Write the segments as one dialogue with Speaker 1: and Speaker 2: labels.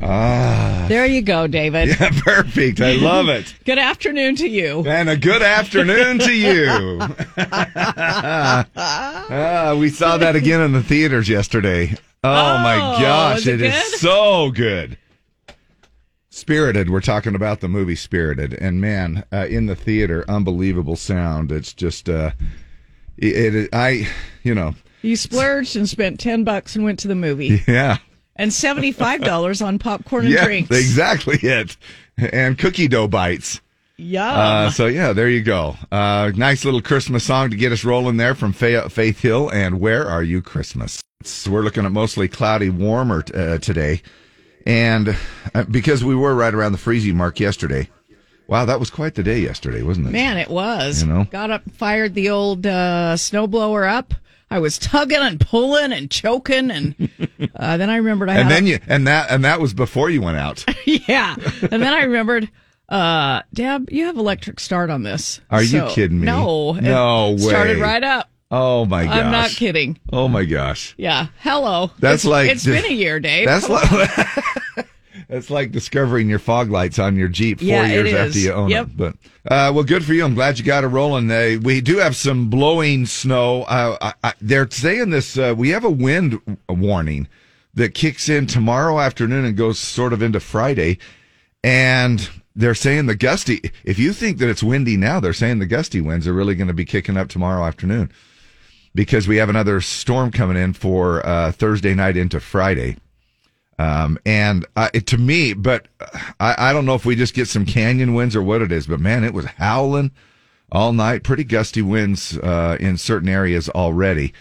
Speaker 1: Ah.
Speaker 2: There you go, David.
Speaker 1: Yeah, perfect. I love it.
Speaker 2: Good afternoon to you.
Speaker 1: And a good afternoon to you. Ah, we saw that again in the theaters yesterday. Oh, my
Speaker 2: Oh,
Speaker 1: gosh,
Speaker 2: was it
Speaker 1: it is
Speaker 2: good?
Speaker 1: so good. Spirited, we're talking about the movie Spirited, and man, uh, in the theater, unbelievable sound. It's just, uh, it, it, I, you know,
Speaker 2: You splurged and spent 10 bucks and went to the movie
Speaker 1: yeah,
Speaker 2: and $75 on popcorn and
Speaker 1: yeah,
Speaker 2: drinks.
Speaker 1: exactly it, and cookie dough bites.
Speaker 2: Yum.
Speaker 1: Uh, so yeah, there you go. Uh, nice little Christmas song to get us rolling there from Fa- Faith Hill and "Where Are You Christmas." So we're looking at mostly cloudy, warmer uh, today, and uh, because we were right around the freezing mark yesterday. Wow, that was quite the day yesterday, wasn't it?
Speaker 2: Man, it was.
Speaker 1: You know?
Speaker 2: Got up, fired the old uh, snowblower up. I was tugging and pulling and choking, and uh, then I remembered I had
Speaker 1: And
Speaker 2: a-
Speaker 1: then you and that and that was before you went out.
Speaker 2: yeah. And then I remembered, uh, Deb, you have electric start on this.
Speaker 1: Are you kidding me?
Speaker 2: No. It
Speaker 1: No
Speaker 2: Started
Speaker 1: way.
Speaker 2: right up.
Speaker 1: Oh my gosh!
Speaker 2: I'm not kidding.
Speaker 1: Oh my gosh!
Speaker 2: Yeah. Hello.
Speaker 1: That's
Speaker 2: It's-
Speaker 1: like
Speaker 2: it's been a year, Dave.
Speaker 1: That's like that's like discovering your fog lights on your Jeep four
Speaker 2: Yeah, it
Speaker 1: years after
Speaker 2: is.
Speaker 1: you own
Speaker 2: Yep.
Speaker 1: it. But uh, well, good for you. I'm glad you got it rolling. Uh, we do have some blowing snow. Uh, I, I, they're saying this. Uh, we have a wind warning that kicks in tomorrow afternoon and goes sort of into Friday, and. They're saying the gusty. If you think that it's windy now, they're saying the gusty winds are really going to be kicking up tomorrow afternoon because we have another storm coming in for uh, Thursday night into Friday. Um, and uh, it, to me, but I, I don't know if we just get some canyon winds or what it is, but man, it was howling all night. Pretty gusty winds uh, in certain areas already.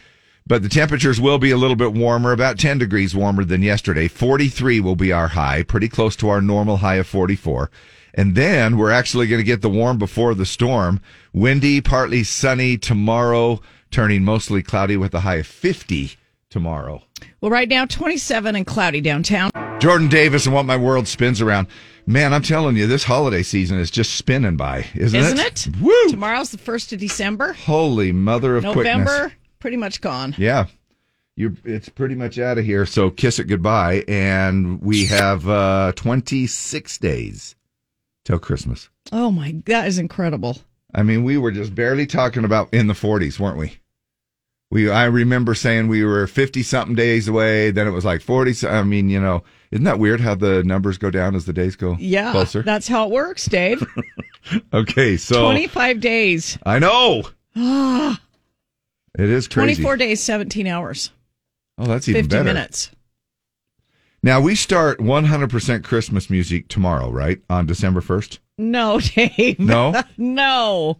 Speaker 1: But the temperatures will be a little bit warmer, about 10 degrees warmer than yesterday. 43 will be our high, pretty close to our normal high of 44. And then we're actually going to get the warm before the storm. Windy, partly sunny tomorrow, turning mostly cloudy with a high of 50 tomorrow.
Speaker 2: well, right now, 27 and cloudy downtown.
Speaker 1: Jordan Davis and what my world spins around. Man, I'm telling you, this holiday season is just spinning by, isn't,
Speaker 2: Isn't
Speaker 1: it?
Speaker 2: it?
Speaker 1: Woo!
Speaker 2: Tomorrow's the 1st of December.
Speaker 1: Holy mother of
Speaker 2: November,
Speaker 1: quickness.
Speaker 2: pretty much gone.
Speaker 1: Yeah. You're, it's pretty much out of here. So kiss it goodbye. And we have uh, 26 days till Christmas.
Speaker 2: Oh, my. That is incredible.
Speaker 1: I mean, we were just barely talking about in the 40s, weren't we? We I remember saying we were 50 something days away. Then it was like 40. I mean, you know, isn't that weird how the numbers go down as the days go
Speaker 2: Yeah.
Speaker 1: closer?
Speaker 2: That's how it works, Dave.
Speaker 1: okay. So
Speaker 2: 25 days.
Speaker 1: I know
Speaker 2: Ah,
Speaker 1: it is crazy.
Speaker 2: 24 days, 17 hours,
Speaker 1: oh, that's even
Speaker 2: 50
Speaker 1: better.
Speaker 2: minutes.
Speaker 1: Now we start 100% Christmas music tomorrow, right? On December 1st.
Speaker 2: No, Dave.
Speaker 1: No?
Speaker 2: no.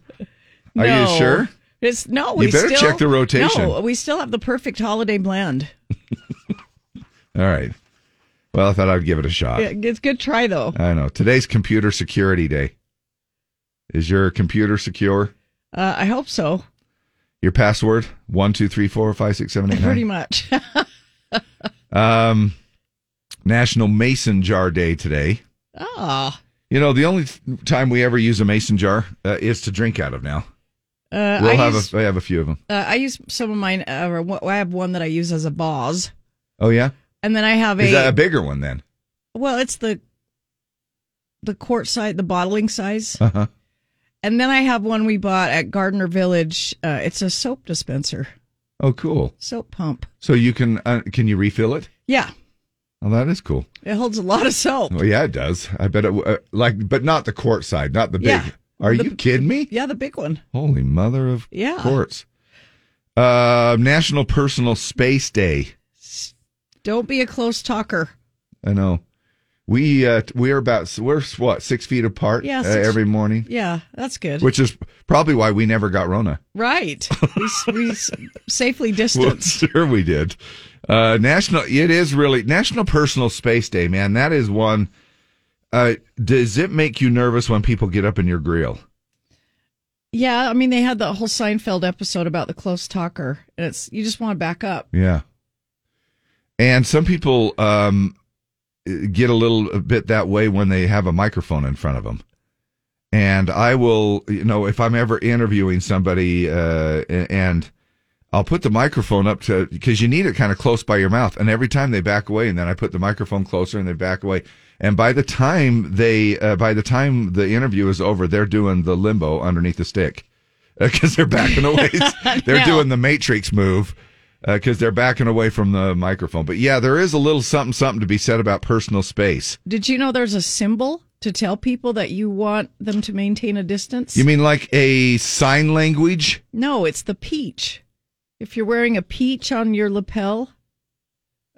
Speaker 1: Are you
Speaker 2: No.
Speaker 1: sure?
Speaker 2: It's no. We
Speaker 1: better
Speaker 2: still,
Speaker 1: check the rotation.
Speaker 2: No, we still have the perfect holiday blend.
Speaker 1: All right. Well, I thought I'd give it a shot.
Speaker 2: Yeah, It's good try though.
Speaker 1: I know. Today's computer security day. Is your computer secure?
Speaker 2: Uh, I hope so.
Speaker 1: Your password? One, two, three, four, five, six, seven, eight,
Speaker 2: Pretty
Speaker 1: nine.
Speaker 2: much.
Speaker 1: Um, National Mason Jar Day today.
Speaker 2: Ah.
Speaker 1: You know, the only th- time we ever use a mason jar uh, is to drink out of now.
Speaker 2: Uh,
Speaker 1: We'll
Speaker 2: I
Speaker 1: have
Speaker 2: use
Speaker 1: a, I have a few of them.
Speaker 2: uh, I use some of mine. Uh, or wh- I have one that I use as a boss,
Speaker 1: Oh, yeah?
Speaker 2: and then I have
Speaker 1: Is
Speaker 2: a,
Speaker 1: that a bigger one then?
Speaker 2: well, it's the the quart size, the bottling size,
Speaker 1: Uh huh.
Speaker 2: and then I have one we bought at Gardner Village. Uh, it's a soap dispenser,
Speaker 1: Oh, cool.
Speaker 2: soap pump.
Speaker 1: So you can uh, can you refill it?
Speaker 2: Yeah,
Speaker 1: Oh, that is cool.
Speaker 2: it holds a lot of soap.
Speaker 1: Well, yeah, it does. I bet it w- uh, like, but not the quart side, not the big.
Speaker 2: Yeah.
Speaker 1: Are
Speaker 2: The-
Speaker 1: you kidding me?
Speaker 2: Yeah, the big one.
Speaker 1: Holy mother of
Speaker 2: Yeah.
Speaker 1: quartz! Uh, National Personal Space Day.
Speaker 2: Don't be a close talker.
Speaker 1: I know. We uh, we're about we're what six feet apart
Speaker 2: Yeah,
Speaker 1: uh,
Speaker 2: six-
Speaker 1: every morning,
Speaker 2: Yeah, that's good.
Speaker 1: which is probably why we never got Rona.
Speaker 2: right. We, s- we s- safely
Speaker 1: Well,
Speaker 2: distanced.
Speaker 1: sure we did. Uh, national, it is really National Personal Space Day, man. That is one. Uh, does it make you nervous when people get up in your grill?
Speaker 2: Yeah, I mean they had the whole Seinfeld episode about the close talker, and it's you just want to back up.
Speaker 1: Yeah. And some people um, get a little bit that way when they have a microphone in front of them. And I will, you know, if I'm ever interviewing somebody uh, and I'll put the microphone up to because you need it kind of close by your mouth. And every time they back away, and then I put the microphone closer, and they back away. And by the time they, uh, by the time the interview is over, they're doing the limbo underneath the stick because they're backing away. they're
Speaker 2: No.
Speaker 1: doing the Matrix move because they're backing away from the microphone. But yeah, there is a little something something to be said about personal space.
Speaker 2: Did you know there's a symbol to tell people that you want them to maintain a distance?
Speaker 1: You mean like a sign language?
Speaker 2: no, it's the peach. If you're wearing a peach on your lapel,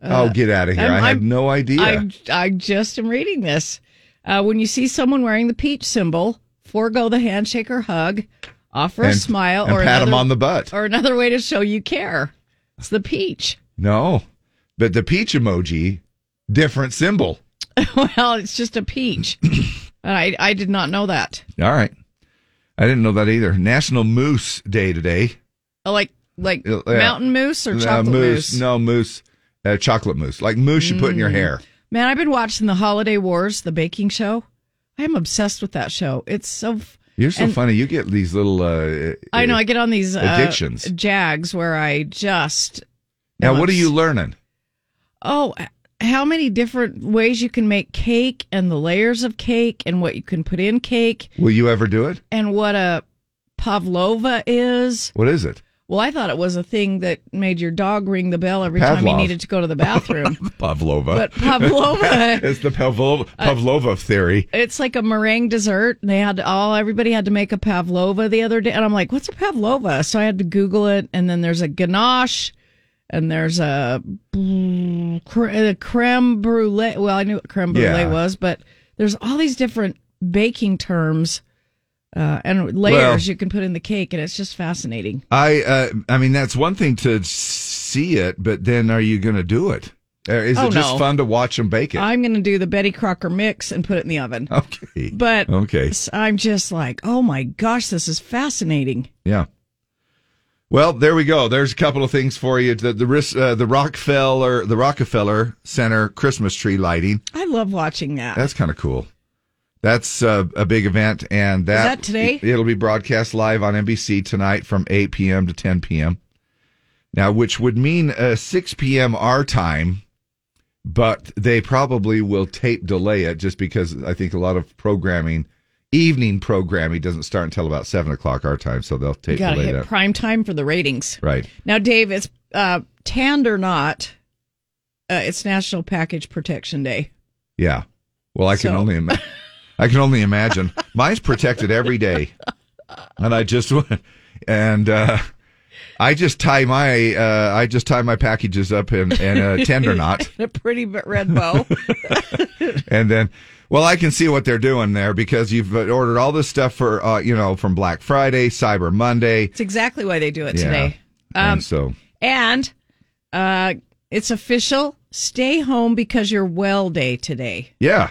Speaker 1: oh, get out of here!
Speaker 2: Uh, I'm-
Speaker 1: i had
Speaker 2: I'm-
Speaker 1: no idea.
Speaker 2: I I just am reading this. Uh, when you see someone wearing the peach symbol, forego the handshake or hug, offer a
Speaker 1: And-
Speaker 2: smile
Speaker 1: and
Speaker 2: or
Speaker 1: pat 'em
Speaker 2: another,
Speaker 1: on the butt.
Speaker 2: or another way to show you care. It's the peach.
Speaker 1: No, but the peach emoji, different symbol.
Speaker 2: well, it's just a peach. And I I did not know that.
Speaker 1: All right, I didn't know that either. National Moose Day today.
Speaker 2: Uh, Like like
Speaker 1: Uh, yeah.
Speaker 2: mountain moose or
Speaker 1: Uh,
Speaker 2: chocolate moose. Mm.
Speaker 1: No moose, uh, chocolate mousse. Like mousse you put in your hair.
Speaker 2: Man, I've been watching the Holiday Wars, the baking show. I am obsessed with that show. It's so. F-
Speaker 1: You're so
Speaker 2: and-
Speaker 1: funny. You get these little. Uh,
Speaker 2: I know I get on these uh,
Speaker 1: Addictions.
Speaker 2: jags where I just
Speaker 1: Now, what are
Speaker 2: nuts.
Speaker 1: you learning?
Speaker 2: Oh, how many different ways you can make cake and the layers of cake and what you can put in cake
Speaker 1: Will you ever do it?
Speaker 2: and what a pavlova is.
Speaker 1: What is it?
Speaker 2: Well, I thought it was a thing that made your dog ring the bell every time he
Speaker 1: Pavlov.
Speaker 2: needed to go to the bathroom.
Speaker 1: Pavlova.
Speaker 2: but pavlova, Uh,
Speaker 1: it's the Pavlova, Pavlova theory.
Speaker 2: it's like a meringue dessert. And they had to, all everybody had to make a pavlova the other day, and I'm like, "What's a pavlova?" So I had to Google it, and then there's a ganache, and there's a, mm, cre- a creme brulee. Well, I knew what creme brulee
Speaker 1: Yeah.
Speaker 2: was, but there's all these different baking terms uh, and layers
Speaker 1: Well-
Speaker 2: you can put in the cake, and it's just fascinating.
Speaker 1: I uh, I mean that's one thing to see it, but then are you going to do it? Uh, Is
Speaker 2: Oh,
Speaker 1: it just
Speaker 2: no.
Speaker 1: fun to watch them bake it?
Speaker 2: I'm going to do the Betty Crocker mix and put it in the oven.
Speaker 1: okay.
Speaker 2: But
Speaker 1: okay.
Speaker 2: I'm just like, oh my gosh, this is fascinating.
Speaker 1: Yeah. Well, there we go. There's a couple of things for you. The the, Ris- uh, the Rockefeller the Rockefeller Center Christmas tree lighting.
Speaker 2: I love watching that.
Speaker 1: That's kind of cool. That's uh, a big event, and that,
Speaker 2: that today?
Speaker 1: It, will be broadcast live on NBC tonight from 8 p.m. to 10 p.m. Now, which would mean uh, 6 p.m. our time, but they probably will tape delay it just because I think a lot of programming, evening programming, doesn't start until about seven o'clock our time, so they'll tape
Speaker 2: Got to
Speaker 1: delay
Speaker 2: hit
Speaker 1: that.
Speaker 2: prime time for the ratings.
Speaker 1: right.
Speaker 2: Now, Dave, it's uh, tanned or not, uh, it's National Package Protection Day.
Speaker 1: Yeah. Well, I can
Speaker 2: So-
Speaker 1: only ima- I can only imagine. Mine's protected every day, and I just went and uh, I just tie my uh, I just tie my packages up in, in a tender knot,
Speaker 2: A pretty bit red bow.
Speaker 1: and then well, I can see what they're doing there because you've uh, ordered all this stuff for uh, you know from Black Friday, Cyber Monday,
Speaker 2: it's exactly why they do it
Speaker 1: Yeah.
Speaker 2: today. Um,
Speaker 1: and so
Speaker 2: And uh, it's official. Stay home because you're well day today.
Speaker 1: yeah,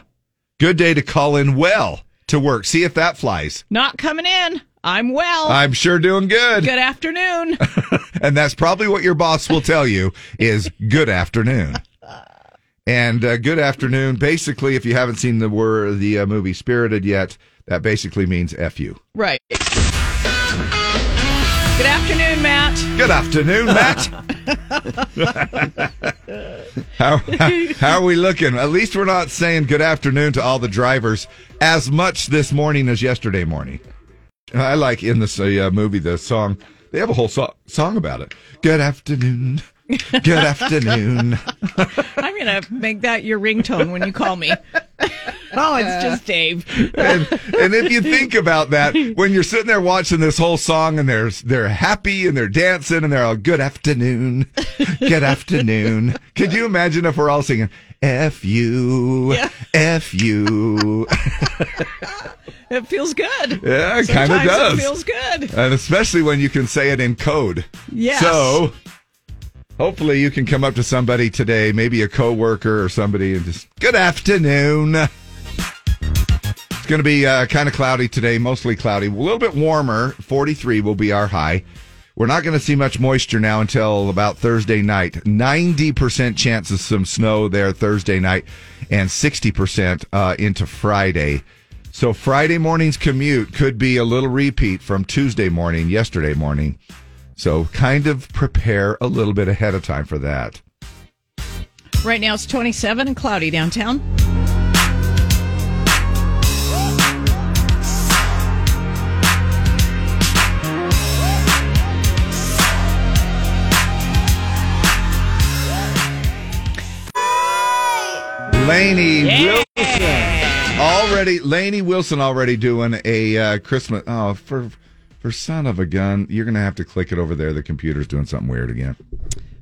Speaker 1: good day to call in well to work. See if that flies.
Speaker 2: Not coming in. I'm well.
Speaker 1: I'm sure doing good.
Speaker 2: Good afternoon.
Speaker 1: and that's probably what your boss will tell you is good afternoon and uh, good afternoon basically if you haven't seen the word the uh, movie spirited yet that basically means f you
Speaker 2: right. Good afternoon, Matt.
Speaker 1: good afternoon matt how, how, how are we looking at least we're not saying good afternoon to all the drivers as much this morning as yesterday morning i like in this uh, movie the song they have a whole so- song about it good afternoon good afternoon
Speaker 2: I'm going to make that your ringtone when you call me. oh, it's just Dave.
Speaker 1: and, and if you think about that, when you're sitting there watching this whole song and they're, they're happy and they're dancing and they're all good afternoon, good afternoon. Could you imagine if we're all singing F you, F you?
Speaker 2: It feels good.
Speaker 1: Yeah, it kind of
Speaker 2: Sometimes
Speaker 1: does.
Speaker 2: It feels good.
Speaker 1: and especially when you can say it in code.
Speaker 2: Yes.
Speaker 1: So hopefully you can come up to somebody today, maybe a coworker or somebody, and just good afternoon. It's going to be uh, kind of cloudy today, mostly cloudy. A little bit warmer. 43 will be our high. We're not going to see much moisture now until about Thursday night. 90% chance of some snow there Thursday night and 60% uh, into Friday. So Friday morning's commute could be a little repeat from Tuesday morning, yesterday morning So kind of prepare a little bit ahead of time for that.
Speaker 2: Right now it's 27 and cloudy downtown.
Speaker 1: Laney Wilson already. Laney Wilson already doing a uh, Christmas. Oh, for for son of a gun, you're gonna have to click it over there. The computer's doing something weird again.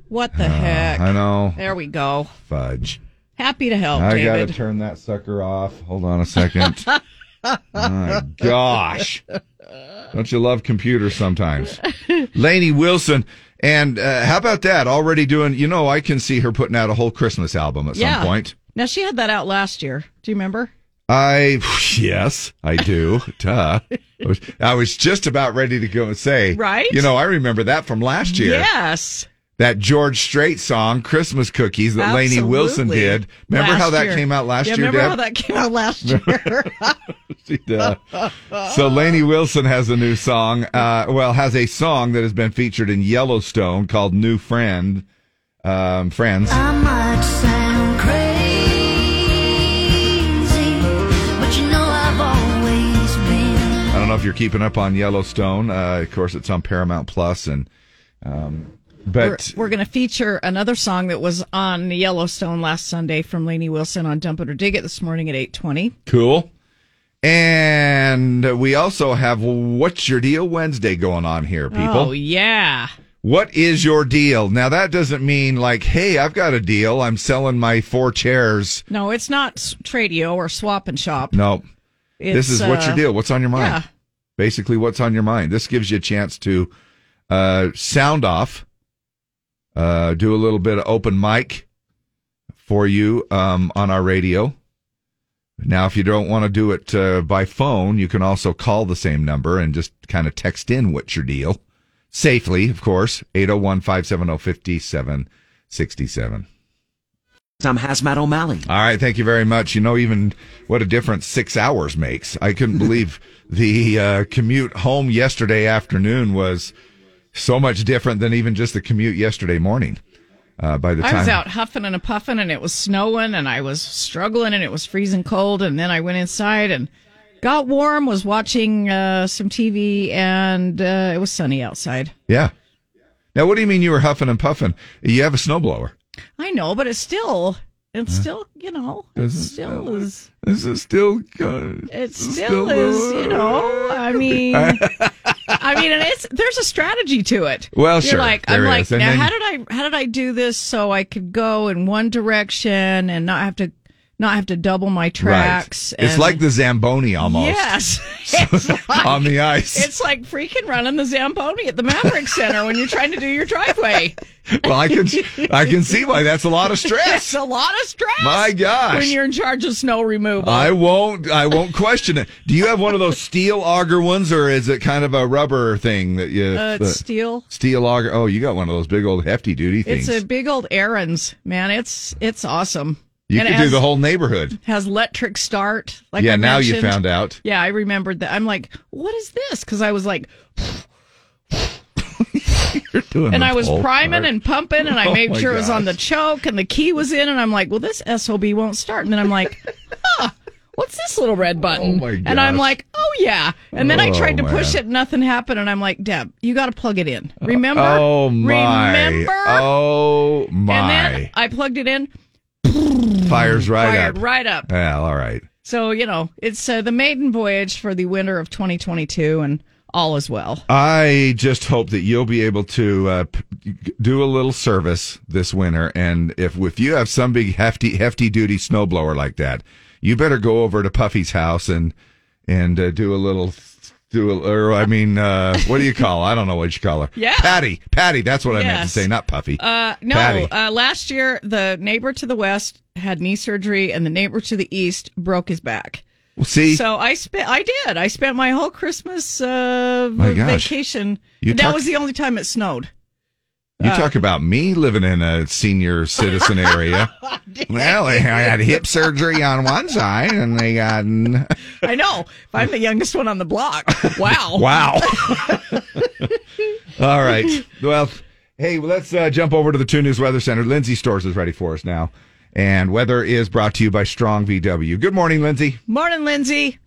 Speaker 2: What the heck?
Speaker 1: Oh, I know.
Speaker 2: There we go.
Speaker 1: Fudge.
Speaker 2: Happy to help,
Speaker 1: I
Speaker 2: David.
Speaker 1: gotta turn that sucker off. Hold on a second. My gosh. Don't you love computers sometimes? Lainey Wilson. And uh, how about that? Already doing, you know, I can see her putting out a whole Christmas album at some point.
Speaker 2: Now she had that out last year. Do you remember?
Speaker 1: I, yes, I do. Duh. I was, I was just about ready to go and say,
Speaker 2: Right?
Speaker 1: You know, I remember that from last year.
Speaker 2: Yes.
Speaker 1: That George Strait song, Christmas Cookies, that Lainey
Speaker 2: Absolutely.
Speaker 1: Wilson did. Remember how
Speaker 2: Last
Speaker 1: that
Speaker 2: year.
Speaker 1: came out last
Speaker 2: yeah,
Speaker 1: year,
Speaker 2: Remember
Speaker 1: Deb?
Speaker 2: how that came out last year?
Speaker 1: She does. so Lainey Wilson has a new song. Uh, well, has a song that has been featured in Yellowstone called "New Friend." Um, friends.
Speaker 3: I might sound crazy, but you know I've always been.
Speaker 1: I don't know if you're keeping up on Yellowstone. Uh, of course, it's on Paramount Plus, and um,
Speaker 2: we're
Speaker 1: but
Speaker 2: we're going to feature another song that was on Yellowstone last Sunday from Lainey Wilson on Dump It or Dig It this morning at 820.
Speaker 1: cool. And we also have "What's Your Deal" Wednesday going on here, people.
Speaker 2: Oh, yeah.
Speaker 1: What is your deal? Now that doesn't mean like, hey, I've got a deal. I'm selling my four chairs.
Speaker 2: No, it's not s- Tradio or Swap and Shop.
Speaker 1: No, this is
Speaker 2: It's,
Speaker 1: what's your
Speaker 2: uh,
Speaker 1: deal. What's on your mind?
Speaker 2: Yeah.
Speaker 1: Basically, what's on your mind? This gives you a chance to uh, sound off, uh, do a little bit of open mic for you um, on our radio. Now, if you don't want to do it uh, by phone, you can also call the same number and just kind of text in what's your deal safely, of course, 801 570 5767.
Speaker 4: I'm Hazmat O'Malley.
Speaker 1: All right, thank you very much. You know, even what a difference six hours makes. I couldn't believe the uh, commute home yesterday afternoon was so much different than even just the commute yesterday morning. Uh, by the time
Speaker 2: I was out huffing and a puffing, and it was snowing, and I was struggling, and it was freezing cold. And then I went inside and got warm, was watching uh, some TV, and uh, it was sunny outside.
Speaker 1: yeah. Now, what do you mean you were huffing and puffing? You have a snowblower.
Speaker 2: I know, but it's still, it's still, you know, it
Speaker 1: Doesn't
Speaker 2: still is,
Speaker 1: This is still good.
Speaker 2: it still is, you know. I mean, I mean, and it's there's a strategy to it.
Speaker 1: Well,
Speaker 2: You're
Speaker 1: sure,
Speaker 2: Like
Speaker 1: there
Speaker 2: I'm
Speaker 1: is, and
Speaker 2: like, now
Speaker 1: then-
Speaker 2: how did I how did I do this so I could go in one direction and not have to not have to double my
Speaker 1: Right.
Speaker 2: tracks?
Speaker 1: It's
Speaker 2: and-
Speaker 1: like the Zamboni almost
Speaker 2: Yes. It's like,
Speaker 1: on the ice.
Speaker 2: it's like freaking running the Zamboni at the Maverick Center when you're trying to do your driveway.
Speaker 1: well, I can I can see why that's a lot of stress.
Speaker 2: It's a lot of stress.
Speaker 1: My gosh. Uh,
Speaker 2: When you're in charge of snow removal. Uh,
Speaker 1: I won't. I won't question it. Do you have one of those steel auger ones, or is it kind of a rubber thing that you?
Speaker 2: uh,
Speaker 1: the
Speaker 2: it's steel.
Speaker 1: steel auger. Oh, you got one of those big old hefty duty things.
Speaker 2: It's a big old errands, man. It's it's awesome.
Speaker 1: you
Speaker 2: and
Speaker 1: could
Speaker 2: it
Speaker 1: do
Speaker 2: has,
Speaker 1: the whole neighborhood.
Speaker 2: has electric start. Like
Speaker 1: yeah,
Speaker 2: I
Speaker 1: now you
Speaker 2: mentioned.
Speaker 1: found out.
Speaker 2: Yeah, I remembered that. I'm like, what is this? Because I was like,
Speaker 1: You're doing.
Speaker 2: and
Speaker 1: the
Speaker 2: I was
Speaker 1: whole
Speaker 2: priming
Speaker 1: part.
Speaker 2: and pumping, and I
Speaker 1: Oh
Speaker 2: made
Speaker 1: my
Speaker 2: sure it was on the
Speaker 1: gosh.
Speaker 2: choke, and the key was in, and I'm like, well, this sob won't start, and then I'm like, huh, what's this little red button?
Speaker 1: Oh my
Speaker 2: and I'm
Speaker 1: gosh.
Speaker 2: like, oh yeah, and then I
Speaker 1: Oh,
Speaker 2: tried to push
Speaker 1: man.
Speaker 2: it, nothing happened, and I'm like, Deb, you got to plug it in. Remember?
Speaker 1: Oh my!
Speaker 2: Remember?
Speaker 1: Oh
Speaker 2: and then
Speaker 1: my!
Speaker 2: I plugged it in,
Speaker 1: Fires right
Speaker 2: fired
Speaker 1: up.
Speaker 2: right up.
Speaker 1: Well, all right.
Speaker 2: So you know, it's uh, the maiden voyage for the winter of 2022, and all is well.
Speaker 1: I just hope that you'll be able to uh, p- do a little service this winter, and if if you have some big hefty hefty duty snowblower like that, you better go over to Puffy's house and and uh, do a little do a, or I mean uh, what do you call I don't know what you call her
Speaker 2: Yeah.
Speaker 1: Patty Patty that's what I meant to
Speaker 2: Yes.
Speaker 1: say not Puffy
Speaker 2: Uh, no,
Speaker 1: Patty.
Speaker 2: uh, last year the neighbor to the west had knee surgery, and the neighbor to the east broke his back.
Speaker 1: see
Speaker 2: So I spent, I did, I spent my whole Christmas uh,
Speaker 1: My gosh.
Speaker 2: vacation.
Speaker 1: You
Speaker 2: that
Speaker 1: talk-
Speaker 2: was the only time it snowed.
Speaker 1: You talk about me living in a senior citizen area. well, I had hip surgery on one side, and they got
Speaker 2: I know. If I'm the youngest one on the block, wow.
Speaker 1: wow. All right. Well, hey, well, let's uh, jump over to the Two News Weather Center. Lindsay Stores is ready for us now, and weather is brought to you by Strong VW. Good morning, Lindsay.
Speaker 2: Morning, Lindsay.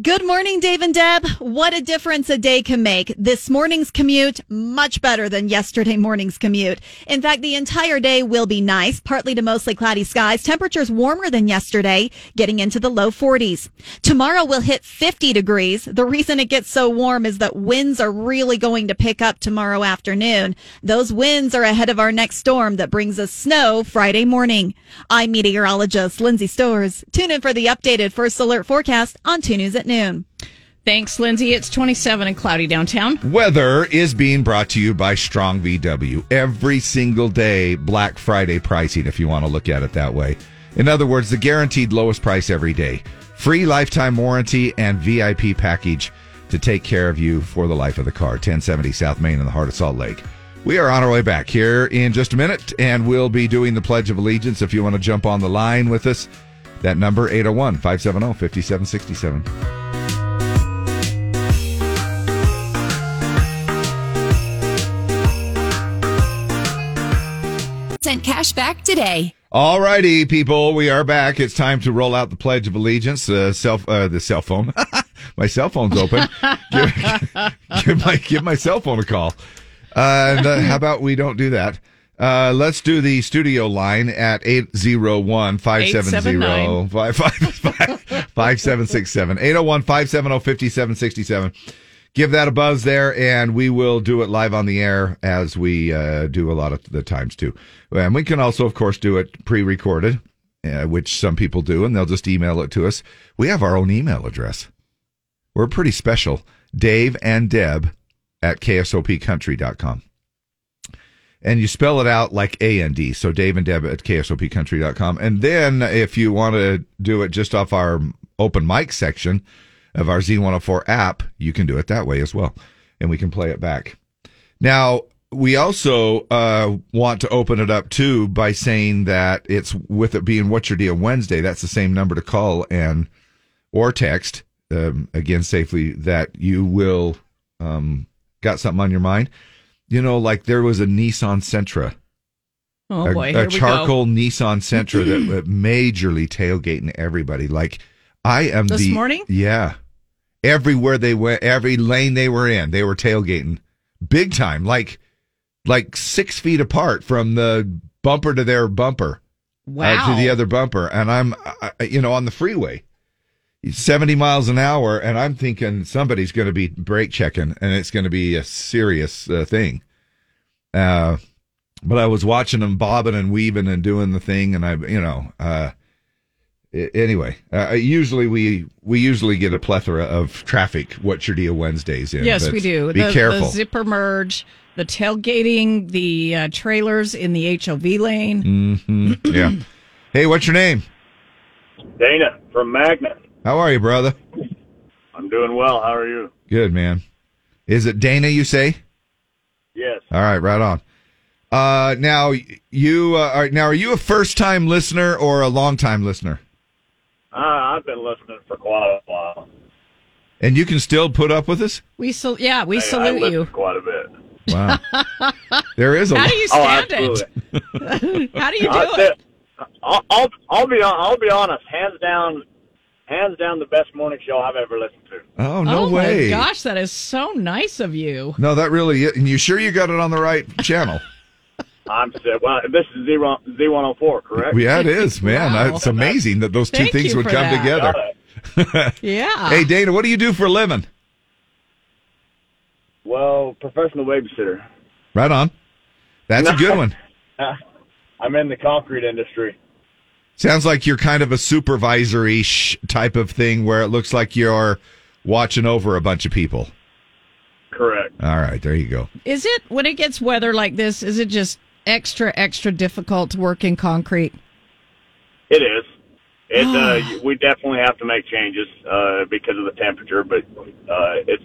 Speaker 5: Good morning, Dave and Deb. What a difference a day can make. This morning's commute, much better than yesterday morning's commute. In fact, the entire day will be nice, partly to mostly cloudy skies. Temperatures warmer than yesterday, getting into the low 40s. Tomorrow will hit 50 degrees. The reason it gets so warm is that winds are really going to pick up tomorrow afternoon. Those winds are ahead of our next storm that brings us snow Friday morning. I'm meteorologist Lindsay Stores. Tune in for the updated first alert forecast on 2 News at noon.
Speaker 2: Thanks, Lindsay. It's 27 and cloudy downtown.
Speaker 1: Weather is being brought to you by Strong VW. Every single day, Black Friday pricing, if you want to look at it that way. In other words, the guaranteed lowest price every day. Free lifetime warranty and VIP package to take care of you for the life of the car. 1070 South Main in the heart of Salt Lake. We are on our way back here in just a minute, and we'll be doing the Pledge of Allegiance if you want to jump on the line with us. That number, 801 570 5767.
Speaker 6: Sent cash back today.
Speaker 1: All righty, people, we are back. It's time to roll out the Pledge of Allegiance. Uh, cell, uh, the cell phone. my cell phone's open. give, give my give my cell phone a call. Uh, and, uh, how about we don't do that? Uh, let's do the studio line at 801-570-5767. 801-570-5767. Give that a buzz there, and we will do it live on the air as we uh, do a lot of the times too. And we can also, of course, do it pre-recorded, uh, which some people do, and they'll just email it to us. We have our own email address. We're pretty special. Dave and Deb at ksopcountry.com. And you spell it out like A and D. So Dave and Deb at ksopcountry.com. And then if you want to do it just off our open mic section of our Z104 app, you can do it that way as well. And we can play it back. Now, we also uh, want to open it up too by saying that it's with it being What's Your Deal Wednesday. That's the same number to call and or text um, again safely that you will um, got something on your mind. You know, like there was a Nissan Sentra,
Speaker 2: Oh,
Speaker 1: a,
Speaker 2: boy.
Speaker 1: a
Speaker 2: Here we go.
Speaker 1: charcoal uh, Nissan Sentra that was majorly tailgating everybody. Like I am
Speaker 2: This
Speaker 1: the
Speaker 2: morning?
Speaker 1: yeah. Everywhere they went, every lane they were in, they were tailgating big time, like like six feet apart from the bumper to their bumper
Speaker 2: Wow.
Speaker 1: uh, to the other bumper, and I'm, I, I- you know, on the freeway, 70 miles an hour, and I'm thinking somebody's going to be brake checking, and it's going to be a serious uh, thing. Uh, but I was watching them bobbing and weaving and doing the thing, and I, you know, uh, a- anyway, uh, usually we we usually get a plethora of traffic. What's your deal Wednesdays in?
Speaker 2: Yes,
Speaker 1: but
Speaker 2: we do.
Speaker 1: Be
Speaker 2: the,
Speaker 1: careful.
Speaker 2: The zipper merge, the tailgating, the uh, trailers in the HOV lane.
Speaker 1: Mhm, yeah. Hey, what's your name?
Speaker 7: Dana from Magna.
Speaker 1: How are you, brother?
Speaker 7: I'm doing well. How are you?
Speaker 1: Good man. Is it Dana? You say?
Speaker 7: Yes.
Speaker 1: All right, right on. Uh, now you uh, are now are you a first time listener or a long time listener?
Speaker 7: Uh, I've been listening for quite a while.
Speaker 1: And you can still put up with us.
Speaker 2: We sal- yeah, we
Speaker 7: I- I
Speaker 2: salute
Speaker 7: listen
Speaker 2: you.
Speaker 7: quite a bit.
Speaker 1: Wow, there is a
Speaker 2: How
Speaker 1: lot.
Speaker 2: do you
Speaker 7: Oh,
Speaker 2: stand it?
Speaker 7: absolutely.
Speaker 2: How do you do
Speaker 7: I
Speaker 2: it?
Speaker 7: said- I'll, I'll I'll be hon- I'll be honest. Hands down, hands down, the best morning show I've ever listened to.
Speaker 1: oh no
Speaker 2: oh
Speaker 1: way!
Speaker 2: my gosh, that is so nice of you.
Speaker 1: No, that really. Is. And you sure you got it on the right channel?
Speaker 7: I'm said, well, this is zero Z one hundred four, correct?
Speaker 1: yeah, it is, man.
Speaker 2: Wow.
Speaker 1: It's amazing that those two
Speaker 2: Thank
Speaker 1: things
Speaker 2: you
Speaker 1: would
Speaker 2: for
Speaker 1: come
Speaker 2: that.
Speaker 1: together.
Speaker 7: Got it.
Speaker 2: Yeah.
Speaker 1: Hey, Dana, what do you do for a living?
Speaker 7: Well, professional babysitter.
Speaker 1: Right on. That's a good one.
Speaker 7: I'm in the concrete industry.
Speaker 1: Sounds like you're kind of a supervisory sh- type of thing where it looks like you're watching over a bunch of people.
Speaker 7: Correct.
Speaker 1: All right, there you go.
Speaker 2: Is it when it gets weather like this? Is it just extra extra difficult to work in concrete?
Speaker 7: It is. It
Speaker 2: Ah.
Speaker 7: uh, we definitely have to make changes uh, because of the temperature, but uh, it's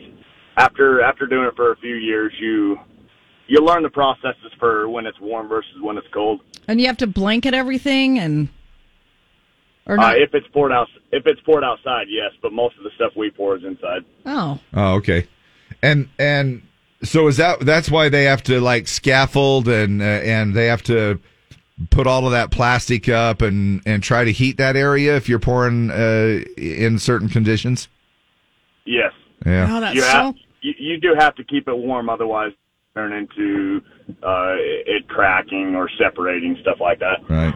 Speaker 7: after after doing it for a few years, you you learn the processes for when it's warm versus when it's cold.
Speaker 2: And you have to blanket everything and or
Speaker 7: Uh,
Speaker 2: not.
Speaker 7: if it's poured out, if it's poured outside, yes. But most of the stuff we pour is inside.
Speaker 2: oh.
Speaker 1: Oh, okay. And and so is that that's why they have to like scaffold and uh, and they have to put all of that plastic up and and try to heat that area if you're pouring uh, in certain conditions.
Speaker 7: Yes,
Speaker 1: Yeah.
Speaker 2: Oh, that's
Speaker 7: you,
Speaker 2: so
Speaker 7: have, you you do have to keep it warm, otherwise turn into uh, it cracking or separating stuff like that.
Speaker 1: Right.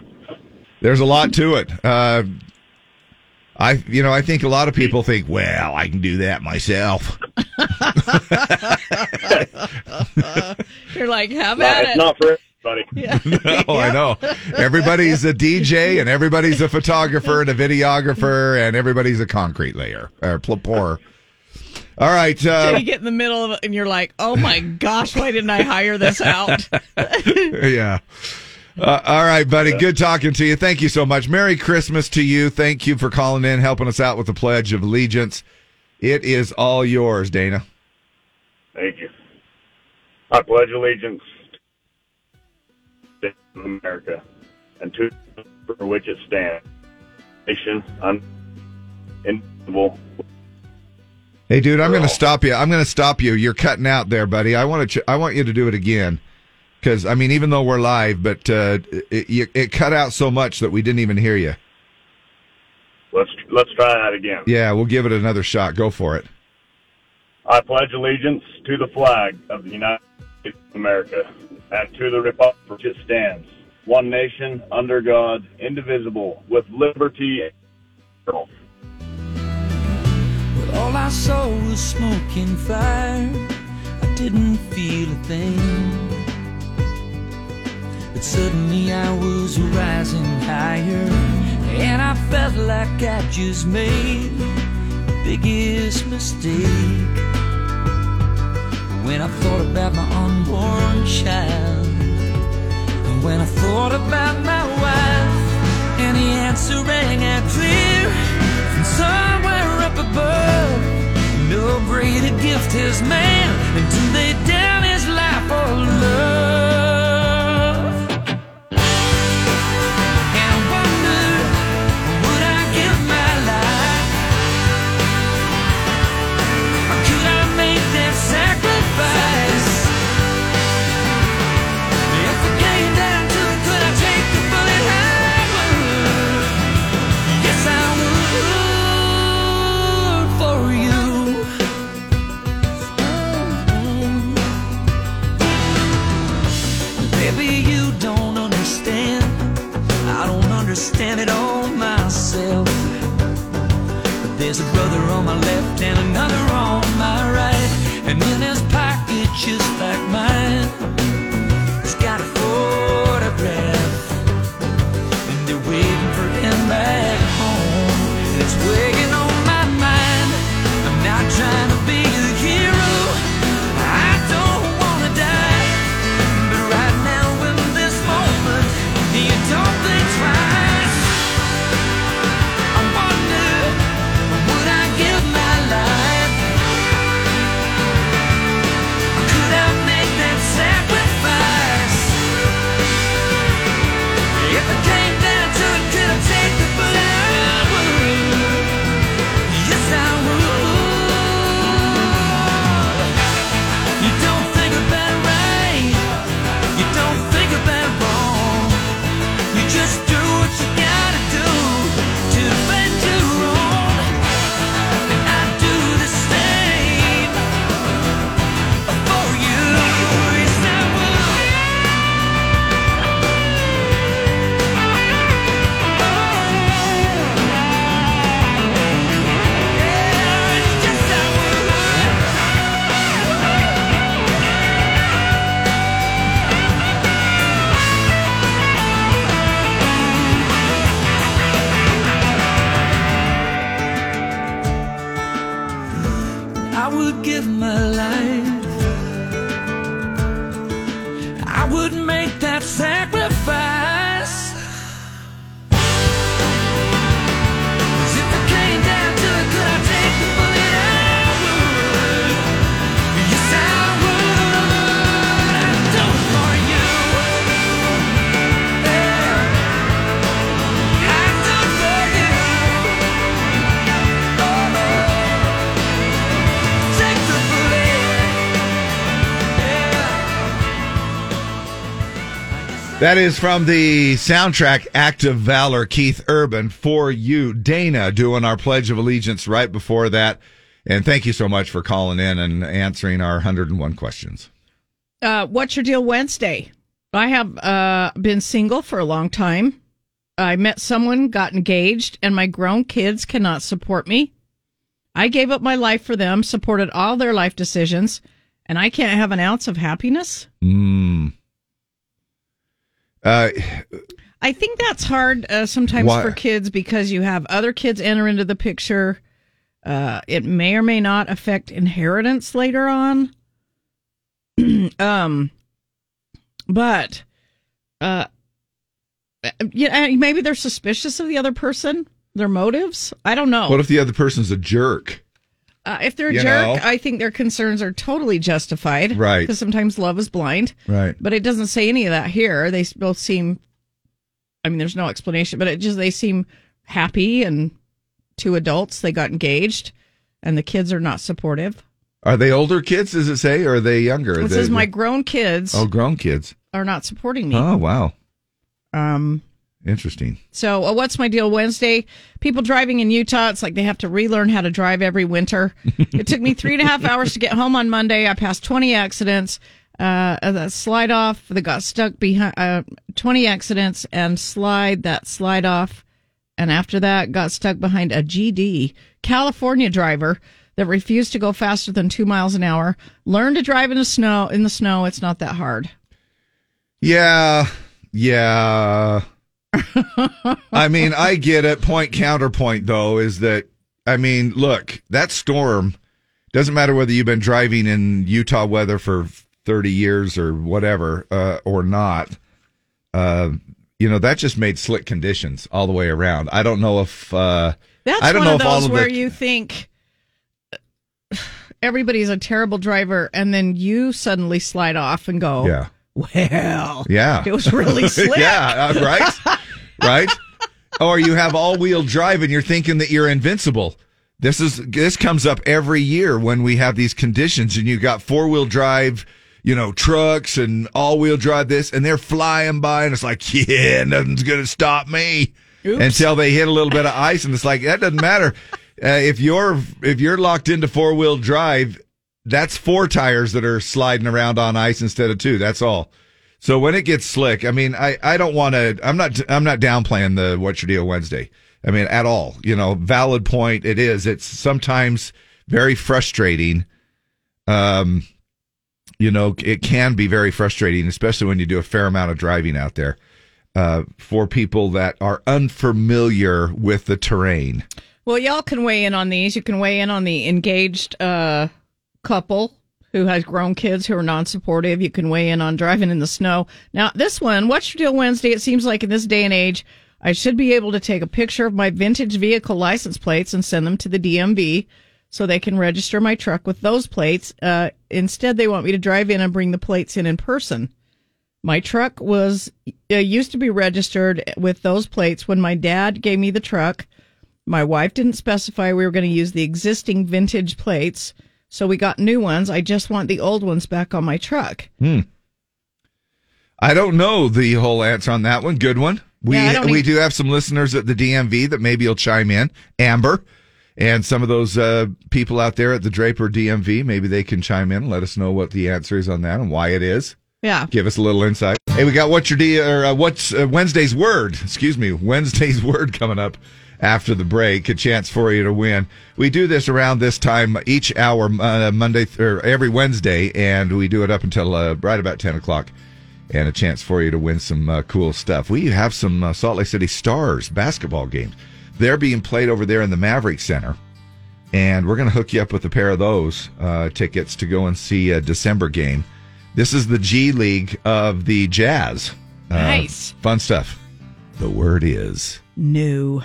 Speaker 1: There's a lot to it. Uh, I you know I think a lot of people think, well, I can do that myself.
Speaker 2: uh, you're like, have
Speaker 7: Not-
Speaker 2: at
Speaker 7: it's
Speaker 2: it.
Speaker 7: not for everybody.
Speaker 1: no, I know. Everybody's a DJ and everybody's a photographer and a videographer and everybody's a concrete layer or pl- pourer. All right.
Speaker 2: So
Speaker 1: Uh,
Speaker 2: you get in the middle of it and you're like, oh my gosh, why didn't I hire this out?
Speaker 1: yeah. Uh, all right, buddy. Good talking to you. Thank you so much. Merry Christmas to you. Thank you for calling in, helping us out with the Pledge of Allegiance. It is all yours, Dana.
Speaker 7: Thank you. I pledge allegiance to America and to for which it stands, nation indivisible.
Speaker 1: Hey, dude, I'm going to
Speaker 7: Girl.
Speaker 1: stop you. I'm going to stop you. You're cutting out there, buddy. I want to. Ch- I want you to do it again, because I mean, even though we're live, but uh, it, it, it cut out so much that we didn't even hear you.
Speaker 7: Let's let's try that again.
Speaker 1: Yeah, we'll give it another shot. Go for it.
Speaker 7: I pledge allegiance to the flag of the United States of America and to the republic for which it stands, one nation under God, indivisible, with liberty and justice.
Speaker 8: All I saw was smoke and fire. I didn't feel a thing. But suddenly I was rising higher. And I felt like I just made the biggest mistake. When I thought about my unborn child. And when I thought about my wife. And the answer rang out clear from somewhere up above. No greater gift has man than to lay down his life for love. And I wonder, would I give my life? Or could I make that sacrifice? If it came down to it, could I take the bullet? I would. Yes, I would for you. Maybe you don't understand. I don't understand it all myself. But there's a brother on my left and another on my right. And in his pocket, just like mine, he's got a photograph and they're waiting for him back home. And it's weighing on my mind. I'm not trying to be the hero. I don't wanna die. But right now in this moment, you don't think twice. I wonder, would I give my life? Could I make that sacrifice? If it came down to it, could I take the bullet? I would. Yes, I would. You don't think about right. You don't think about wrong. You just do what you gotta do to defend your own. And I do the same for you. Yes, I would. I would give my life. I would make that sacrifice. 'Cause if it came down to it, could I take the bullet? I would. Yes, I would.
Speaker 1: That is from the soundtrack Act of Valor, Keith Urban, for you. Dana doing our Pledge of Allegiance right before that. And thank you so much for calling in and answering our 101 questions.
Speaker 2: Uh, what's your deal Wednesday? I have uh, been single for a long time. I met someone, got engaged, and my grown kids cannot support me. I gave up my life for them, supported all their life decisions, and I can't have an ounce of happiness.
Speaker 1: Mm. Uh,
Speaker 2: I think that's hard uh, sometimes
Speaker 1: Why-
Speaker 2: for kids because you have other kids enter into the picture. Uh, it may or may not affect inheritance later on. um, but uh, yeah, and maybe they're suspicious of the other person, their motives. I don't know.
Speaker 1: what if the other person's a jerk?
Speaker 2: uh, if they're a
Speaker 1: you
Speaker 2: jerk,
Speaker 1: know?
Speaker 2: I think their concerns are totally justified.
Speaker 1: Right.
Speaker 2: Because sometimes love is blind
Speaker 1: Right.
Speaker 2: but it doesn't say any of that here. They both seem, I mean, there's no explanation, but it just they seem happy and two adults. They got engaged, and the kids are not supportive.
Speaker 1: Are they older kids, does it say, or are they younger?
Speaker 2: It
Speaker 1: They-
Speaker 2: says my grown kids
Speaker 1: Oh, grown kids.
Speaker 2: are not supporting me.
Speaker 1: Oh, wow.
Speaker 2: Um,
Speaker 1: Interesting.
Speaker 2: So, uh, what's my deal Wednesday? People driving in Utah, it's like they have to relearn how to drive every winter. it took me three and a half hours to get home on Monday. I passed 20 accidents, uh, uh, the slide off that got stuck behind, uh, 20 accidents and slide that slide off. And after that, got stuck behind a GD California driver that refused to go faster than two miles an hour. Learn to drive in the snow. In the snow, it's not that hard.
Speaker 1: Yeah, yeah. I mean, I get it. Point counterpoint though is that I mean, look, that storm doesn't matter whether you've been driving in Utah weather for thirty years or whatever, uh, or not. Uh, you know, that just made slick conditions all the way around. I don't know if uh,
Speaker 2: That's
Speaker 1: I don't
Speaker 2: one
Speaker 1: know
Speaker 2: of
Speaker 1: if all
Speaker 2: those
Speaker 1: of
Speaker 2: where
Speaker 1: the-
Speaker 2: you think everybody's a terrible driver, and then you suddenly slide off and go,
Speaker 1: yeah,
Speaker 2: "Well,
Speaker 1: yeah,
Speaker 2: it was really slick."
Speaker 1: yeah, uh, right, right. Or you have all-wheel drive and you're thinking that you're invincible. This is this comes up every year when we have these conditions, and you got four-wheel drive, you know, trucks and all-wheel drive this, and they're flying by, and it's like, yeah, nothing's gonna stop me until they hit a little bit of ice, and it's like that doesn't matter. Uh, if you're if you're locked into four-wheel drive, that's four tires that are sliding around on ice instead of two. That's all. So when it gets slick, I mean, I, I don't want to. I'm not. I'm not downplaying the What's Your Deal Wednesday. I mean, at all. You know, valid point. It is. It's sometimes very frustrating. Um, you know, it can be very frustrating, especially when you do a fair amount of driving out there. Uh, for people that are unfamiliar with the terrain.
Speaker 2: Well, y'all can weigh in on these. You can weigh in on the engaged uh, couple who has grown kids who are non-supportive. You can weigh in on driving in the snow. Now, this one, what's your deal Wednesday? It seems like in this day and age, I should be able to take a picture of my vintage vehicle license plates and send them to the DMV so they can register my truck with those plates. Uh, instead, they want me to drive in and bring the plates in in person. My truck was uh, used to be registered with those plates when my dad gave me the truck. My wife didn't specify we were going to use the existing vintage plates, so we got new ones. I just want the old ones back on my truck.
Speaker 1: Hmm. I don't know the whole answer on that one. Good one. We
Speaker 2: Yeah, I don't e-
Speaker 1: we
Speaker 2: need-
Speaker 1: do have some listeners at the DMV that maybe will chime in. Amber and some of those uh, people out there at the Draper DMV, maybe they can chime in. and Let us know what the answer is on that and why it is.
Speaker 2: Yeah.
Speaker 1: Give us a little insight. Hey, we got what's your deal or uh, what's uh, Wednesday's word? Excuse me, Wednesday's word coming up after the break. A chance for you to win. We do this around this time each hour, uh, Monday th- or every Wednesday, and we do it up until uh, right about ten o'clock. And a chance for you to win some uh, cool stuff. We have some uh, Salt Lake City Stars basketball games. They're being played over there in the Maverick Center and we're going to hook you up with a pair of those uh, tickets to go and see a December game. This is the G League of the Jazz. Uh,
Speaker 2: Nice.
Speaker 1: fun stuff. The word is
Speaker 2: New.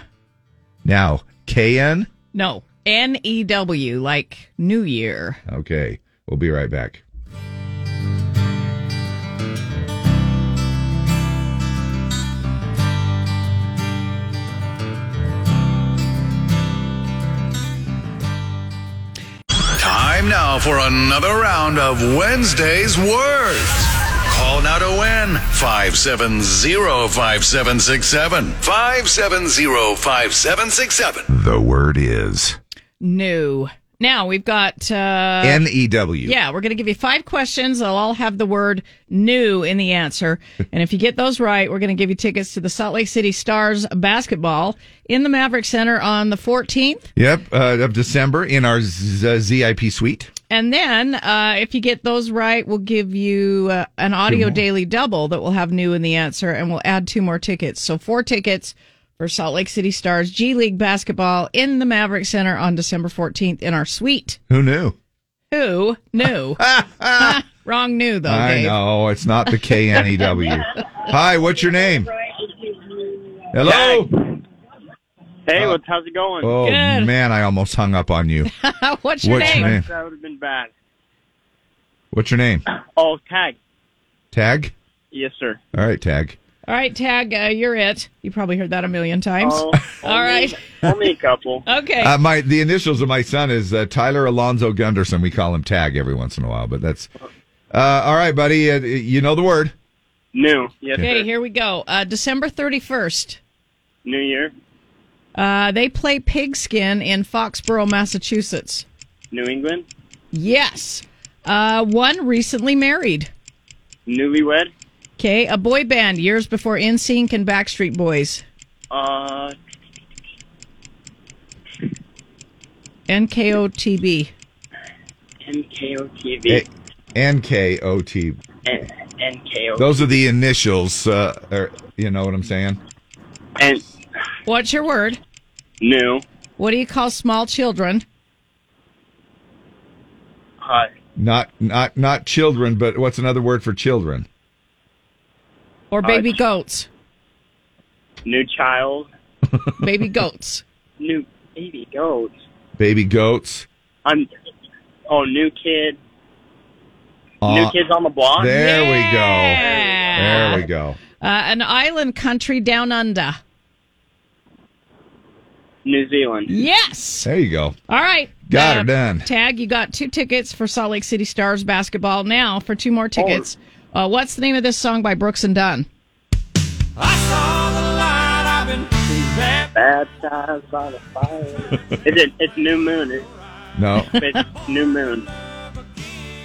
Speaker 1: now KN.
Speaker 2: No. N E W, like New Year.
Speaker 1: Okay, we'll be right back.
Speaker 9: Time now for another round of Wednesday's Words. Call Call now to win 570-5767. 570-5767.
Speaker 1: The word is
Speaker 2: New. Now we've got. Uh,
Speaker 1: N E W.
Speaker 2: yeah, we're going to give you five questions. They'll all have the word new in the answer. And if you get those right, we're going to give you tickets to the Salt Lake City Stars basketball in the Maverick Center on the 14th.
Speaker 1: Yep, uh, of December in our Z- ZIP suite.
Speaker 2: And then, uh, if you get those right, we'll give you uh, an audio daily double that will have new in the answer, and we'll add two more tickets. So, four tickets for Salt Lake City Stars G League basketball in the Maverick Center on December 14th in our suite.
Speaker 1: Who knew?
Speaker 2: Who knew? Wrong knew, though,
Speaker 1: I
Speaker 2: Dave.
Speaker 1: know it's not the K N E W. Hi, what's your name? Hello.
Speaker 10: Hey,
Speaker 11: Uh,
Speaker 10: what's, how's it going?
Speaker 1: Oh
Speaker 2: Good.
Speaker 1: man, I almost hung up on you.
Speaker 2: What's your
Speaker 1: What's
Speaker 2: name?
Speaker 1: your name?
Speaker 10: That would have been bad.
Speaker 1: What's your name?
Speaker 10: Oh, tag.
Speaker 1: Tag.
Speaker 10: Yes, sir.
Speaker 1: All right, Tag.
Speaker 2: All right, Tag, uh, you're it. You probably heard that a million times.
Speaker 10: Oh,
Speaker 2: All right.
Speaker 10: Only a couple.
Speaker 2: Okay.
Speaker 1: Uh, my the initials of my son is uh, Tyler Alonzo Gunderson. We call him Tag every once in a while, but that's uh, all right, buddy. Uh, you know the word.
Speaker 10: New. Yes,
Speaker 2: okay,
Speaker 10: sir.
Speaker 2: here we go. Uh, December 31st.
Speaker 10: New year.
Speaker 2: Uh, they play Pigskin in Foxborough, Massachusetts.
Speaker 10: New England.
Speaker 2: Yes. Uh, one recently married.
Speaker 10: Newlywed.
Speaker 2: Okay, a boy band years before NSYNC and Backstreet Boys.
Speaker 10: Uh,
Speaker 2: NKOTB.
Speaker 10: NKOTV.
Speaker 1: N K O T.
Speaker 10: N- NKO.
Speaker 1: Those are the initials. Uh, or, you know what I'm saying?
Speaker 10: And
Speaker 2: What's your word?
Speaker 10: new.
Speaker 2: What do you call small children?
Speaker 10: Uh,
Speaker 1: Not not not children, but what's another word for children?
Speaker 2: Or baby goats?
Speaker 10: new child.
Speaker 2: Baby goats.
Speaker 10: New baby goats.
Speaker 1: Baby goats.
Speaker 10: I'm. Oh, new kid.
Speaker 1: Uh,
Speaker 10: new kids on the block.
Speaker 1: there we go.
Speaker 2: Yeah.
Speaker 1: There we go.
Speaker 2: Uh, an island country down under.
Speaker 10: New Zealand.
Speaker 2: Yes.
Speaker 1: There you go.
Speaker 2: All right.
Speaker 1: Got her done.
Speaker 2: Tag, you got two tickets for Salt Lake City Stars basketball now for two more tickets.
Speaker 1: Oh.
Speaker 2: Uh, what's the name of this song by Brooks and Dunn?
Speaker 8: I saw the light, I've been baptized.
Speaker 10: Baptized by the fire. it's, a, it's new moon. It's
Speaker 1: No.
Speaker 10: It's new moon.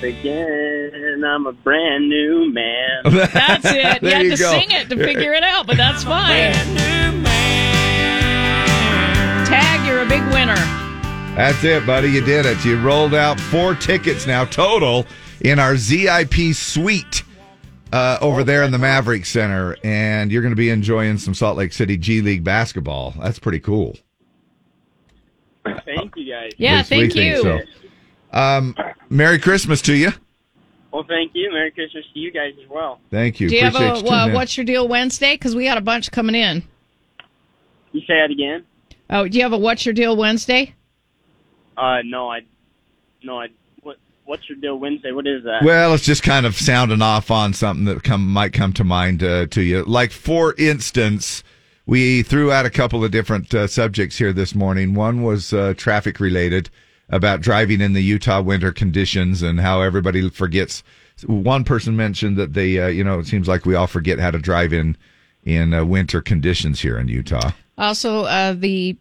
Speaker 10: Again, I'm a brand new man.
Speaker 2: That's it. you
Speaker 1: There
Speaker 2: had
Speaker 1: you
Speaker 2: to
Speaker 1: go.
Speaker 2: sing it to figure it out, but that's fine. Tag, you're a big winner.
Speaker 1: That's it, buddy. You did it. You rolled out four tickets now total in our ZIP suite uh, over there in the Maverick Center, and you're going to be enjoying some Salt Lake City G League basketball. That's pretty cool.
Speaker 10: Thank you guys.
Speaker 2: Yeah,
Speaker 1: At least we
Speaker 2: thank you.
Speaker 1: think so. Um, Merry Christmas to you.
Speaker 10: Well, thank you. Merry Christmas to you guys as well.
Speaker 1: Thank you.
Speaker 2: Do you have
Speaker 1: Appreciate
Speaker 2: a
Speaker 1: tuning
Speaker 2: uh,
Speaker 1: in.
Speaker 2: what's your deal Wednesday? Because we got a bunch coming in.
Speaker 10: You say that again?
Speaker 2: Oh, do you have a what's your deal Wednesday?
Speaker 10: Uh, no, I, no, I. What, what's your deal Wednesday? What is that?
Speaker 1: Well, it's just kind of sounding off on something that come might come to mind uh, to you. Like for instance, we threw out a couple of different uh, subjects here this morning. One was uh, traffic related about driving in the Utah winter conditions and how everybody forgets. One person mentioned that they, uh, you know, it seems like we all forget how to drive in in uh, winter conditions here in Utah.
Speaker 2: Also, uh, the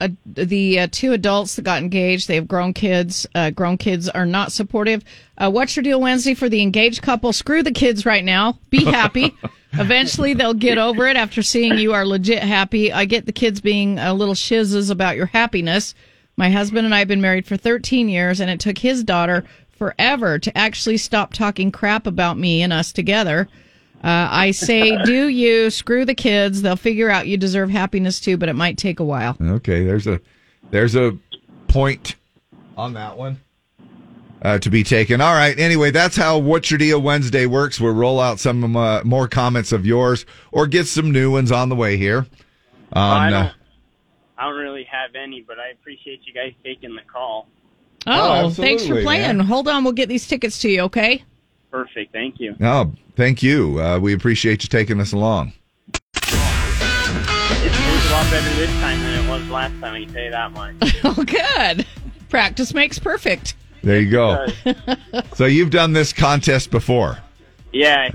Speaker 2: uh, the uh, two adults that got engaged, they have grown kids. Uh, grown kids are not supportive. Uh, what's your deal Wednesday for the engaged couple? Screw the kids right now. Be happy. Eventually, they'll get over it after seeing you are legit happy. I get the kids being a little shizzes about your happiness. My husband and I have been married for 13 years, and it took his daughter forever to actually stop talking crap about me and us together. Uh, I say, do you screw the kids? They'll figure out you deserve happiness too, but it might take a while.
Speaker 1: Okay, there's a there's a point on that one uh, to be taken. All right. Anyway, that's how What's Your Deal Wednesday works. We'll roll out some uh, more comments of yours or get some new ones on the way here.
Speaker 10: I
Speaker 1: On,
Speaker 10: don't.
Speaker 1: uh,
Speaker 10: I don't really have any, but I appreciate you guys taking the call.
Speaker 2: Oh,
Speaker 1: Oh,
Speaker 2: thanks for
Speaker 1: absolutely,
Speaker 2: playing.
Speaker 1: man.
Speaker 2: Hold on, we'll get these tickets to you, okay?
Speaker 10: Perfect. Thank you.
Speaker 1: oh, thank you. Uh, we appreciate you taking us along.
Speaker 10: It's, it's a lot better this time than it was last time. I can tell you that much.
Speaker 2: Oh, good. Practice makes perfect.
Speaker 1: There you go. so you've done this contest before.
Speaker 10: Yeah,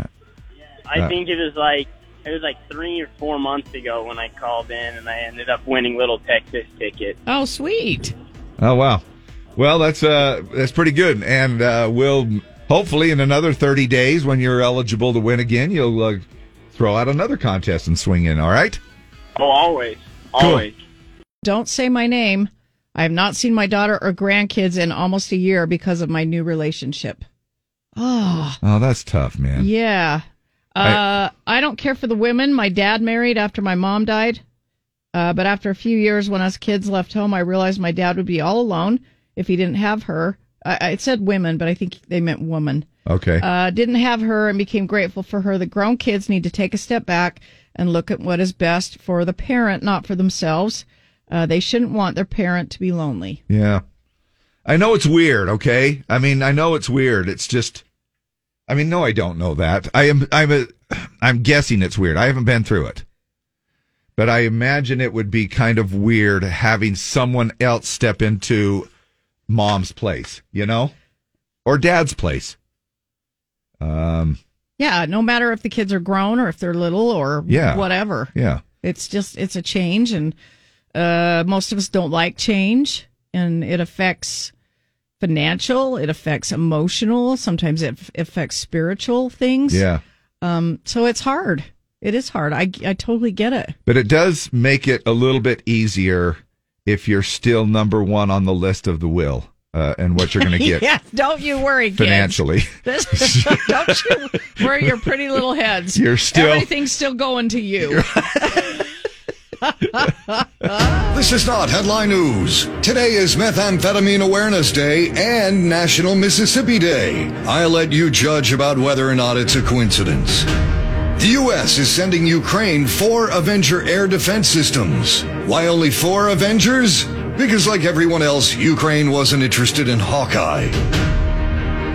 Speaker 10: I
Speaker 1: Uh,
Speaker 10: think it was like it was like three or four months ago when I called in and I ended up winning Little Texas ticket.
Speaker 2: Oh, sweet.
Speaker 1: Oh wow. Well, that's uh that's pretty good, and uh, we'll hopefully in another thirty days when you're eligible to win again, you'll uh, throw out another contest and swing in. All right.
Speaker 10: Oh, always,
Speaker 1: Cool.
Speaker 10: always.
Speaker 2: Don't say my name. I have not seen my daughter or grandkids in almost a year because of my new relationship. Oh,
Speaker 1: Oh, that's tough, man.
Speaker 2: yeah. Uh, I don't care for the women. My dad married after my mom died. Uh, but after a few years, when us kids left home, I realized my dad would be all alone if he didn't have her. I, I it said women, but I think they meant woman.
Speaker 1: Okay.
Speaker 2: Uh, didn't have her and became grateful for her. The grown kids need to take a step back and look at what is best for the parent, not for themselves. Uh, they shouldn't want their parent to be lonely.
Speaker 1: Yeah. I know it's weird, okay? I mean, I know it's weird. It's just I mean, no, I don't know that. I am I'm a I'm guessing it's weird. I haven't been through it. But I imagine it would be kind of weird having someone else step into mom's place, you know? Or dad's place. Um,
Speaker 2: Yeah, no matter if the kids are grown or if they're little or
Speaker 1: Yeah.
Speaker 2: whatever.
Speaker 1: yeah.
Speaker 2: It's just it's a change, and uh, most of us don't like change, and it affects financial, it affects emotional, sometimes it f- affects spiritual things.
Speaker 1: Yeah.
Speaker 2: Um. So it's hard. It is hard. I I totally get it.
Speaker 1: But it does make it a little bit easier if you're still number 1 on the list of the will uh, and what you're going to get
Speaker 2: yes, don't you worry, kids.
Speaker 1: financially.
Speaker 2: This, don't you worry your pretty little heads.
Speaker 1: You're still-
Speaker 2: everything's still going to you.
Speaker 12: This is not headline news. Today is Methamphetamine Awareness Day and National Mississippi Day. I let you judge about whether or not it's a coincidence. The U.S. is sending Ukraine four Avenger air defense systems. Why only four Avengers? Because, like everyone else, Ukraine wasn't interested in Hawkeye.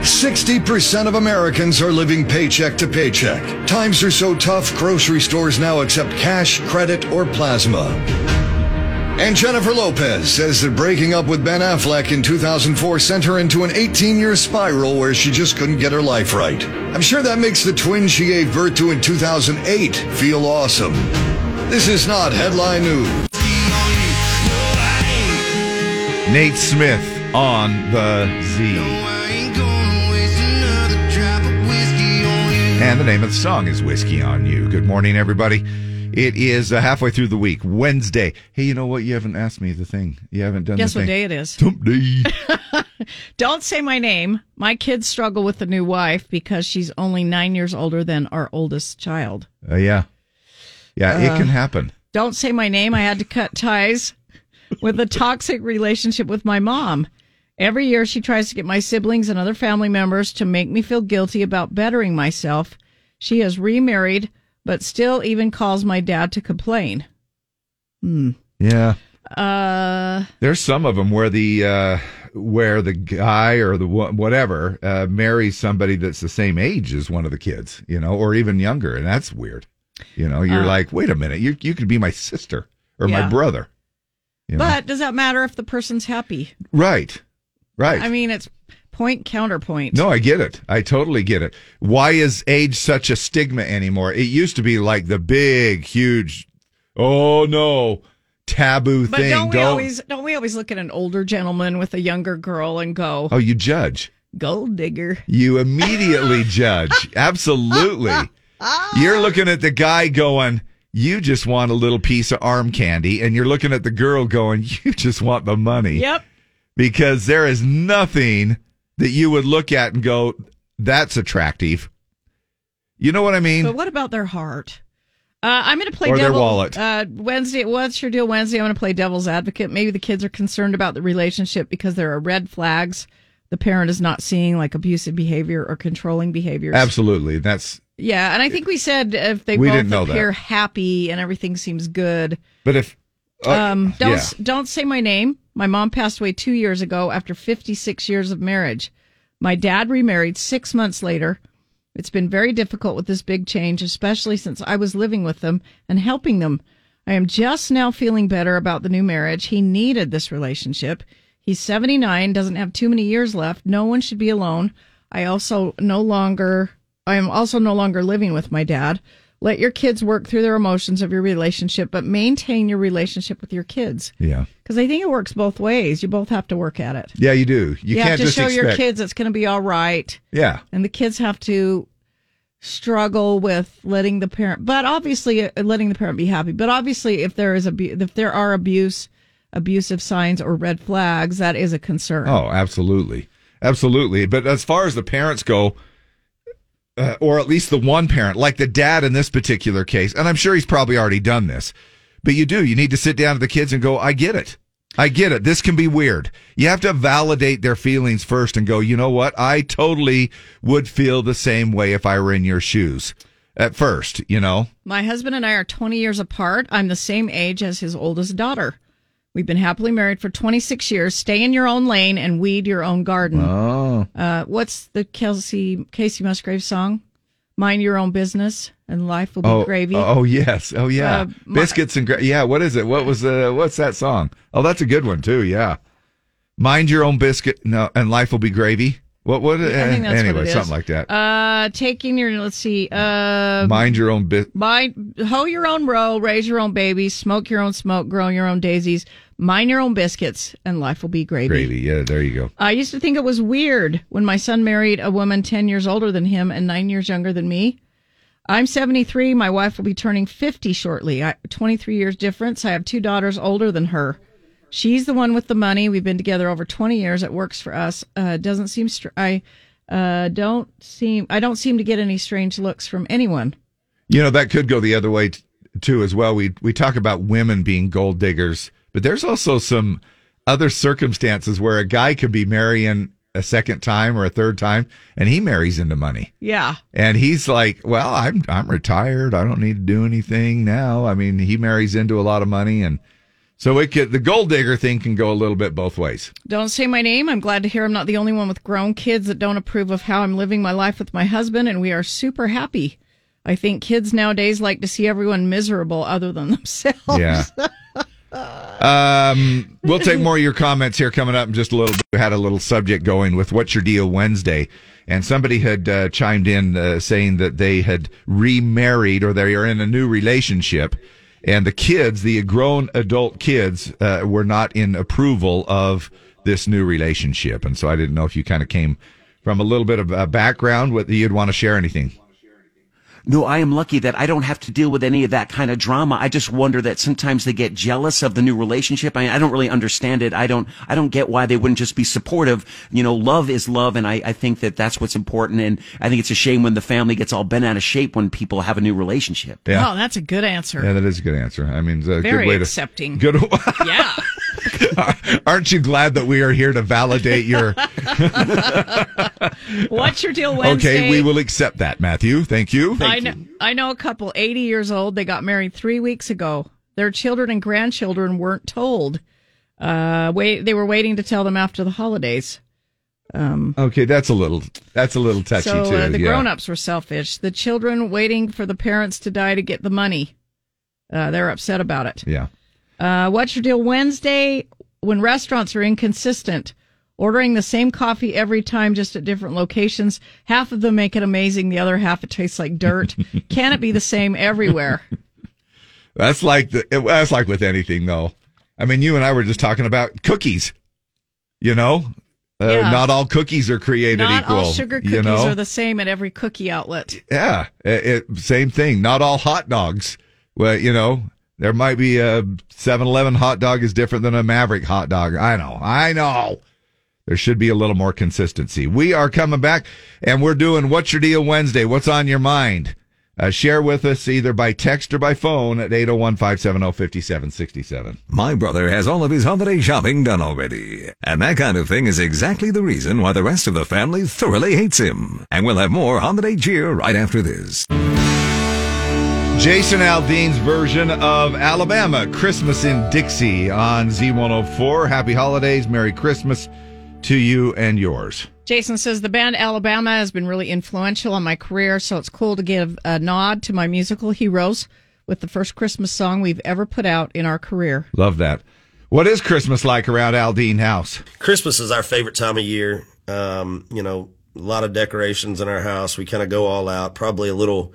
Speaker 12: 60% of Americans are living paycheck to paycheck. Times are so tough, grocery stores now accept cash, credit, or plasma. And Jennifer Lopez says that breaking up with Ben Affleck in 2004 sent her into an 18 year spiral where she just couldn't get her life right. I'm sure that makes the twin she gave birth to in 2008 feel awesome. This is not headline news.
Speaker 1: Nate Smith on the Z. And the name of the song is Whiskey on You. Good morning, everybody. It is uh, halfway through the week, Wednesday. Hey, you know what? You haven't asked me the thing. You haven't done
Speaker 2: Guess
Speaker 1: the thing.
Speaker 2: what day it is?
Speaker 1: Dump day.
Speaker 2: Don't say my name. My kids struggle with the new wife because she's only nine years older than our oldest child.
Speaker 1: Uh, yeah. Yeah,
Speaker 2: Uh,
Speaker 1: it can happen.
Speaker 2: Don't say my name. I had to cut ties with a toxic relationship with my mom. Every year, she tries to get my siblings and other family members to make me feel guilty about bettering myself. She has remarried, but still even calls my dad to complain. Hmm.
Speaker 1: Yeah.
Speaker 2: Uh,
Speaker 1: There's some of them where the uh, where the guy or the wo- whatever uh, marries somebody that's the same age as one of the kids, you know, or even younger, and that's weird. You know, you're
Speaker 2: Uh,
Speaker 1: like, wait a minute, you you could be my sister or
Speaker 2: Yeah.
Speaker 1: my brother, you know?
Speaker 2: but does that matter if the person's happy?
Speaker 1: right, right.
Speaker 2: I mean, it's point counterpoint.
Speaker 1: no, I get it. I totally get it. Why is age such a stigma anymore? It used to be like the big, huge, oh no, taboo
Speaker 2: But
Speaker 1: thing.
Speaker 2: don't we always don't we always look at an older gentleman with a younger girl and go
Speaker 1: oh, you judge.
Speaker 2: gold digger?
Speaker 1: You immediately judge. Absolutely. You're looking at the guy going, you just want a little piece of arm candy. And you're looking at the girl going, you just want the money.
Speaker 2: Yep.
Speaker 1: Because there is nothing that you would look at and go, that's attractive. You know what I mean?
Speaker 2: But what about their heart? Uh, I'm going to play
Speaker 1: Or their
Speaker 2: devil,
Speaker 1: wallet.
Speaker 2: Uh, Wednesday, what's your deal? Wednesday, I'm going to play devil's advocate. Maybe the kids are concerned about the relationship because there are red flags the parent is not seeing, like abusive behavior or controlling behaviors.
Speaker 1: Absolutely. That's,
Speaker 2: Yeah, and I think we said if they
Speaker 1: We
Speaker 2: both
Speaker 1: didn't know that.
Speaker 2: appear happy and everything seems good.
Speaker 1: but if, uh,
Speaker 2: um, don't
Speaker 1: yeah.
Speaker 2: don't say my name. My mom passed away two years ago after 56 years of marriage. My dad remarried six months later. It's been very difficult with this big change, especially since I was living with them and helping them. I am just now feeling better about the new marriage. He needed this relationship. He's 79, doesn't have too many years left. No one should be alone. I also no longer I am also no longer living with my dad. Let your kids work through their emotions of your relationship, but maintain your relationship with your kids.
Speaker 1: Yeah.
Speaker 2: Because I think it works both ways. You both have to work at it.
Speaker 1: Yeah, you do. You,
Speaker 2: have
Speaker 1: can't
Speaker 2: to
Speaker 1: just
Speaker 2: show your
Speaker 1: expect-
Speaker 2: kids it's going to be all right.
Speaker 1: Yeah.
Speaker 2: And the kids have to struggle with letting the parent, but obviously uh, letting the parent be happy. But obviously, if there is abu- if there are abuse, abusive signs or red flags, that is a concern.
Speaker 1: Oh, absolutely. Absolutely. But as far as the parents go, uh, or at least the one parent, like the dad in this particular case, and I'm sure he's probably already done this, but you do. You need to sit down with the kids and go, I get it. I get it. This can be weird. You have to validate their feelings first and go, you know what? I totally would feel the same way if I were in your shoes at first, you know?
Speaker 2: My husband and I are 20 years apart. I'm the same age as his oldest daughter. We've been happily married for 26 years. Stay in your own lane and weed your own garden.
Speaker 1: Oh.
Speaker 2: Uh, what's the Kelsey Casey Musgrave song? Mind your own business and life will be
Speaker 1: Oh,
Speaker 2: gravy.
Speaker 1: oh yes, oh yeah,
Speaker 2: Uh, my-
Speaker 1: biscuits and gra- yeah. What is it? What was the? What's that song? Oh, that's a good one too. Yeah, mind your own biscuit. No, and life will be gravy. What? What?
Speaker 2: I think that's
Speaker 1: eh, anyway,
Speaker 2: what it is.
Speaker 1: something like that.
Speaker 2: Uh, taking your let's see. Uh,
Speaker 1: mind your own bit.
Speaker 2: Mind, hoe your own row, raise your own babies, smoke your own smoke, grow your own daisies, mind your own biscuits, and life will be gravy.
Speaker 1: Gravy. Yeah, there you go.
Speaker 2: I used to think it was weird when my son married a woman 10 years older than him and nine years younger than me. I'm 73. My wife will be turning 50 shortly. I, 23 years difference. I have two daughters older than her. She's the one with the money. We've been together over 20 years. It works for us. Uh, doesn't seem str- I uh, don't seem I don't seem to get any strange looks from anyone.
Speaker 1: You know that could go the other way t- too as well. We we talk about women being gold diggers, but there's also some other circumstances where a guy could be marrying a second time or a third time, and he marries into money.
Speaker 2: Yeah.
Speaker 1: And he's like, "Well, I'm I'm retired. I don't need to do anything now." I mean, he marries into a lot of money, and so it could the gold digger thing can go a little bit both ways.
Speaker 2: Don't say my name. I'm glad to hear I'm not the only one with grown kids that don't approve of how I'm living my life with my husband, and we are super happy. I think kids nowadays like to see everyone miserable other than themselves.
Speaker 1: Yeah. Um, we'll take more of your comments here coming up in just a little bit. We had a little subject going with What's Your Deal Wednesday. And somebody had uh, chimed in uh, saying that they had remarried or they are in a new relationship. And the kids, the grown adult kids, uh, were not in approval of this new relationship. And so I didn't know if you kind of came from a little bit of a background, whether you'd want to share anything.
Speaker 4: No, I am lucky that I don't have to deal with any of that kind of drama. I just wonder that sometimes they get jealous of the new relationship. I, I don't really understand it. I don't, I don't get why they wouldn't just be supportive. You know, love is love. And I, I think that that's what's important. And I think it's a shame when the family gets all bent out of shape when people have a new relationship.
Speaker 2: Oh, that's a good answer.
Speaker 1: Yeah, that is a good answer. I mean, uh, it's a
Speaker 2: Very
Speaker 1: good way to
Speaker 2: accepting.
Speaker 1: Good,
Speaker 2: yeah.
Speaker 1: Aren't you glad that we are here to validate your?
Speaker 2: What's your deal Wednesday?
Speaker 1: okay, we will accept that, Matthew. Thank you.
Speaker 2: I know, I know a couple 80 years old. They got married three weeks ago. Their children and grandchildren weren't told. Uh, wait, they were waiting to tell them after the holidays. Um,
Speaker 1: okay, that's a little that's a little touchy
Speaker 2: so
Speaker 1: too.
Speaker 2: uh, the
Speaker 1: yeah.
Speaker 2: grown-ups were selfish. The children waiting for the parents to die to get the money. Uh, they're upset about it.
Speaker 1: Yeah.
Speaker 2: Uh, what's your deal Wednesday when restaurants are inconsistent? Ordering the same coffee every time, just at different locations. Half of them make it amazing. The other half, it tastes like dirt. Can it be the same everywhere?
Speaker 1: That's like the it- that's like with anything though. I mean, you and I were just talking about cookies. You know, uh,
Speaker 2: Yeah.
Speaker 1: not all cookies are created
Speaker 2: Not
Speaker 1: equal.
Speaker 2: all sugar cookies
Speaker 1: you know?
Speaker 2: are the same at every cookie outlet.
Speaker 1: Yeah, it, it- same thing. Not all hot dogs. Well, you know, there might be a 7-Eleven hot dog is different than a Maverick hot dog. I know, I know. There should be a little more consistency. We are coming back, and we're doing what's your deal Wednesday. What's on your mind? Uh, share with us either by text or by phone at 801-570-5767.
Speaker 13: My brother has all of his holiday shopping done already. And that kind of thing is exactly the reason why the rest of the family thoroughly hates him. And we'll have more holiday cheer right after this.
Speaker 1: Jason Aldean's version of Alabama Christmas in Dixie on Z104. Happy holidays. Merry Christmas to you and yours.
Speaker 2: Jason says the band Alabama has been really influential on my career, so it's cool to give a nod to my musical heroes with the first Christmas song we've ever put out in our career.
Speaker 1: Love that. What is Christmas like around Aldine House?
Speaker 14: Christmas is our favorite time of year. Um, you know, a lot of decorations in our house. We kind of go all out, probably a little,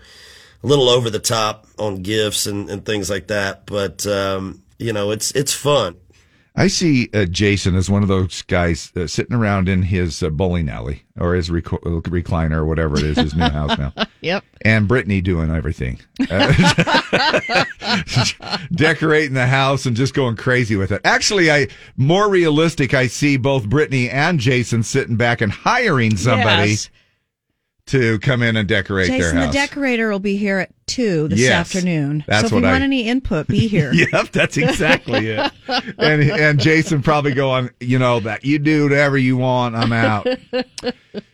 Speaker 14: a little over the top on gifts and, and things like that. But, um, you know, it's, it's fun.
Speaker 1: I see uh, Jason as one of those guys uh, sitting around in his uh, bowling alley or his rec- recliner or whatever it is, his new house now.
Speaker 2: Yep.
Speaker 1: And Brittany doing everything, Uh, decorating the house and just going crazy with it. Actually, I more realistic. I see both Brittany and Jason sitting back and hiring somebody
Speaker 2: Yes.
Speaker 1: to come in and decorate their
Speaker 2: Jason, the
Speaker 1: house.
Speaker 2: decorator, will be here at two this
Speaker 1: Yes.
Speaker 2: afternoon.
Speaker 1: That's
Speaker 2: so if
Speaker 1: what
Speaker 2: you
Speaker 1: I-
Speaker 2: want any input, be here.
Speaker 1: yep, that's exactly it. and and Jason probably going, you know, that you do whatever you want. I'm out.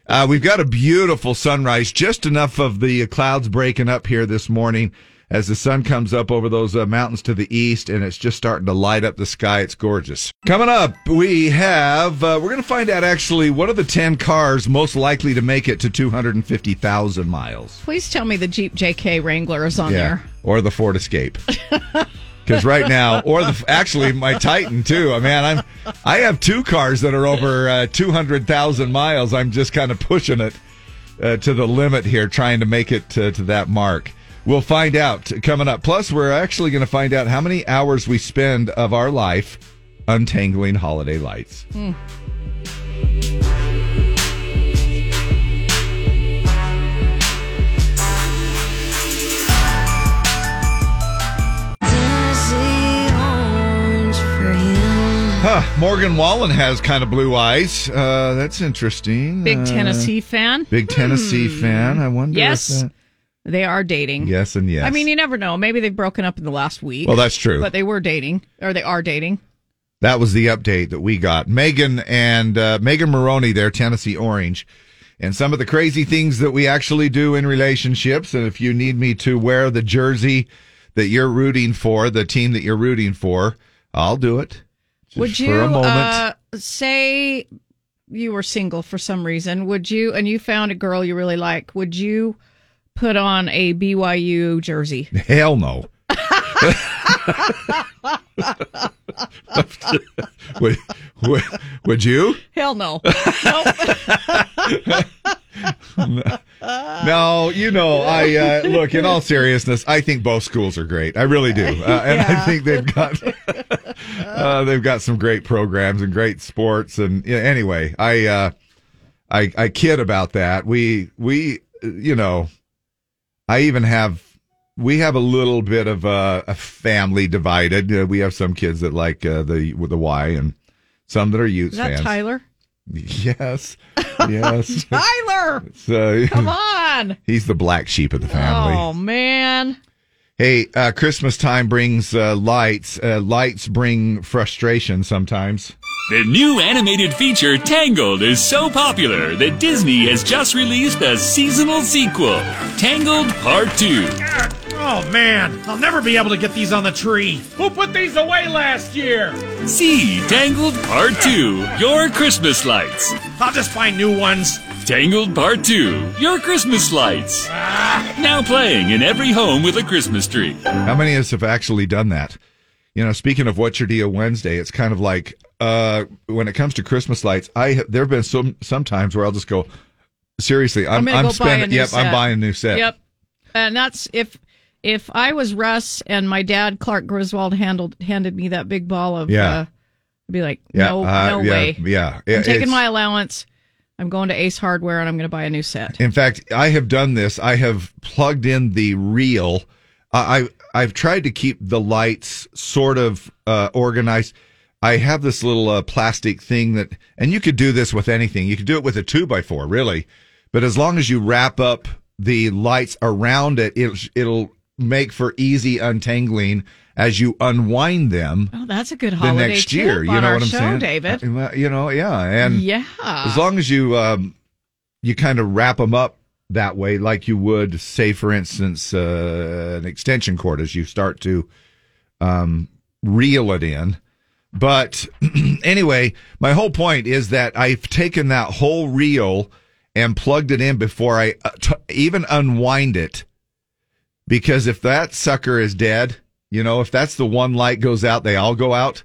Speaker 1: Uh, we've got a beautiful sunrise, just enough of the clouds breaking up here this morning as the sun comes up over those uh, mountains to the east, and it's just starting to light up the sky. It's gorgeous. Coming up, we have uh, we're going to find out actually what are the ten cars most likely to make it to two hundred and fifty thousand miles.
Speaker 2: Please tell me the Jeep JK Wrangler is on there.
Speaker 1: or the Ford Escape. Because right now, or the actually my Titan too. Oh, Man, I'm I have two cars that are over uh, two hundred thousand miles. I'm just kind of pushing it uh, to the limit here, trying to make it uh, to, to that mark. We'll find out coming up. Plus, we're actually going to find out how many hours we spend of our life untangling holiday lights.
Speaker 2: Hmm.
Speaker 3: Mm.
Speaker 1: Huh, Morgan Wallen has kind of blue eyes. Uh, that's interesting.
Speaker 2: Big
Speaker 1: Uh,
Speaker 2: Tennessee fan.
Speaker 1: Big Tennessee
Speaker 2: Hmm.
Speaker 1: fan. I wonder. if
Speaker 2: Yes,
Speaker 1: that-
Speaker 2: they are dating.
Speaker 1: Yes, and yes.
Speaker 2: I mean, you never know. Maybe they've broken up in the last week.
Speaker 1: Well, that's true.
Speaker 2: But they were dating, or they are dating.
Speaker 1: That was the update that we got. Megan and uh, Megan Maroney there, Tennessee Orange, and some of the crazy things that we actually do in relationships. And if you need me to wear the jersey that you're rooting for, the team that you're rooting for, I'll do it. Just
Speaker 2: would you
Speaker 1: for a moment?
Speaker 2: Uh, say you were single for some reason? Would you and you found a girl you really like? Would you put on a BYU jersey?
Speaker 1: Hell no. would, would, would you?
Speaker 2: Hell no. Nope.
Speaker 1: No, you know, I uh, look. In all seriousness, I think both schools are great. I really do, uh, and I think they've got uh, they've got some great programs and great sports. And yeah, anyway, I uh, I I kid about that. We we uh, you know, I even have we have a little bit of uh, a, a family divided. Uh, we have some kids that like uh, the with the Y and some that are Utes
Speaker 2: Is that
Speaker 1: fans.
Speaker 2: Tyler?
Speaker 1: Yes, yes.
Speaker 2: Tyler,
Speaker 1: So
Speaker 2: come on.
Speaker 1: He's the black sheep of the family.
Speaker 2: Oh man.
Speaker 1: Hey, uh, Christmas time brings uh, lights. Uh, lights bring frustration sometimes.
Speaker 15: The new animated feature Tangled is so popular that Disney has just released a seasonal sequel, Tangled Part 2.
Speaker 16: Oh man, I'll never be able to get these on the tree. Who put these away last year?
Speaker 15: See Tangled Part 2, Your Christmas Lights.
Speaker 16: I'll just find new ones.
Speaker 15: Tangled Part 2, Your Christmas Lights.
Speaker 16: Ah.
Speaker 15: Now playing in every home with a Christmas tree.
Speaker 1: How many of us have actually done that? You know, speaking of what's your deal Wednesday, it's kind of like uh, when it comes to Christmas lights. I have, there have been some some times where I'll just go, seriously, I'm
Speaker 2: I'm gonna
Speaker 1: I'm,
Speaker 2: go buy a
Speaker 1: spending.
Speaker 2: new
Speaker 1: Yep, I'm
Speaker 2: set."
Speaker 1: buying a new set.
Speaker 2: Yep. And that's if if I was Russ and my dad Clark Griswold handled handed me that big ball of
Speaker 1: Yeah.
Speaker 2: uh, I'd be like,
Speaker 1: Yeah,
Speaker 2: no,
Speaker 1: uh,
Speaker 2: no
Speaker 1: yeah,
Speaker 2: way.
Speaker 1: yeah.
Speaker 2: I'm
Speaker 1: It-
Speaker 2: taking
Speaker 1: it's-
Speaker 2: my allowance. I'm going to Ace Hardware and I'm going to buy a new set.
Speaker 1: In fact, I have done this. I have plugged in the reel. I I- I've tried to keep the lights sort of uh, organized. I have this little uh, plastic thing that, and you could do this with anything. You could do it with a two by four, really. But as long as you wrap up the lights around it, it'll, it'll make for easy untangling as you unwind them
Speaker 2: Oh, that's a good
Speaker 1: the
Speaker 2: holiday
Speaker 1: next year.
Speaker 2: tip
Speaker 1: You
Speaker 2: on
Speaker 1: know
Speaker 2: our
Speaker 1: what I'm
Speaker 2: show,
Speaker 1: saying,
Speaker 2: David.
Speaker 1: Uh, well, You know, yeah, and
Speaker 2: Yeah.
Speaker 1: as long as you um, you kind of wrap them up that way, like you would, say, for instance, uh, an extension cord as you start to um, reel it in. But anyway, my whole point is that I've taken that whole reel and plugged it in before I uh, t- even unwind it because if that sucker is dead, you know, if that's the one light goes out, they all go out.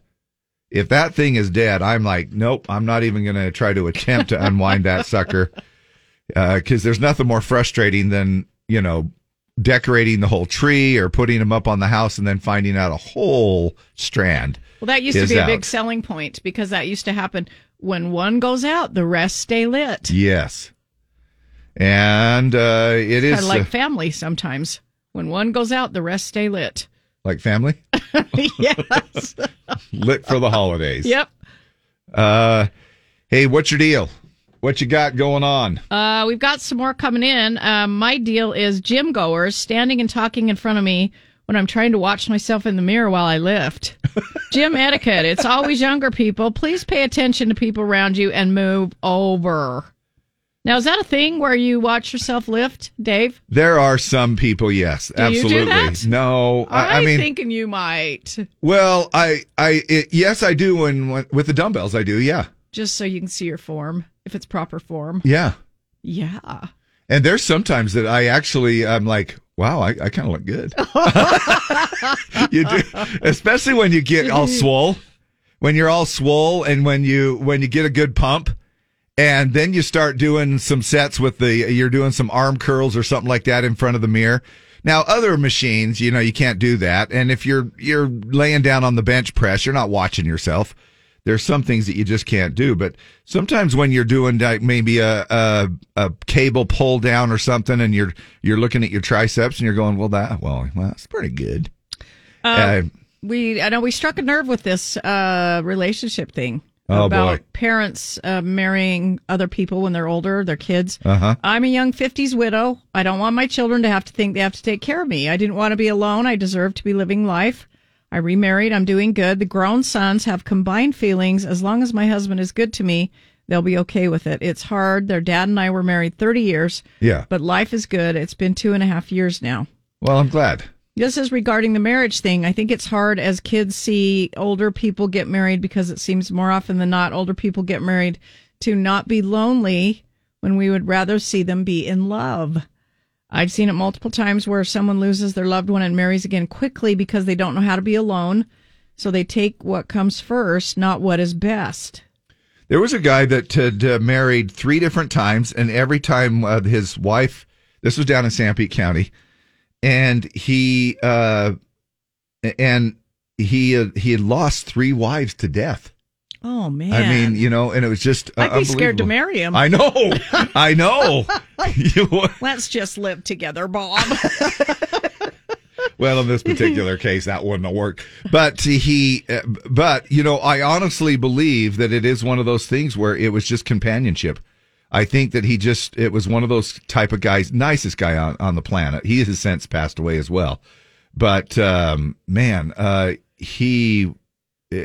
Speaker 1: If that thing is dead, I'm like, nope, I'm not even going to try to attempt to unwind that sucker. because there's nothing more frustrating than you know decorating the whole tree or putting them up on the house and then finding out a whole strand.
Speaker 2: Well, that used to
Speaker 1: is
Speaker 2: be a
Speaker 1: out.
Speaker 2: big selling point because that used to happen when one goes out, the rest stay lit.
Speaker 1: Yes, and uh, it
Speaker 2: Kind
Speaker 1: is
Speaker 2: of like
Speaker 1: uh,
Speaker 2: family sometimes. When one goes out, the rest stay lit.
Speaker 1: like family
Speaker 2: yes.
Speaker 1: lit for the holidays.
Speaker 2: yep.
Speaker 1: Uh, hey, what's your deal? What you got going on?
Speaker 2: Uh, we've got some more coming in. Um, my deal is gym goers standing and talking in front of me when I'm trying to watch myself in the mirror while I lift. Gym etiquette. It's always younger people. Please pay attention to people around you and move over. Now, is that a thing where you watch yourself lift, Dave?
Speaker 1: There are some people, yes,
Speaker 2: Do you
Speaker 1: absolutely.
Speaker 2: do that?
Speaker 1: No, I, I
Speaker 2: I'm
Speaker 1: mean,
Speaker 2: thinking you might,
Speaker 1: well, I, I, it, yes, I do. When when- with the dumbbells, I do. Yeah,
Speaker 2: just so you can see your form, if it's proper form.
Speaker 1: yeah.
Speaker 2: Yeah.
Speaker 1: And there's sometimes that I actually, I'm like, wow, I, I kind of look good. you do, especially when you get all swole, when you're all swole, and when you when you get a good pump, and then you start doing some sets with the you're doing some arm curls or something like that in front of the mirror. Now, other machines, you know, you can't do that. And if you're you're laying down on the bench press, you're not watching yourself. There's some things that you just can't do, but sometimes when you're doing like maybe a, a a cable pull down or something, and you're you're looking at your triceps and you're going, well, that well, well that's pretty good.
Speaker 2: Uh,
Speaker 1: Uh,
Speaker 2: we I know we struck a nerve with this uh, relationship thing
Speaker 1: Oh,
Speaker 2: about
Speaker 1: boy.
Speaker 2: parents uh, marrying other people when they're older, their kids.
Speaker 1: Uh-huh.
Speaker 2: I'm a young 50s widow. I don't want my children to have to think they have to take care of me. I didn't want to be alone. I deserve to be living life. I remarried. I'm doing good. The grown sons have combined feelings. As long as my husband is good to me, they'll be okay with it. It's hard. Their dad and I were married 30 years.
Speaker 1: Yeah.
Speaker 2: But life is good. It's been two and a half years now.
Speaker 1: Well, I'm glad.
Speaker 2: This is regarding the marriage thing. I think it's hard as kids see older people get married because it seems more often than not older people get married to not be lonely when we would rather see them be in love. I've seen it multiple times where someone loses their loved one and marries again quickly because they don't know how to be alone. So they take what comes first, not what is best.
Speaker 1: There was a guy that had uh, married three different times, and every time uh, his wife, this was down in San Pete County, and he uh, and he uh, he had lost three wives to death.
Speaker 2: Oh, man.
Speaker 1: I mean, you know, and it was just uh,
Speaker 2: I'd be scared to
Speaker 1: unbelievable.
Speaker 2: marry him.
Speaker 1: I know, I know. oh, You would.
Speaker 2: Let's just live together, Bob.
Speaker 1: Well, in this particular case, that wouldn't have worked. But he, uh, but you know, I honestly believe that it is one of those things where it was just companionship. I think that he just it was one of those type of guys, nicest guy on on the planet. He has since passed away as well. But um, man, uh, he,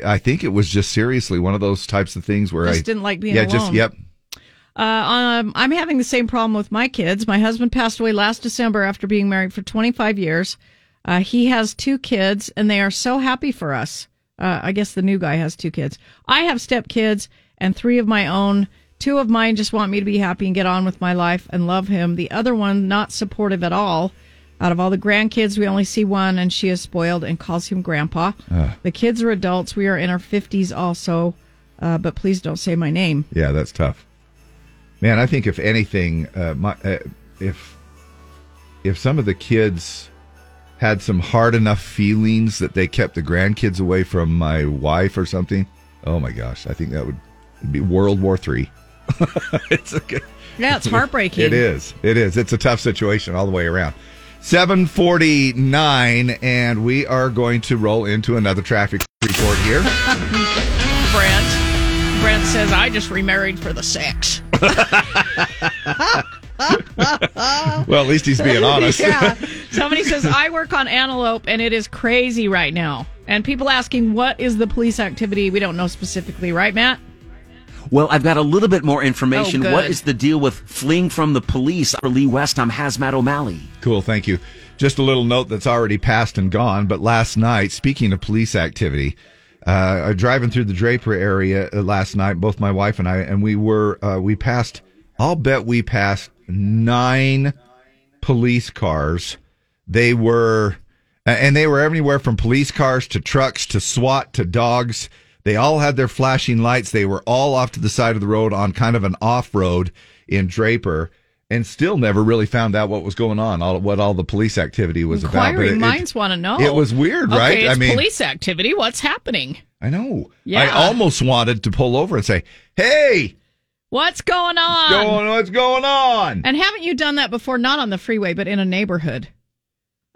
Speaker 1: I think it was just seriously one of those types of things where
Speaker 2: Just
Speaker 1: I
Speaker 2: didn't like being
Speaker 1: yeah,
Speaker 2: alone.
Speaker 1: just yep,
Speaker 2: Uh, um, I'm having the same problem with my kids. My husband passed away last December after being married for 25 years. Uh, he has two kids, and they are so happy for us. Uh, I guess the new guy has two kids. I have stepkids and three of my own. Two of mine just want me to be happy and get on with my life and love him. The other one, not supportive at all. Out of all the grandkids, we only see one, and she is spoiled and calls him grandpa.
Speaker 1: Ah.
Speaker 2: The kids are adults. We are in our 50s also, uh, but please don't say my name.
Speaker 1: Yeah, that's tough. Man, I think if anything, uh, my, uh, if if some of the kids had some hard enough feelings that they kept the grandkids away from my wife or something, oh my gosh, I think that would be World War Three. it's okay.
Speaker 2: Yeah, it's heartbreaking.
Speaker 1: It is. It is. It's a tough situation all the way around. 749, and we are going to roll into another traffic report here.
Speaker 2: Brent. Brent says, I just remarried for the sex.
Speaker 1: Well, at least he's being honest.
Speaker 2: yeah. Somebody says, I work on antelope and it is crazy right now. And people asking, what is the police activity? We don't know specifically, right, Matt?
Speaker 4: Well, I've got a little bit more information.
Speaker 2: Oh, good.
Speaker 4: what is the deal with fleeing from the police for Lee West? I'm Hazmat O'Malley.
Speaker 1: Cool, thank you. Just a little note that's already passed and gone, but last night, speaking of police activity, uh, driving through the Draper area uh, last night, both my wife and I, and we were, uh, we passed, I'll bet we passed nine police cars. They were, a- and they were everywhere from police cars to trucks to SWAT to dogs. They all had their flashing lights. They were all off to the side of the road on kind of an off road in Draper. and still never really found out what was going on, all what all the police activity was about.
Speaker 2: Inquiring
Speaker 1: it- it-
Speaker 2: minds want to know.
Speaker 1: it was weird, right?
Speaker 2: Okay, it's
Speaker 1: I mean-
Speaker 2: police activity. What's happening?
Speaker 1: I know. I
Speaker 2: Yeah.
Speaker 1: almost wanted to pull over and say, "Hey,
Speaker 2: What's going on?
Speaker 1: going, what's going on?"
Speaker 2: And haven't you done that before? Not on the freeway, but in a neighborhood.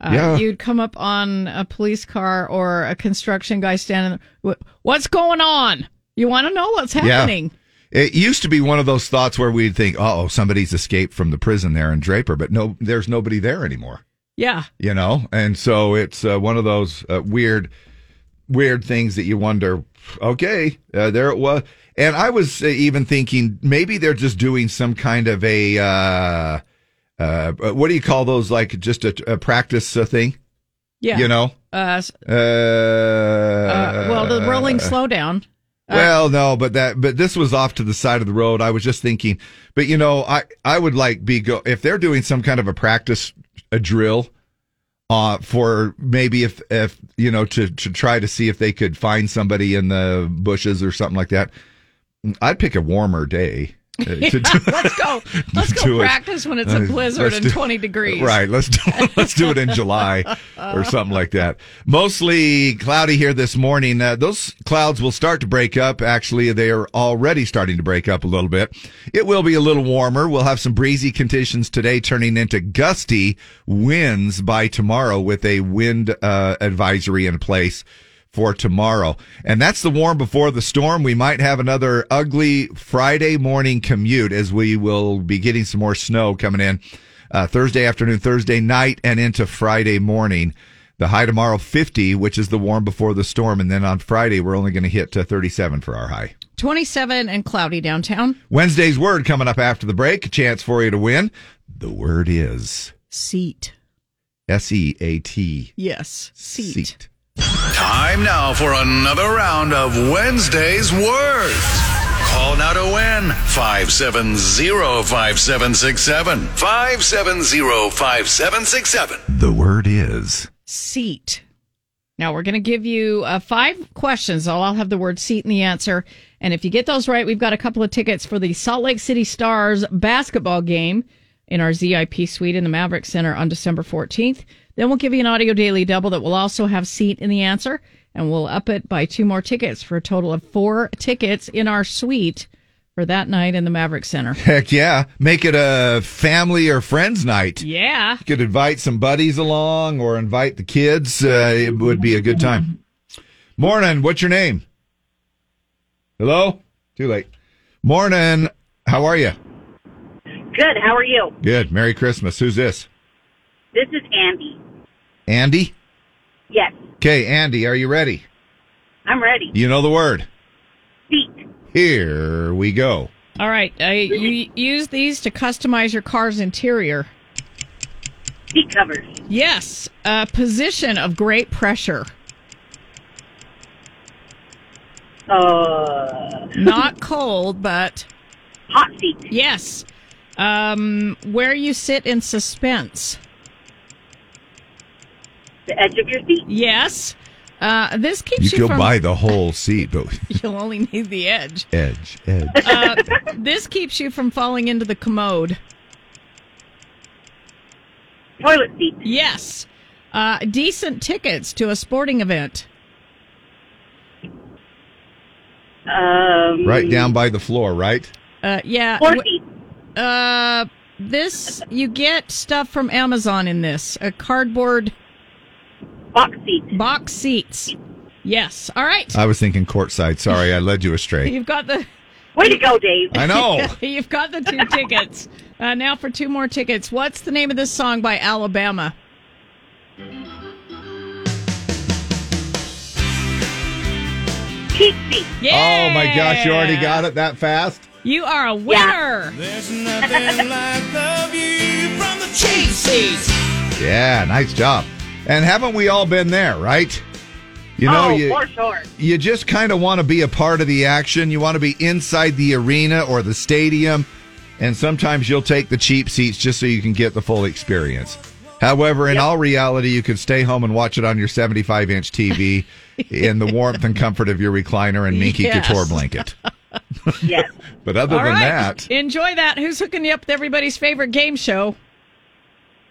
Speaker 2: Uh,
Speaker 1: Yeah.
Speaker 2: You'd come up on a police car or a construction guy standing. "Wh- What's going on? You want to know what's happening?
Speaker 1: Yeah. It used to be one of those thoughts where we'd think, "Oh, somebody's escaped from the prison there in Draper," but no, there's nobody there anymore.
Speaker 2: Yeah.
Speaker 1: you know and so it's uh, one of those uh, weird weird things that you wonder okay uh, there it was and i was uh, even thinking maybe they're just doing some kind of a uh, uh, what do you call those like just a, a practice uh, thing
Speaker 2: Yeah.
Speaker 1: you know
Speaker 2: Uh, s-
Speaker 1: uh,
Speaker 2: uh, well, the rolling slowdown.
Speaker 1: well, no, but that, but this was off to the side of the road. I was just thinking, but you know, I, I would like be go if they're doing some kind of a practice, a drill, uh, for maybe if, if, you know, to, to try to see if they could find somebody in the bushes or something like that. I'd pick a warmer day. uh, to do-
Speaker 2: let's go. Let's
Speaker 1: to do
Speaker 2: go
Speaker 1: it.
Speaker 2: practice when it's a
Speaker 1: Uh,
Speaker 2: blizzard
Speaker 1: let's
Speaker 2: and
Speaker 1: do-
Speaker 2: 20 degrees.
Speaker 1: Right. Let's do, let's do it in July or something like that. Mostly cloudy here this morning. Uh, those clouds will start to break up. Actually, they are already starting to break up a little bit. It will be a little warmer. We'll have some breezy conditions today, turning into gusty winds by tomorrow with a wind uh, advisory in place for tomorrow. And that's the warm before the storm. We might have another ugly Friday morning commute as we will be getting some more snow coming in uh, Thursday afternoon, Thursday night, and into Friday morning. The high tomorrow 50, which is the warm before the storm. And then on Friday, we're only going to hit uh, 37 for our high.
Speaker 2: 27 and cloudy downtown.
Speaker 1: Wednesday's word coming up after the break. A chance for you to win. The word is
Speaker 2: Seat.
Speaker 1: S E A T.
Speaker 2: Yes. Seat.
Speaker 9: Time now for another round of Wednesday's Words. Call now to win 570-5767. 570-5767.
Speaker 1: The word is.
Speaker 2: seat. Now we're going to give you uh, five questions. I'll, I'll have the word seat in the answer. And if you get those right, we've got a couple of tickets for the Salt Lake City Stars basketball game in our ZIP suite in the Maverick Center on December 14th. Then we'll give you an audio daily double that will also have seat in the answer. And we'll up it by two more tickets for a total of four tickets in our suite for that night in the Maverick Center.
Speaker 1: Heck yeah. Make it a family or friends night.
Speaker 2: Yeah.
Speaker 1: You could invite some buddies along or invite the kids. Uh, it would be a good time. Morning. What's your name? Hello? Too late. Morning. How are you?
Speaker 17: Good. How are you?
Speaker 1: Good. Merry Christmas. Who's this?
Speaker 17: This is Andy.
Speaker 1: Andy?
Speaker 17: Yes,
Speaker 1: Okay, Andy, are you ready?
Speaker 17: I'm ready.
Speaker 1: You know the word. Here we go.
Speaker 2: All right. Uh, you use these to customize your car's interior.
Speaker 17: Seat covers.
Speaker 2: Yes. Uh, position of great pressure.
Speaker 17: Uh,
Speaker 2: Not cold, but.
Speaker 17: Hot seat.
Speaker 2: Yes. Um, where you sit in suspense.
Speaker 17: The edge of your seat.
Speaker 2: Yes. Uh, this
Speaker 1: You
Speaker 2: keeps you,
Speaker 1: go
Speaker 2: from.
Speaker 1: by the whole seat, but
Speaker 2: You'll only need the edge.
Speaker 1: edge, edge.
Speaker 2: Uh, this keeps you from falling into the commode.
Speaker 17: Toilet seat.
Speaker 2: Yes. Uh, decent tickets to a sporting event.
Speaker 17: Um,
Speaker 1: Right down by the floor, right?
Speaker 2: Uh, yeah.
Speaker 17: Four
Speaker 2: w- Uh, this you get stuff from Amazon in this a cardboard
Speaker 17: box seat.
Speaker 2: Box seats. Yes. All right.
Speaker 1: I was thinking courtside. Sorry, I led you astray.
Speaker 2: You've got the
Speaker 17: way to go, Dave.
Speaker 1: I know.
Speaker 2: You've got the two tickets. Uh, now for two more tickets. What's the name of this song by Alabama?
Speaker 17: Cheap seat.
Speaker 1: Oh my gosh, you already got it that fast?
Speaker 2: You are a winner.
Speaker 8: There's nothing like the view from the cheap seats.
Speaker 1: Yeah, nice job. And haven't we all been there, right? You know,
Speaker 17: oh,
Speaker 1: you
Speaker 17: for sure.
Speaker 1: you just kind of want to be a part of the action. You want to be inside the arena or the stadium, and sometimes you'll take the cheap seats just so you can get the full experience. However, in all reality, you could stay home and watch it on your 75 inch TV in the warmth and comfort of your recliner and minky
Speaker 2: Yes.
Speaker 1: couture blanket.
Speaker 17: yes.
Speaker 1: But other
Speaker 2: All
Speaker 1: than
Speaker 2: right.
Speaker 1: that,
Speaker 2: enjoy that. Who's hooking you up with everybody's favorite game show?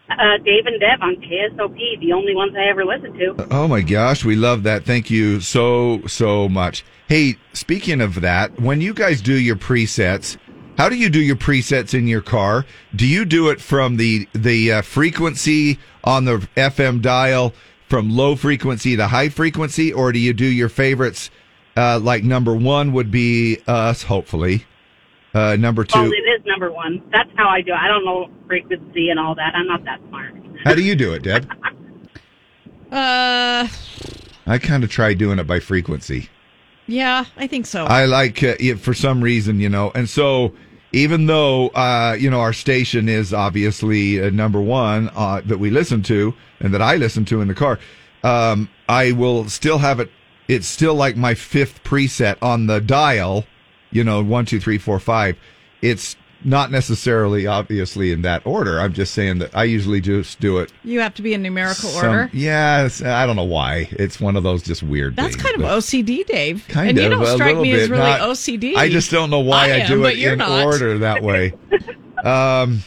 Speaker 17: Uh, Dave and Deb on KSOP, the only ones I ever listen to.
Speaker 1: oh my gosh, we love that. Thank you so, so much. Hey, speaking of that, when you guys do your presets, how do you do your presets in your car? Do you do it from the the uh, frequency on the FM dial from low frequency to high frequency, or do you do your favorites? Uh, like number one would be us, hopefully. Uh, number
Speaker 17: Well,
Speaker 1: two,
Speaker 17: it is number one. That's how I do it. I don't know frequency and all that. I'm not that smart.
Speaker 1: how do you do it, Deb?
Speaker 2: Uh,
Speaker 1: I kind of try doing it by frequency.
Speaker 2: yeah, I think so.
Speaker 1: I like uh, it for some reason, you know. And so, even though uh, you know our station is obviously uh, number one uh, that we listen to and that I listen to in the car, um, I will still have it. It's still like my fifth preset on the dial, you know, one, two, three, four, five. It's not necessarily obviously in that order. I'm just saying that I usually just do it.
Speaker 2: you have to be in numerical
Speaker 1: some-
Speaker 2: order.
Speaker 1: Yes, I don't know why. It's one of those just weird.
Speaker 2: That's
Speaker 1: things,
Speaker 2: kind of
Speaker 1: but-
Speaker 2: OCD, Dave.
Speaker 1: Kind
Speaker 2: and
Speaker 1: of.
Speaker 2: you don't
Speaker 1: a
Speaker 2: strike
Speaker 1: little
Speaker 2: me
Speaker 1: bit.
Speaker 2: as really
Speaker 1: Not-
Speaker 2: OCD.
Speaker 1: I just don't know why I,
Speaker 2: am,
Speaker 1: do
Speaker 2: but
Speaker 1: it
Speaker 2: you're
Speaker 1: in
Speaker 2: not.
Speaker 1: order that way. um,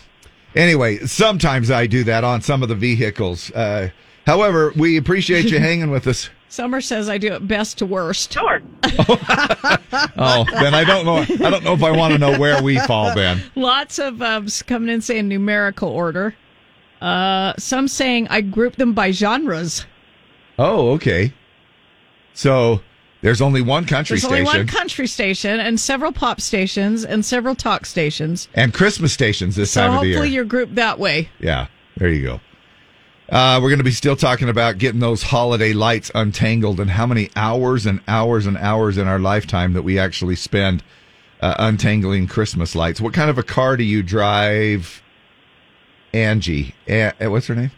Speaker 1: anyway, sometimes I do that on some of the vehicles. Uh, however, we appreciate you hanging with us.
Speaker 2: Summer says I do it best to worst.
Speaker 17: Sure.
Speaker 1: Oh, Ben, I don't know. I don't know if I want to know where we fall, Ben.
Speaker 2: Lots of um, coming in saying numerical order. Uh, some saying I group them by genres.
Speaker 1: Oh, okay. So there's only one country
Speaker 2: There's
Speaker 1: station
Speaker 2: only one country station and several pop stations and several talk stations.
Speaker 1: and Christmas stations this
Speaker 2: So
Speaker 1: time of the year.
Speaker 2: hopefully you're grouped that way.
Speaker 1: Yeah, there you go. Uh, we're going to be still talking about getting those holiday lights untangled and how many hours and hours and hours in our lifetime that we actually spend uh, untangling Christmas lights. What kind of a car do you drive, Angie? A- uh, what's her name?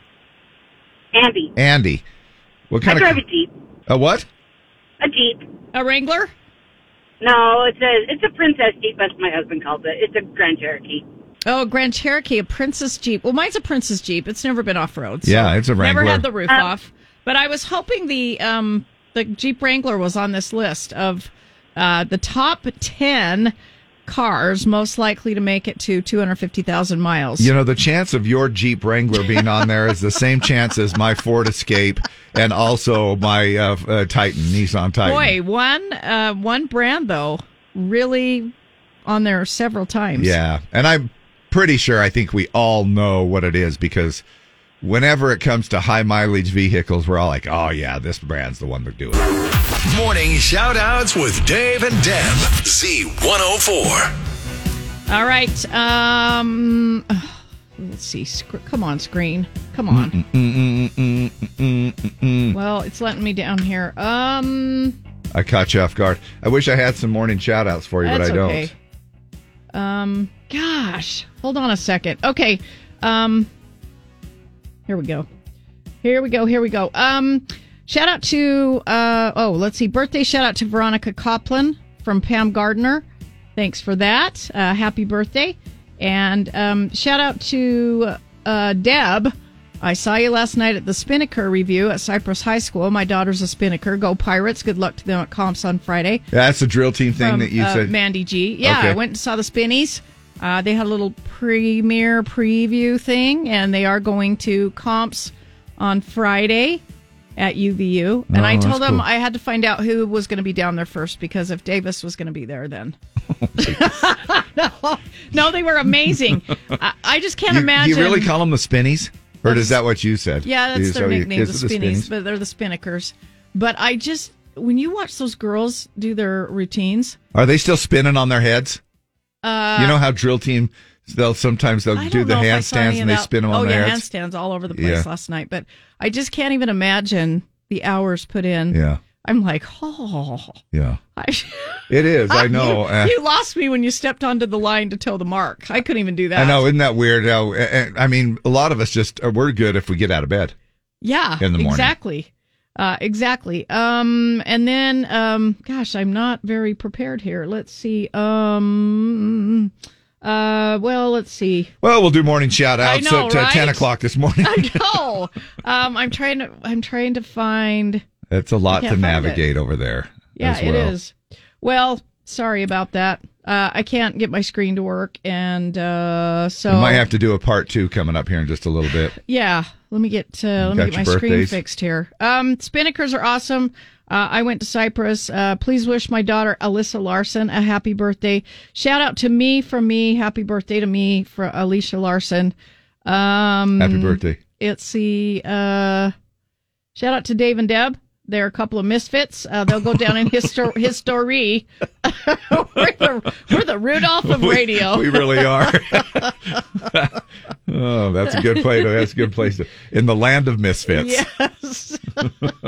Speaker 17: Andy.
Speaker 1: Andy. What
Speaker 17: I
Speaker 1: kind
Speaker 17: drive
Speaker 1: of
Speaker 17: a Jeep.
Speaker 1: a what?
Speaker 17: A Jeep.
Speaker 2: A Wrangler?
Speaker 17: No, it's a it's a princess Jeep, as my husband calls it. It's a Grand Cherokee.
Speaker 2: Oh, Grand Cherokee, a Princess Jeep. Well, mine's a Princess Jeep. It's never been off road.
Speaker 1: Yeah, it's a
Speaker 2: Never
Speaker 1: Wrangler.
Speaker 2: had the roof
Speaker 17: Um,
Speaker 2: off. But I was hoping the um, the Jeep Wrangler was on this list of uh, the top ten cars most likely to make it to two hundred fifty thousand miles.
Speaker 1: You know, the chance of your Jeep Wrangler being on there is the same chance as my Ford Escape and also my uh, uh, Titan, Nissan Titan.
Speaker 2: Boy, one uh, one brand though really on there several times.
Speaker 1: Yeah, and I'm pretty sure I think we all know what it is because whenever it comes to high mileage vehicles, we're all like, "Oh yeah, this brand's the one to do it."
Speaker 9: Morning shout outs with Dave and Deb. Z104.
Speaker 2: All right. Um, let's see. Sc- Come on, screen. Come on.
Speaker 1: Mm,
Speaker 2: Well, it's letting me down here. Um,
Speaker 1: I caught you off guard. I wish I had some morning shout outs for you,
Speaker 2: that's
Speaker 1: but I don't.
Speaker 2: okay. Um, gosh, hold on a second. Okay. Um, here we go. Here we go. Here we go. Um, shout out to uh oh, let's see, birthday shout out to Veronica Coplin from Pam Gardner. Thanks for that. Uh, happy birthday, and um, shout out to uh, Deb. I saw you last night at the Spinnaker review at Cypress High School. My daughter's a Spinnaker. Go Pirates! Good luck to them at comps on Friday
Speaker 1: That's the drill team thing
Speaker 2: from,
Speaker 1: that you
Speaker 2: uh,
Speaker 1: said.
Speaker 2: Mandy G. Yeah,
Speaker 1: Okay.
Speaker 2: I went and saw the Spinnies. Uh, they had a little premiere preview thing, and they are going to comps on Friday at UVU. And
Speaker 1: Oh,
Speaker 2: I
Speaker 1: that's
Speaker 2: told them
Speaker 1: cool.
Speaker 2: I had to find out who was going to be down there first because if Davis was going to be there, then. no, no, they were amazing. I, I just can't
Speaker 1: you,
Speaker 2: imagine.
Speaker 1: you really call them the spinnies, or is that what you said?
Speaker 2: Yeah, that's
Speaker 1: Is
Speaker 2: their
Speaker 1: that what you-
Speaker 2: nickname, the
Speaker 1: is it
Speaker 2: Spinnies, but they're the Spinnakers. But I just, when you watch those girls do their routines,
Speaker 1: Are they still spinning on their heads?
Speaker 2: uh,
Speaker 1: you know how drill team they'll sometimes they'll
Speaker 2: I
Speaker 1: do
Speaker 2: don't
Speaker 1: the
Speaker 2: know if I saw
Speaker 1: handstands
Speaker 2: any
Speaker 1: and they
Speaker 2: of that-
Speaker 1: spin them on
Speaker 2: oh,
Speaker 1: their
Speaker 2: yeah,
Speaker 1: heads.
Speaker 2: handstands all over the place
Speaker 1: Yeah.
Speaker 2: last night. But I just can't even imagine the hours put in.
Speaker 1: Yeah.
Speaker 2: I'm like, oh,
Speaker 1: Yeah,
Speaker 2: I,
Speaker 1: it is. I know.
Speaker 2: you,
Speaker 1: Uh,
Speaker 2: you lost me when you stepped onto the line to toe the mark. I couldn't even do that.
Speaker 1: I know, isn't that weird? How, uh, uh, I mean, a lot of us just uh, we're good if we get out of bed.
Speaker 2: Yeah,
Speaker 1: In the morning.
Speaker 2: exactly, uh, exactly. Um, and then, um, gosh, I'm not very prepared here. Let's see. Um, uh, well, let's see.
Speaker 1: Well, we'll do morning shout
Speaker 2: I
Speaker 1: outs
Speaker 2: know,
Speaker 1: at uh,
Speaker 2: right?
Speaker 1: ten o'clock this morning.
Speaker 2: I know. um, I'm trying to. I'm trying to find.
Speaker 1: That's a lot
Speaker 2: I
Speaker 1: to
Speaker 2: can't find it.
Speaker 1: navigate over there.
Speaker 2: Yeah,
Speaker 1: as well.
Speaker 2: it is. Well, Sorry about that. Uh, I can't get my screen to work, and uh, so
Speaker 1: We might have to do a part two coming up here in just a little bit.
Speaker 2: Yeah, let me get uh, let me
Speaker 1: Got
Speaker 2: get my
Speaker 1: your
Speaker 2: screen
Speaker 1: birthdays?
Speaker 2: fixed here. Um, Spinnaker's are awesome. Uh, I went to Cyprus. Uh, please wish my daughter Alyssa Larson a happy birthday. Shout out to me from me. Happy birthday to me for Alicia Larson. Um,
Speaker 1: Happy birthday.
Speaker 2: It's the uh, shout out to Dave and Deb. They're a couple of misfits. Uh, they'll go down in histor- history. we're, the, we're the Rudolph of
Speaker 1: We-
Speaker 2: radio.
Speaker 1: We, really are. oh, that's a good place. That's a good place to, in the land of misfits.
Speaker 2: Yes.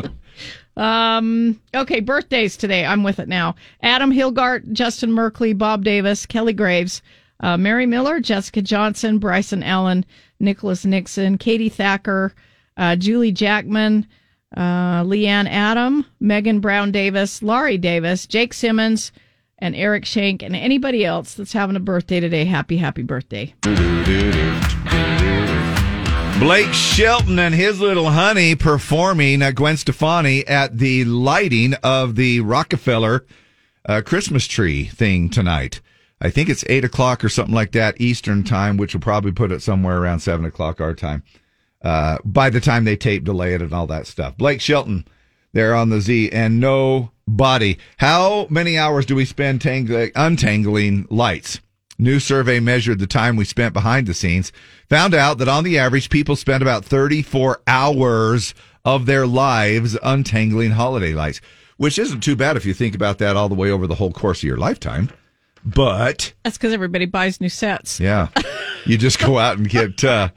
Speaker 2: um, okay, birthdays today. I'm with it now. Adam Hilgart, Justin Merkley, Bob Davis, Kelly Graves, uh, Mary Miller, Jessica Johnson, Bryson Allen, Nicholas Nixon, Katie Thacker, uh, Julie Jackman, uh, Leanne Adam, Megan Brown Davis, Laurie Davis, Jake Simmons, and Eric Shank, and anybody else that's having a birthday today. Happy, happy birthday.
Speaker 1: Blake Shelton and his little honey performing uh, Gwen Stefani at the lighting of the Rockefeller uh, Christmas tree thing tonight. I think it's eight o'clock or something like that Eastern time, which will probably put it somewhere around seven o'clock our time. Uh, by the time they tape delay it and all that stuff, Blake Shelton there on the Z and no body. How many hours do we spend tangling, untangling lights? New survey measured the time we spent behind the scenes, found out that on the average, people spend about 34 hours of their lives untangling holiday lights, which isn't too bad if you think about that all the way over the whole course of your lifetime. But
Speaker 2: That's because everybody buys new sets.
Speaker 1: yeah. You just go out and get, uh,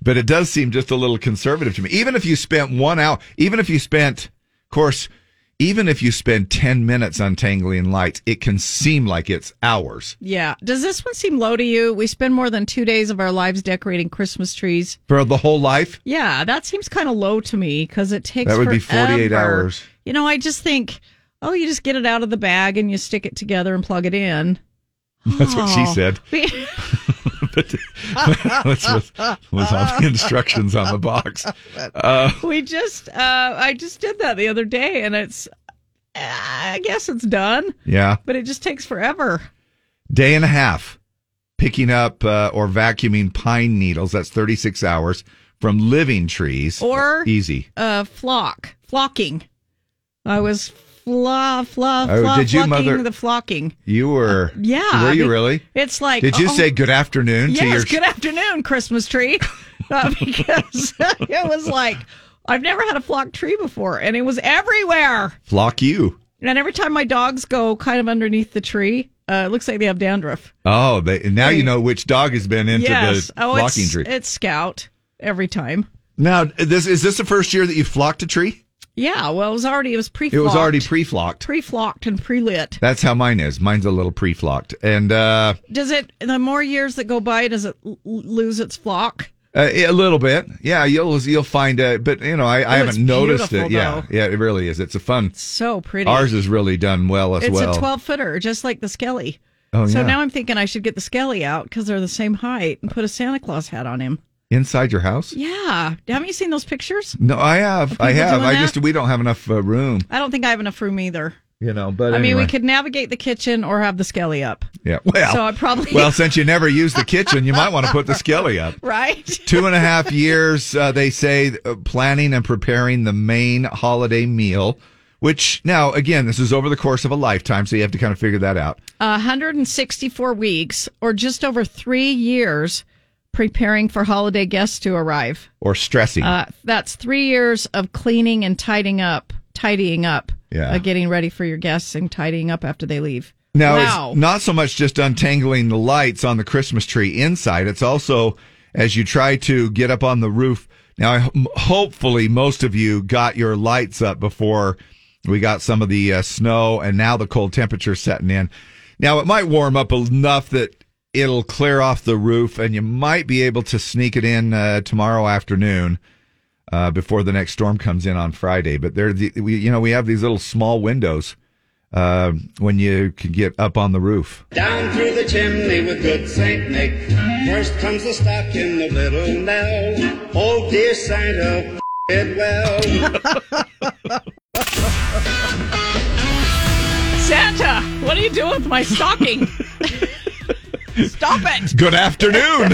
Speaker 1: but it does seem just a little conservative to me. Even if you spent one hour, even if you spent, of course, even if you spend 10 minutes untangling lights, it can seem like it's hours.
Speaker 2: Yeah. Does this one seem low to you? We spend more than two days of our lives decorating Christmas trees.
Speaker 1: For the whole life,
Speaker 2: Yeah, that seems kind of low to me because it takes
Speaker 1: That would be 48
Speaker 2: forever.
Speaker 1: hours.
Speaker 2: You know, I just think, oh, you just get it out of the bag and you stick it together and plug it in.
Speaker 1: that's what she
Speaker 2: Oh.
Speaker 1: said. but that's what was on the instructions on the box. Uh,
Speaker 2: we just, uh, I just did that the other day, and it's, I guess it's done,
Speaker 1: yeah.
Speaker 2: but it just takes forever.
Speaker 1: day and a half picking up uh, or vacuuming pine needles. That's 36 hours from living trees.
Speaker 2: Or
Speaker 1: easy.
Speaker 2: Uh, flock, flocking. I was fla fla
Speaker 1: Oh,
Speaker 2: fla
Speaker 1: did you,
Speaker 2: flocking
Speaker 1: mother-
Speaker 2: the flocking.
Speaker 1: You were.
Speaker 2: yeah,
Speaker 1: Were you
Speaker 2: be-
Speaker 1: really?
Speaker 2: It's like
Speaker 1: Did you
Speaker 2: oh,
Speaker 1: say good afternoon
Speaker 2: yes,
Speaker 1: to your?
Speaker 2: good afternoon, Christmas tree. Uh, because it was like, I've never had a flock tree before, and it was everywhere.
Speaker 1: Flock you.
Speaker 2: And every time my dogs go kind of underneath the tree, uh, it looks like they have dandruff.
Speaker 1: Oh, they, now you know which dog has been into
Speaker 2: yes.
Speaker 1: the
Speaker 2: oh,
Speaker 1: flocking
Speaker 2: it's,
Speaker 1: tree.
Speaker 2: it's Scout every time.
Speaker 1: now, this is this the first year that you flocked a tree?
Speaker 2: Yeah, well, it was already, it was pre
Speaker 1: It was already pre-flocked.
Speaker 2: pre-flocked and pre-lit.
Speaker 1: That's how mine is. Mine's a little pre-flocked, and uh,
Speaker 2: Does it, the more years that go by, does it l- lose its flock?
Speaker 1: Uh, a little bit, yeah. You'll you'll find it, but you know, I, I
Speaker 2: Oh, it's
Speaker 1: haven't noticed it.
Speaker 2: beautiful,
Speaker 1: Yeah,
Speaker 2: though.
Speaker 1: yeah, it really is. It's a fun.
Speaker 2: So pretty.
Speaker 1: Ours is really done well as
Speaker 2: it's
Speaker 1: well.
Speaker 2: a 12 footer, just like the Skelly.
Speaker 1: Oh,
Speaker 2: so
Speaker 1: yeah.
Speaker 2: now I'm thinking I should get the Skelly out because they're the same height and put a Santa Claus hat on him.
Speaker 1: Inside your house?
Speaker 2: Yeah. Haven't you seen those pictures?
Speaker 1: No, I have. I
Speaker 2: people
Speaker 1: have.
Speaker 2: doing
Speaker 1: I
Speaker 2: that?
Speaker 1: just we don't have enough uh, room,
Speaker 2: I don't think I have enough room either.
Speaker 1: you know. But
Speaker 2: I mean, we
Speaker 1: anyway.
Speaker 2: could navigate the kitchen or have the Skelly up.
Speaker 1: Yeah. Well.
Speaker 2: So I probably-
Speaker 1: Well, since you never use the kitchen, you might want to put the skelly up.
Speaker 2: Right?
Speaker 1: Two and a half years, uh, they say, uh, planning and preparing the main holiday meal. Which now, again, this is over the course of a lifetime, so you have to kind of figure that out.
Speaker 2: 164 weeks or just over three years preparing for holiday guests to arrive.
Speaker 1: Or stressing.
Speaker 2: Uh, that's three years of cleaning and tidying up, tidying up,
Speaker 1: Yeah.
Speaker 2: uh, getting ready for your guests and tidying up after they leave.
Speaker 1: Now,
Speaker 2: wow.
Speaker 1: it's not so much just untangling the lights on the Christmas tree inside. It's also as you try to get up on the roof. Now, I, ho- hopefully, most of you got your lights up before we got some of the uh, snow and now the cold temperature setting in. Now, it might warm up enough that it'll clear off the roof and you might be able to sneak it in uh, tomorrow afternoon uh, before the next storm comes in on Friday. But there, the, we, you know, we have these little small windows uh, when you can get up on the roof.
Speaker 18: Down through the chimney with good Saint Nick. First comes the stocking of little Nell. Oh dear Santa, it well.
Speaker 2: Santa, what are you doing with my stocking? Stop it.
Speaker 1: Good afternoon.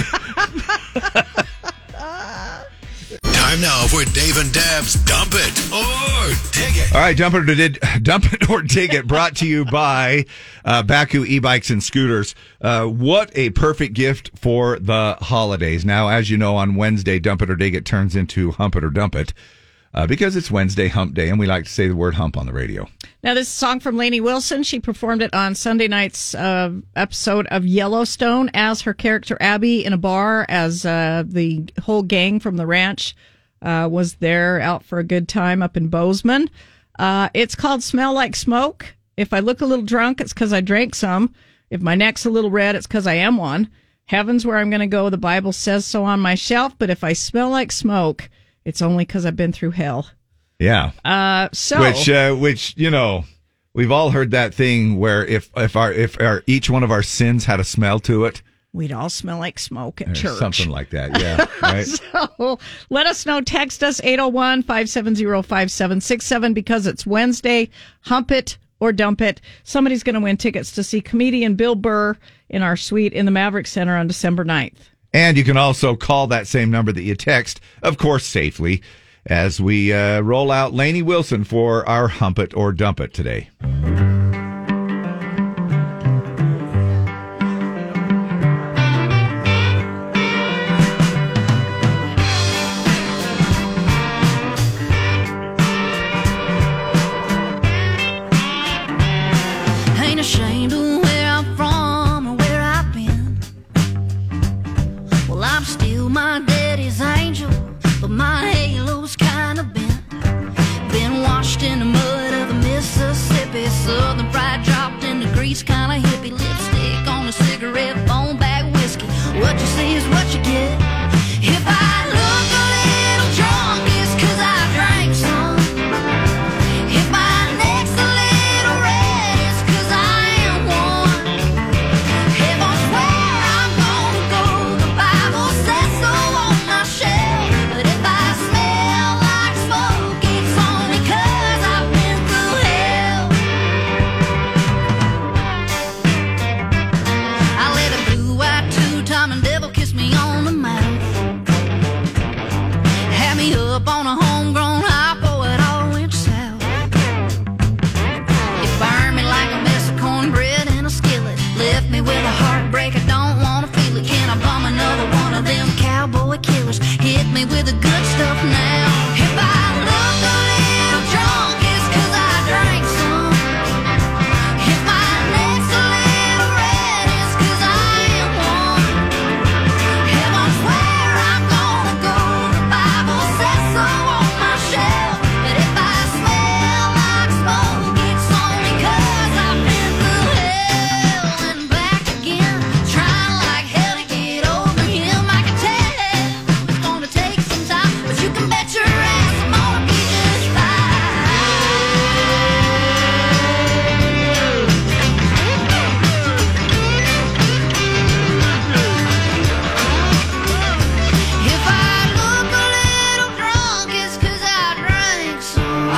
Speaker 9: Time now for Dave and Dab's Dump It or Dig It.
Speaker 1: All right, dump it or did dump it or dig it. Brought to you by uh, Baku e-bikes and scooters. Uh, what a perfect gift for the holidays! Now, as you know, on Wednesday, dump it or dig it turns into hump it or dump it uh, because it's Wednesday Hump Day, and we like to say the word hump on the radio.
Speaker 2: Now, this song from Lainey Wilson. She performed it on Sunday night's uh, episode of Yellowstone as her character Abby in a bar, as uh, the whole gang from the ranch uh, was there out for a good time up in Bozeman. Uh, it's called Smell Like Smoke. If I look a little drunk, it's because I drank some. If my neck's a little red, it's because I am one. Heaven's where I'm going to go. The Bible says so on my shelf, but if I smell like smoke, it's only because I've been through hell.
Speaker 1: Yeah.
Speaker 2: Uh, so
Speaker 1: which uh, which you know we've all heard that thing where if if our if our each one of our sins had a smell to it
Speaker 2: we'd all smell like smoke at
Speaker 1: or
Speaker 2: church.
Speaker 1: something like that yeah right
Speaker 2: so let us know. Text us 801 570 5767 because it's Wednesday. Hump it or dump it. Somebody's going to win tickets to see comedian Bill Burr in our suite in the Maverick Center on December 9th.
Speaker 1: and you can also call that same number that you text of course safely as we uh, roll out Laney Wilson for our hump it or dump it today
Speaker 3: Ain't ashamed of where I'm from or where I've been. Well, I'm still my daddy's angel, but my halo's kinda bent. Been washed in the mud of the Mississippi, southern pride dropped in the grease, kinda hippie lipstick on a cigarette, bone bag whiskey. What you see is what you get. If I look a little drunk, it's 'cause I drank some. If my neck's a little red, it's 'cause I am one. Heaven's where I'm gonna go. The Bible says so on my shelf. But if I smell like smoke, it's only 'cause I've been through hell. I let a blue-eyed two-timing devil kiss me on the mouth. Had me up on a homegrown high, oh, it all went south. It burned me like a mess of cornbread in a skillet. Left me with a heartbreak, I don't wanna feel it. Can I bum another one of them cowboy killers? Hit me with the good stuff now. If I look a little drunk, it's 'cause I drank some. If my neck's a little red, it's 'cause I am one. Heaven's where I'm gonna go. The Bible says so on my shelf. But if I smell like smoke, it's only 'cause I've been through hell and back again. Trying like hell to get over him. I can tell it's gonna take some time, but you can bet your ass I'm gonna be just fine. If I look a little drunk, it's 'cause I drank some.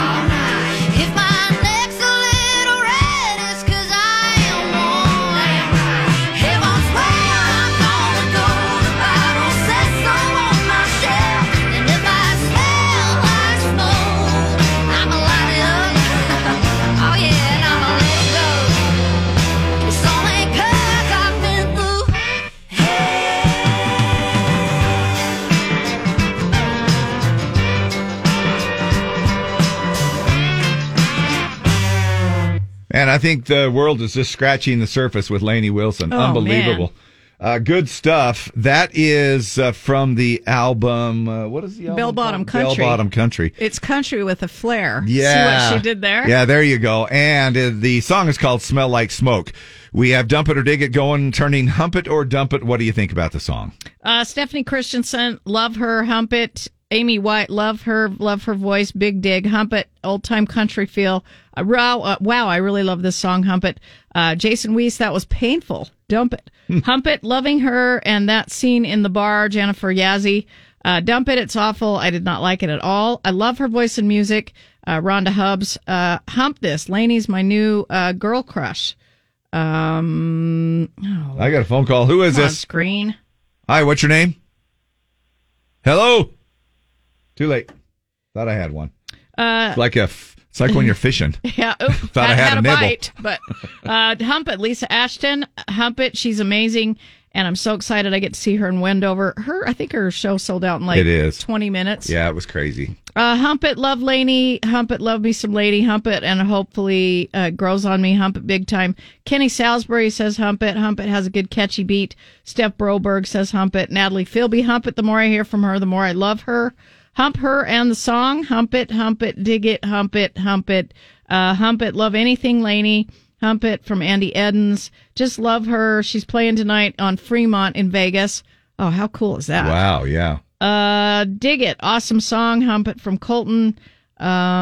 Speaker 3: If my neck's a little red, it's 'cause I am one. Heaven's where I'm gonna go. The Bible says so on my shelf. And if I smell like smoke, I'ma light it up. Oh yeah, and I'ma let it go. It's only 'cause I've been through
Speaker 1: And I think the world is just scratching the surface with Laney Wilson.
Speaker 19: Oh,
Speaker 1: Unbelievable. Uh, good stuff. That is uh, from the album. Uh, what is the album?
Speaker 2: Bell Bottom Country.
Speaker 1: Bell Bottom Country.
Speaker 2: It's country with a flair.
Speaker 1: Yeah.
Speaker 2: See what she did there?
Speaker 1: Yeah, there you go. And uh, the song is called Smell Like Smoke. We have Dump It or Dig It going, turning Hump It or Dump It. What do you think about the song?
Speaker 2: Uh, Stephanie Christensen, love her, hump it. Amy White, love her, love her voice, big dig, hump it, old time country feel. Uh, wow, uh, wow, I really love this song, hump it. Uh, Jason Weiss, that was painful, dump
Speaker 1: Hmm.
Speaker 2: it. hump it, loving her, and that scene in the bar, Jennifer Yazzie. Uh, dump it, it's awful. I did not like it at all. I love her voice and music. Uh, Rhonda Hubbs, uh, hump this. Laney's my new uh, girl crush. Um, oh,
Speaker 1: I got a phone call. Who is
Speaker 2: come on,
Speaker 1: this?
Speaker 2: screen?
Speaker 1: Hi, what's your name? Hello. Too late. Thought I had one.
Speaker 2: Uh,
Speaker 1: It's like a. F- it's like when you're fishing.
Speaker 2: Yeah, oop,
Speaker 1: Thought I had a nibble.
Speaker 2: bite, but uh, hump it, Lisa Ashton, hump it. She's amazing, and I'm so excited I get to see her in Wendover. Her, I think her show sold out in like
Speaker 1: It is.
Speaker 2: 20 minutes.
Speaker 1: Yeah, it was crazy.
Speaker 2: Uh, hump it, love Laney. Hump it, love me some lady. Hump it, and hopefully uh, grows on me. Hump it big time. Kenny Salisbury says hump it. Hump it has a good catchy beat. Steph Broberg says hump it. Natalie Philby, hump it. The more I hear from her, the more I love her. Hump her and the song. Hump it, hump it, dig it, hump it, hump it. Uh, hump it, love anything Laney. Hump it from Andy Edens. Just love her. She's playing tonight on Fremont in Vegas. Oh, how cool is that?
Speaker 1: Wow. Yeah.
Speaker 2: Uh, dig it. Awesome song. Hump it from Colton.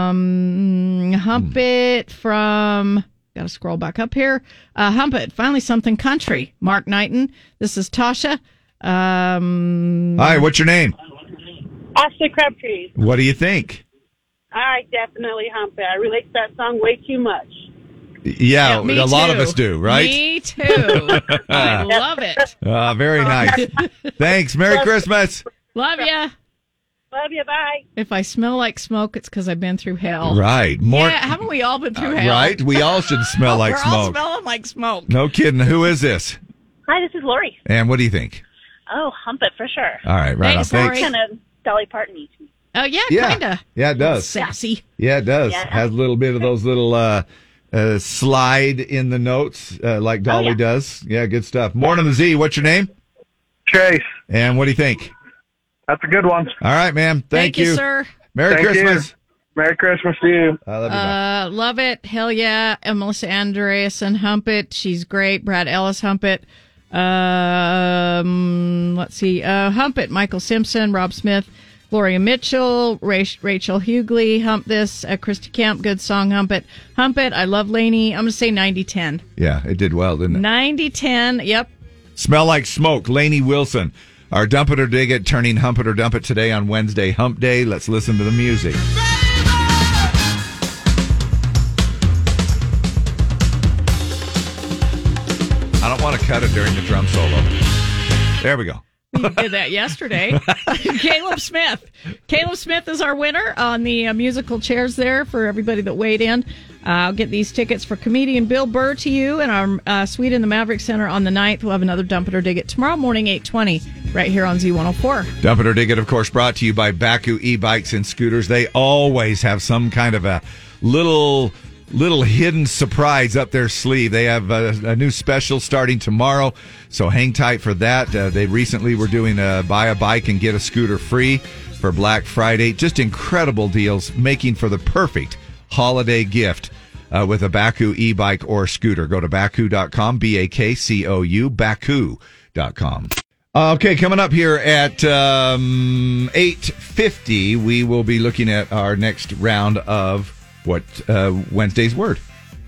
Speaker 2: Um, hump
Speaker 1: Hmm.
Speaker 2: it from. Got to scroll back up here. Uh, hump it. Finally, something country. Mark Knighton. This is Tasha. Um,
Speaker 1: Hi, what's your name?
Speaker 19: Ashley Crabtree.
Speaker 1: What do you think?
Speaker 19: I definitely hump it. I relate to that song way too much.
Speaker 1: Yeah,
Speaker 19: me
Speaker 1: Oh, a lot
Speaker 19: too.
Speaker 1: of us do, right?
Speaker 2: Me too. I love it.
Speaker 1: Ah, very nice. Thanks. Merry Christmas.
Speaker 2: Love ya.
Speaker 19: Love you. Bye.
Speaker 2: If I smell like smoke, it's because I've been through hell.
Speaker 1: Right. More- Uh,
Speaker 2: yeah. Haven't we all been through hell?
Speaker 1: Right? We all should smell like
Speaker 2: We're all
Speaker 1: smoke.
Speaker 2: smelling like smoke.
Speaker 1: no kidding. Who is this?
Speaker 20: Hi, this is Lori.
Speaker 1: And what do you think?
Speaker 20: Oh, hump it for sure.
Speaker 1: All right, right Thanks, on. Lori. Thanks.
Speaker 20: Kind of Dolly Parton.
Speaker 2: Oh yeah,
Speaker 1: Yeah.
Speaker 2: kinda.
Speaker 1: Yeah, it does.
Speaker 2: Sassy.
Speaker 1: Yeah, it does.
Speaker 20: Yeah.
Speaker 1: Has a little bit of those little uh, uh, slide in the notes uh,
Speaker 2: Oh,
Speaker 1: like Dolly does. Yeah, good stuff. Morning, the Z. What's your name? Chase. And what do you think? That's a good one. All right, ma'am. Thank,
Speaker 2: Thank you, sir.
Speaker 1: Merry
Speaker 2: Thank you.
Speaker 1: Christmas. Merry Christmas to you. I love you. bye.
Speaker 2: Uh, love it. Hell yeah. And Melissa Andreasen, hump it. She's great. Brad Ellis, hump it. Um, let's see. Uh, hump it. Michael Simpson, Rob Smith, Gloria Mitchell, Ra- Rachel Hughley, hump this. Uh, Christy Camp, good song, hump it. Hump it. I love Laney. I'm going to say 90 10.
Speaker 1: yeah, it did well, didn't it?
Speaker 2: 90 10. Yep.
Speaker 1: Smell like smoke, Laney Wilson. Our dump it or dig it, turning hump it or dump it today on Wednesday, hump day. Let's listen to the music. I don't want to cut it during the drum solo. There we go.
Speaker 2: We did that yesterday. Caleb Smith. Caleb Smith is our winner on the uh, musical chairs there for everybody that weighed in. Uh, I'll get these tickets for comedian Bill Burr to you and our uh, suite in the Maverick Center on the 9th. We'll have another Dump It or Dig It tomorrow morning, 820, right here on Z104.
Speaker 1: Dump it or dig it, of course, brought to you by Baku e-bikes and scooters. They always have some kind of a little little hidden surprise up their sleeve. They have a, a new special starting tomorrow, so hang tight for that. Uh, they recently were doing a buy a bike and get a scooter free for Black Friday. Just incredible deals, making for the perfect holiday gift uh, with a Baku e-bike or scooter. Go to baku.com, B-A-K-C-O-U, baku.com. Uh, Okay, coming up here at um, 8.50, we will be looking at our next round of what uh, Wednesday's Word.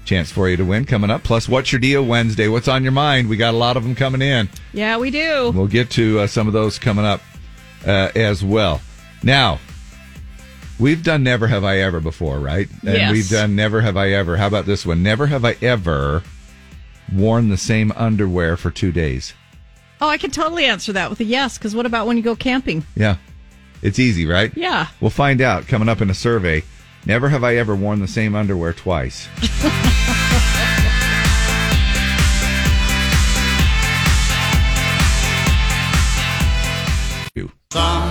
Speaker 1: Chance for you to win coming up. Plus, what's your deal Wednesday? What's on your mind? We got a lot of them coming in.
Speaker 2: Yeah, we do.
Speaker 1: We'll get to uh, some of those coming up uh, as well. Now, we've done Never Have I Ever before, right? And
Speaker 2: Yes.
Speaker 1: we've done Never Have I Ever. How about this one? Never have I ever worn the same underwear for two days.
Speaker 2: Oh, I can totally answer that with a yes, because what about when you go camping?
Speaker 1: Yeah. It's easy, right?
Speaker 2: Yeah.
Speaker 1: We'll find out coming up in a survey. Never have I ever worn the same underwear twice.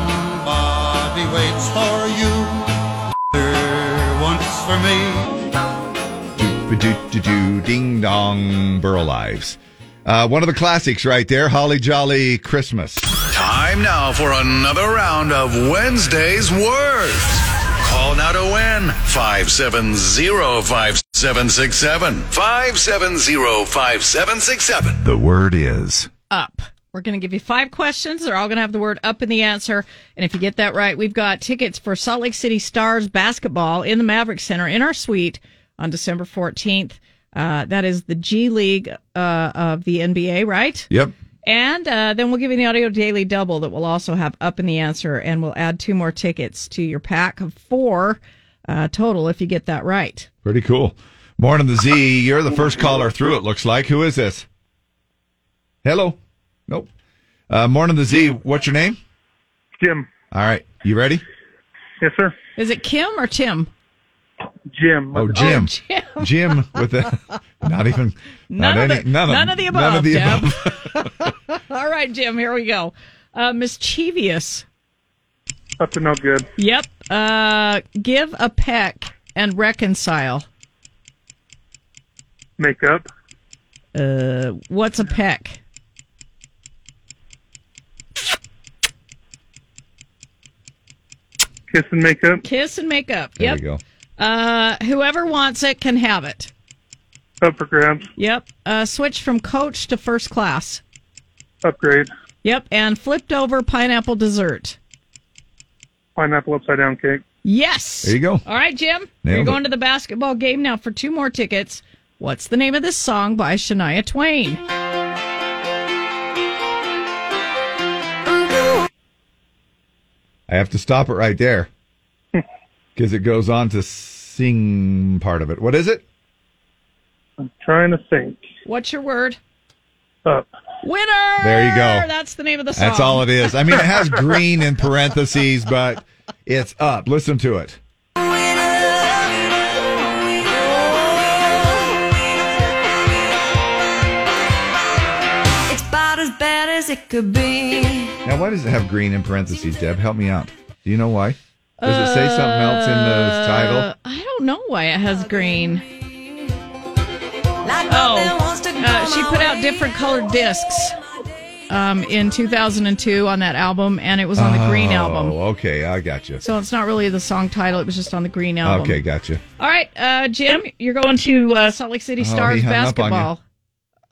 Speaker 18: Somebody waits for you. There once for me.
Speaker 1: Ba-do-do-do, Ding dong, Burl Lives. Uh, one of the classics right there, Holly Jolly Christmas.
Speaker 9: Time now for another round of Wednesday's Words. Call now to win 570-5767. 570-5767.
Speaker 1: The word is.
Speaker 2: up. We're going to give you five questions. They're all going to have the word up in the answer. And if you get that right, we've got tickets for Salt Lake City Stars basketball in the Maverick Center in our suite on December 14th. Uh, that is the G League uh, of the NBA, right?
Speaker 1: Yep.
Speaker 2: And uh, then we'll give you the audio daily double that we'll also have up in the answer, and we'll add two more tickets to your pack of four uh, total if you get that right.
Speaker 1: Pretty cool. Morning, the Z. You're the first caller through. It looks like. Who is this? Hello. Nope. Uh, morning, the Z. What's your name?
Speaker 21: Jim.
Speaker 1: All right. You ready?
Speaker 21: Yes, sir.
Speaker 2: Is it Kim or Tim?
Speaker 21: Jim.
Speaker 1: Oh, Jim. Jim with the not even not
Speaker 2: None, of,
Speaker 1: any,
Speaker 2: the, none, of the above.
Speaker 1: None of the
Speaker 2: Deb.
Speaker 1: above.
Speaker 2: All right, Jim, here we go. Uh, mischievous.
Speaker 21: Up to no good.
Speaker 2: Yep. Uh, give a peck and reconcile.
Speaker 21: Make up.
Speaker 2: Uh, what's a peck?
Speaker 21: Kiss and make up.
Speaker 2: Kiss and make up.
Speaker 21: There
Speaker 2: yep.
Speaker 21: you go.
Speaker 2: Uh, whoever wants it can have it.
Speaker 21: Up for grabs.
Speaker 2: Yep. Uh, switch from coach to first class.
Speaker 21: Upgrade.
Speaker 2: Yep. And flipped over pineapple dessert.
Speaker 21: Pineapple upside down cake.
Speaker 2: Yes.
Speaker 21: There you go.
Speaker 2: All right, Jim.
Speaker 21: Nailed
Speaker 2: You're
Speaker 21: it.
Speaker 2: going to the basketball game now for two more tickets. What's the name of this song by Shania Twain?
Speaker 1: I have to stop it right there because it goes on to sing part of it. What is it?
Speaker 21: I'm trying to think.
Speaker 2: What's your word?
Speaker 21: Up.
Speaker 2: Winner.
Speaker 1: There you go.
Speaker 2: That's the name of the song.
Speaker 1: That's all it is. I mean, it has green in parentheses, but it's up. Listen to it.
Speaker 22: It's about as bad as it could be.
Speaker 1: Now, why does it have green in parentheses, Deb? Help me out. Do you know why? Does it say something else in the title?
Speaker 2: Uh, I don't know why it has green. Oh, uh, she put out different colored discs um, in 2002 on that album, and it was on the Green
Speaker 1: Oh,
Speaker 2: album.
Speaker 1: Okay, I got you.
Speaker 2: So it's not really the song title; it was just on the Green album.
Speaker 1: Okay, got you.
Speaker 2: All right, uh, Jim, you're going to uh, Salt Lake City
Speaker 1: Oh, he
Speaker 2: Stars
Speaker 1: hung up on you.
Speaker 2: basketball.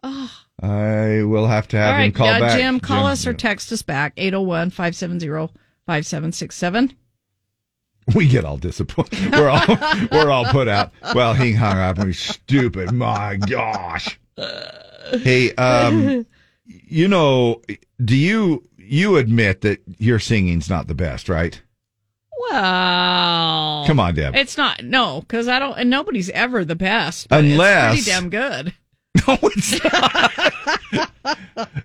Speaker 2: Oh,
Speaker 1: I will have to
Speaker 2: all
Speaker 1: have him
Speaker 2: right,
Speaker 1: call
Speaker 2: uh,
Speaker 1: back.
Speaker 2: Jim, call us or text us back 801 570 5767.
Speaker 1: We get all disappointed. We're all we're all put out. Well, he hung up. He's stupid. My gosh.
Speaker 2: Uh,
Speaker 1: Hey, um, you know, do you you admit that your singing's not the best, right?
Speaker 2: Well,
Speaker 1: Come on, Deb.
Speaker 2: It's not no, because I don't, and nobody's ever the best. but
Speaker 1: Unless-
Speaker 2: it's pretty damn good. Uh,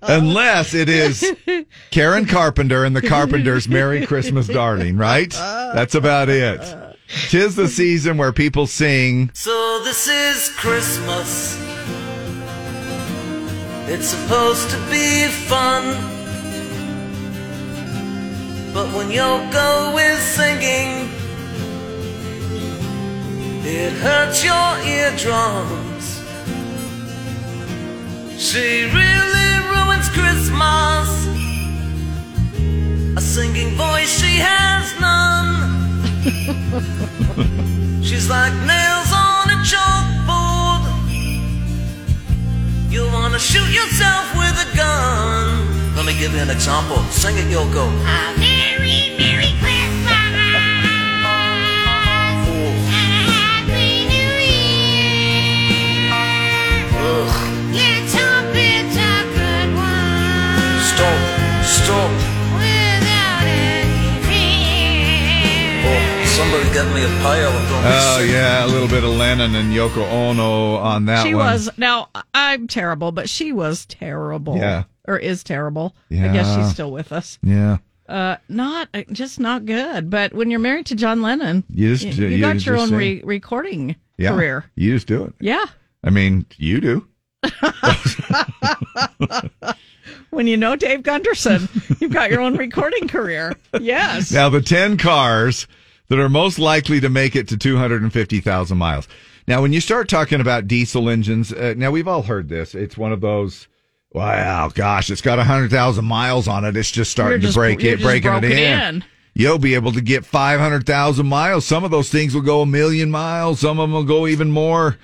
Speaker 1: Unless it is Karen Carpenter and the Carpenters Merry Christmas Darling, right?
Speaker 2: Uh,
Speaker 1: That's about it. Tis the season where people sing.
Speaker 11: So this is Christmas. It's supposed to be fun. But when your go is singing, it hurts your eardrums. She really ruins Christmas. A singing voice, she has none. She's like nails on a chalkboard. You wanna shoot yourself with a gun. Let me give you an example. Sing it, Yoko. A very merry Christmas. Stop, stop. Oh, somebody get me a pail. I'm gonna be
Speaker 1: Oh
Speaker 11: sick.
Speaker 1: yeah, a little bit of Lennon and Yoko Ono on that
Speaker 2: she
Speaker 1: one.
Speaker 2: was now. I'm terrible, but she was terrible.
Speaker 1: Yeah.
Speaker 2: or is terrible. I
Speaker 1: Yeah.
Speaker 2: guess she's still with us.
Speaker 1: Yeah.
Speaker 2: Uh, not just not good. But when you're married to John Lennon,
Speaker 1: You just-
Speaker 2: you, you
Speaker 1: you
Speaker 2: got your
Speaker 1: just
Speaker 2: own
Speaker 1: sing.
Speaker 2: re- recording
Speaker 1: Yeah.
Speaker 2: career.
Speaker 1: You just do it.
Speaker 2: Yeah,
Speaker 1: I mean, you do.
Speaker 2: when you know Dave Gunderson, you've got your own recording career. Yes.
Speaker 1: Now, the 10 cars that are most likely to make it to 250,000 miles. Now, when you start talking about diesel engines, uh, now we've all heard this. It's one of those, wow, gosh, it's got 100,000 miles on it. It's just starting
Speaker 2: You're just-
Speaker 1: to break
Speaker 2: you're
Speaker 1: it,
Speaker 2: just
Speaker 1: breaking it
Speaker 2: broken
Speaker 1: in.
Speaker 2: in.
Speaker 1: You'll be able to get 500,000 miles. Some of those things will go a million miles. Some of them will go even more.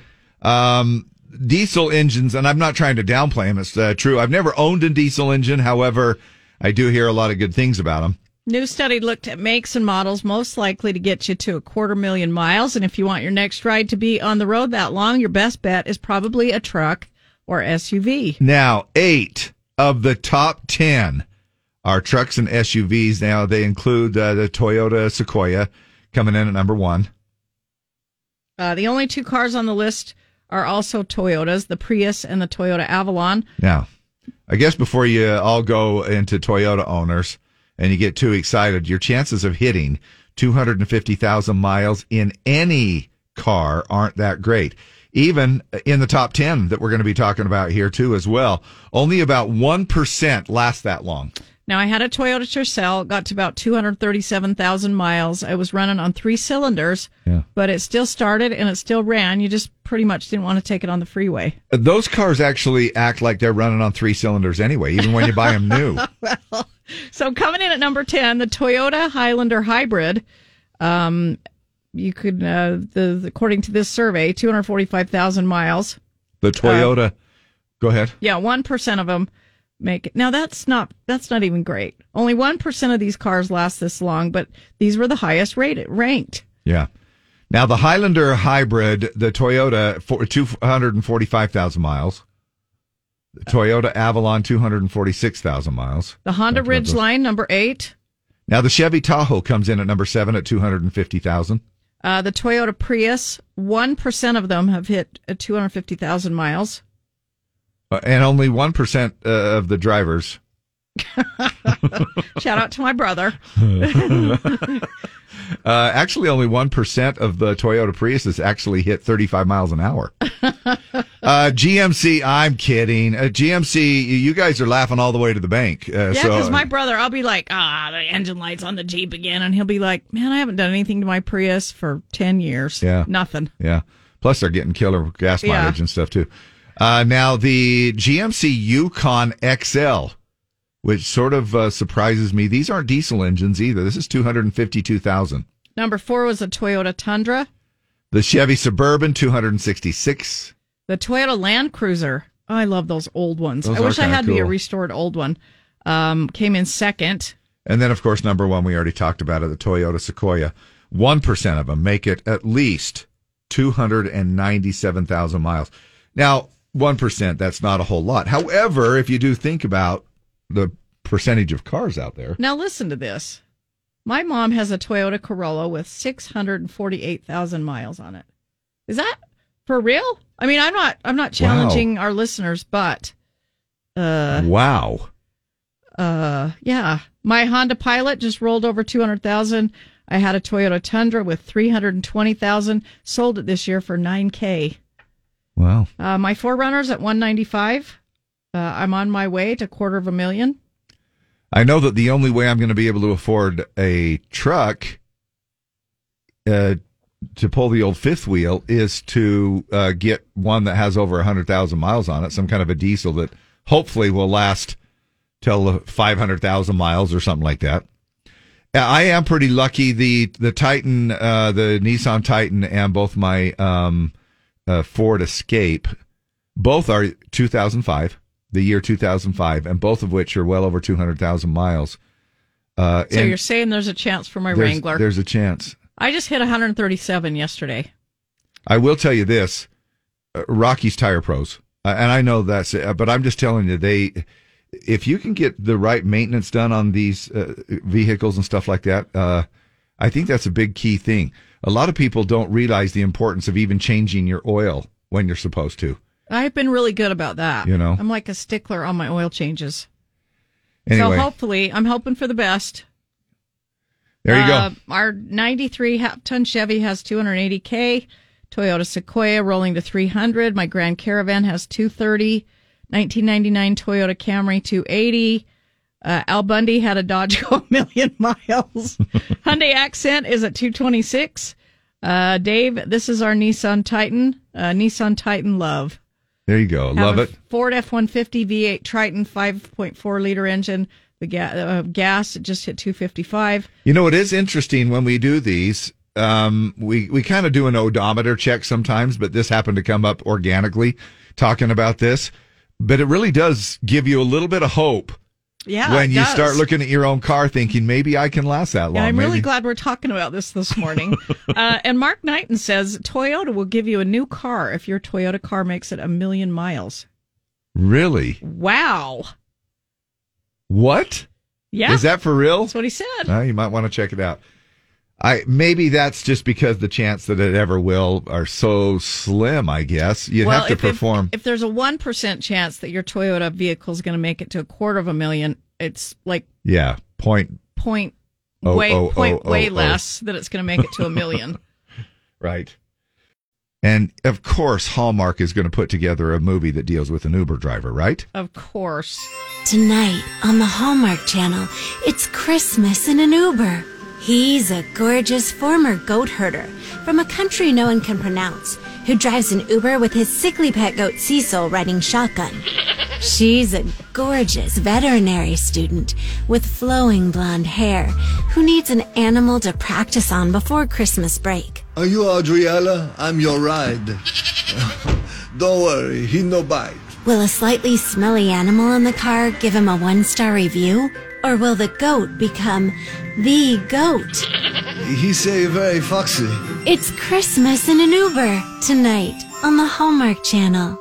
Speaker 1: Um, diesel engines, and I'm not trying to downplay them. It's uh, true. I've never owned a diesel engine. However, I do hear a lot of good things about them.
Speaker 2: New study looked at makes and models most likely to get you to a quarter million miles. And if you want your next ride to be on the road that long, your best bet is probably a truck or SUV.
Speaker 1: Now, eight of the top 10 are trucks and SUVs. Now, they include uh, the Toyota Sequoia coming in at number one.
Speaker 2: Uh, the only two cars on the list are also Toyotas, the Prius and the Toyota Avalon.
Speaker 1: Now, I guess before you all go into Toyota owners and you get too excited, your chances of hitting 250,000 miles in any car aren't that great. Even in the top 10 that we're going to be talking about here, too, as well, only about 1% last that long.
Speaker 2: Now, I had a Toyota Tercel, got to about 237,000 miles. I was running on three cylinders,
Speaker 1: Yeah.
Speaker 2: but it still started and it still ran. You just pretty much didn't want to take it on the freeway.
Speaker 1: Those cars actually act like they're running on three cylinders anyway, even when you buy them new.
Speaker 2: So coming in at number ten, the Toyota Highlander Hybrid. Um, you could, uh, the, the- according to this survey, two hundred forty-five thousand miles. Uh,
Speaker 1: The Toyota. go ahead.
Speaker 2: Yeah, one percent of them make it. Now that's not that's not even great. Only one percent of these cars last this long, but these were the highest rated ranked.
Speaker 1: Yeah. Now the Highlander hybrid, the Toyota for 245,000 miles. The Toyota Avalon 246,000 miles.
Speaker 2: The Honda
Speaker 1: Talked about those.
Speaker 2: Ridgeline number eight,
Speaker 1: Now the Chevy Tahoe comes in at number 7 at 250,000.
Speaker 2: uh, the Toyota Prius. One percent of them have hit uh, two hundred fifty thousand miles.
Speaker 1: Uh, And only 1% uh, of the drivers.
Speaker 2: Shout out to my brother.
Speaker 1: uh, actually, only 1% of the Toyota Priuses actually hit 35 miles an hour. Uh, GMC, I'm kidding. Uh, GMC, you- you guys are laughing all the way to the bank. Uh,
Speaker 2: Yeah,
Speaker 1: so-
Speaker 2: because my brother, I'll be like, ah, the engine light's on the Jeep again. And he'll be like, man, I haven't done anything to my Prius for 10 years.
Speaker 1: Yeah.
Speaker 2: Nothing.
Speaker 1: Yeah. Plus, they're getting killer gas
Speaker 2: Yeah.
Speaker 1: mileage and stuff too. Uh, now, the GMC Yukon XL, which sort of uh, surprises me. These aren't diesel engines either. This is two hundred and fifty-two thousand.
Speaker 2: Number four was a Toyota Tundra,
Speaker 1: The Chevy Suburban, two hundred and sixty-six.
Speaker 2: the Toyota Land Cruiser. Oh, I love those old ones.
Speaker 1: Those
Speaker 2: I
Speaker 1: are
Speaker 2: wish I
Speaker 1: kinda
Speaker 2: had me a
Speaker 1: cool.
Speaker 2: restored old one. Um, came in second.
Speaker 1: And then, of course, number one, we already talked about it, the Toyota Sequoia. 1% of them make it at least 297,000 miles. Now, 1%, that's not a whole lot. However, if you do think about the percentage of cars out there,
Speaker 2: Now, listen to this. My mom has a Toyota Corolla with 648,000 miles on it. Is that for real? I mean, I'm not, I'm not challenging our listeners, but, uh,
Speaker 1: wow.
Speaker 2: Uh, yeah. My Honda Pilot just rolled over 200,000. I had a Toyota Tundra with 320,000. Sold it this year for 9K.
Speaker 1: Wow.
Speaker 2: Uh, my Forerunners at 195. Uh, I'm on my way to quarter of a million.
Speaker 1: I know that the only way I'm going to be able to afford a truck uh, to pull the old fifth wheel is to uh, get one that has over 100,000 miles on it, some kind of a diesel that hopefully will last till 500,000 miles or something like that. Uh, I am pretty lucky. The the Titan, uh, the Nissan Titan, and both my um, uh, Ford Escape, both are 2005, the year 2005, and both of which are well over 200,000 miles. Uh,
Speaker 2: So
Speaker 1: and
Speaker 2: you're saying there's a chance for my
Speaker 1: there's-
Speaker 2: Wrangler?
Speaker 1: There's a chance.
Speaker 2: I just hit 137 yesterday.
Speaker 1: I will tell you this: uh, Rocky's Tire Pros, uh, and I know that's, uh, but I'm just telling you, they, if you can get the right maintenance done on these uh, vehicles and stuff like that, uh, I think that's a big key thing. A lot of people don't realize the importance of even changing your oil when you're supposed to.
Speaker 2: I've been really good about that.
Speaker 1: You know.
Speaker 2: I'm like a stickler on my oil changes.
Speaker 1: Anyway,
Speaker 2: So hopefully, I'm hoping for the best.
Speaker 1: there you
Speaker 2: Uh,
Speaker 1: go.
Speaker 2: Our 93 half ton Chevy has 280K. Toyota Sequoia rolling to 300. My Grand Caravan has 230. 1999 Toyota Camry 280. Uh, Al Bundy had a Dodge go a million miles. Hyundai Accent is at 226. Uh, Dave, this is our Nissan Titan. Uh, Nissan Titan Love.
Speaker 1: There you go. Love
Speaker 2: Have
Speaker 1: it.
Speaker 2: a Ford F one fifty V eight Triton five point four liter engine. The ga- uh, gas it just hit two fifty five.
Speaker 1: You know, it is interesting when we do these. Um, we we kind of do an odometer check sometimes, but this happened to come up organically talking about this. But it really does give you a little bit of hope
Speaker 2: Yeah,
Speaker 1: when
Speaker 2: it
Speaker 1: you
Speaker 2: does.
Speaker 1: start looking at your own car, thinking maybe I can last that long.
Speaker 2: Yeah, I'm really
Speaker 1: maybe-
Speaker 2: glad we're talking about this this morning. uh, and Mark Knighton says Toyota will give you a new car if your Toyota car makes it a million miles.
Speaker 1: Really?
Speaker 2: Wow.
Speaker 1: What?
Speaker 2: Yeah.
Speaker 1: Is that for real?
Speaker 2: That's what he said.
Speaker 1: Uh, you might want to check it out. I maybe that's just because the chance that it ever will are so slim. I guess you'd
Speaker 2: well,
Speaker 1: have to
Speaker 2: if, if-
Speaker 1: perform.
Speaker 2: If, there's a one percent chance that your Toyota vehicle is going to make it to a quarter of a million, it's like
Speaker 1: yeah, point
Speaker 2: point
Speaker 1: Oh,
Speaker 2: way
Speaker 1: oh,
Speaker 2: point
Speaker 1: oh,
Speaker 2: way
Speaker 1: oh, oh.
Speaker 2: less that it's going to make it to a million.
Speaker 1: right. And of course, Hallmark is going to put together a movie that deals with an Uber driver, right?
Speaker 2: of course.
Speaker 5: Tonight on the Hallmark Channel, it's Christmas in an Uber. He's a gorgeous former goat herder from a country no one can pronounce who drives an Uber with his sickly pet goat Cecil riding shotgun. She's a gorgeous veterinary student with flowing blonde hair who needs an animal to practice on before Christmas break.
Speaker 6: Are you Adriella? I'm your ride. Don't worry, he no bite.
Speaker 5: Will a slightly smelly animal in the car give him a one star review? Or will the goat become the goat?
Speaker 6: He say very foxy.
Speaker 5: It's Christmas in an Uber tonight on the Hallmark Channel.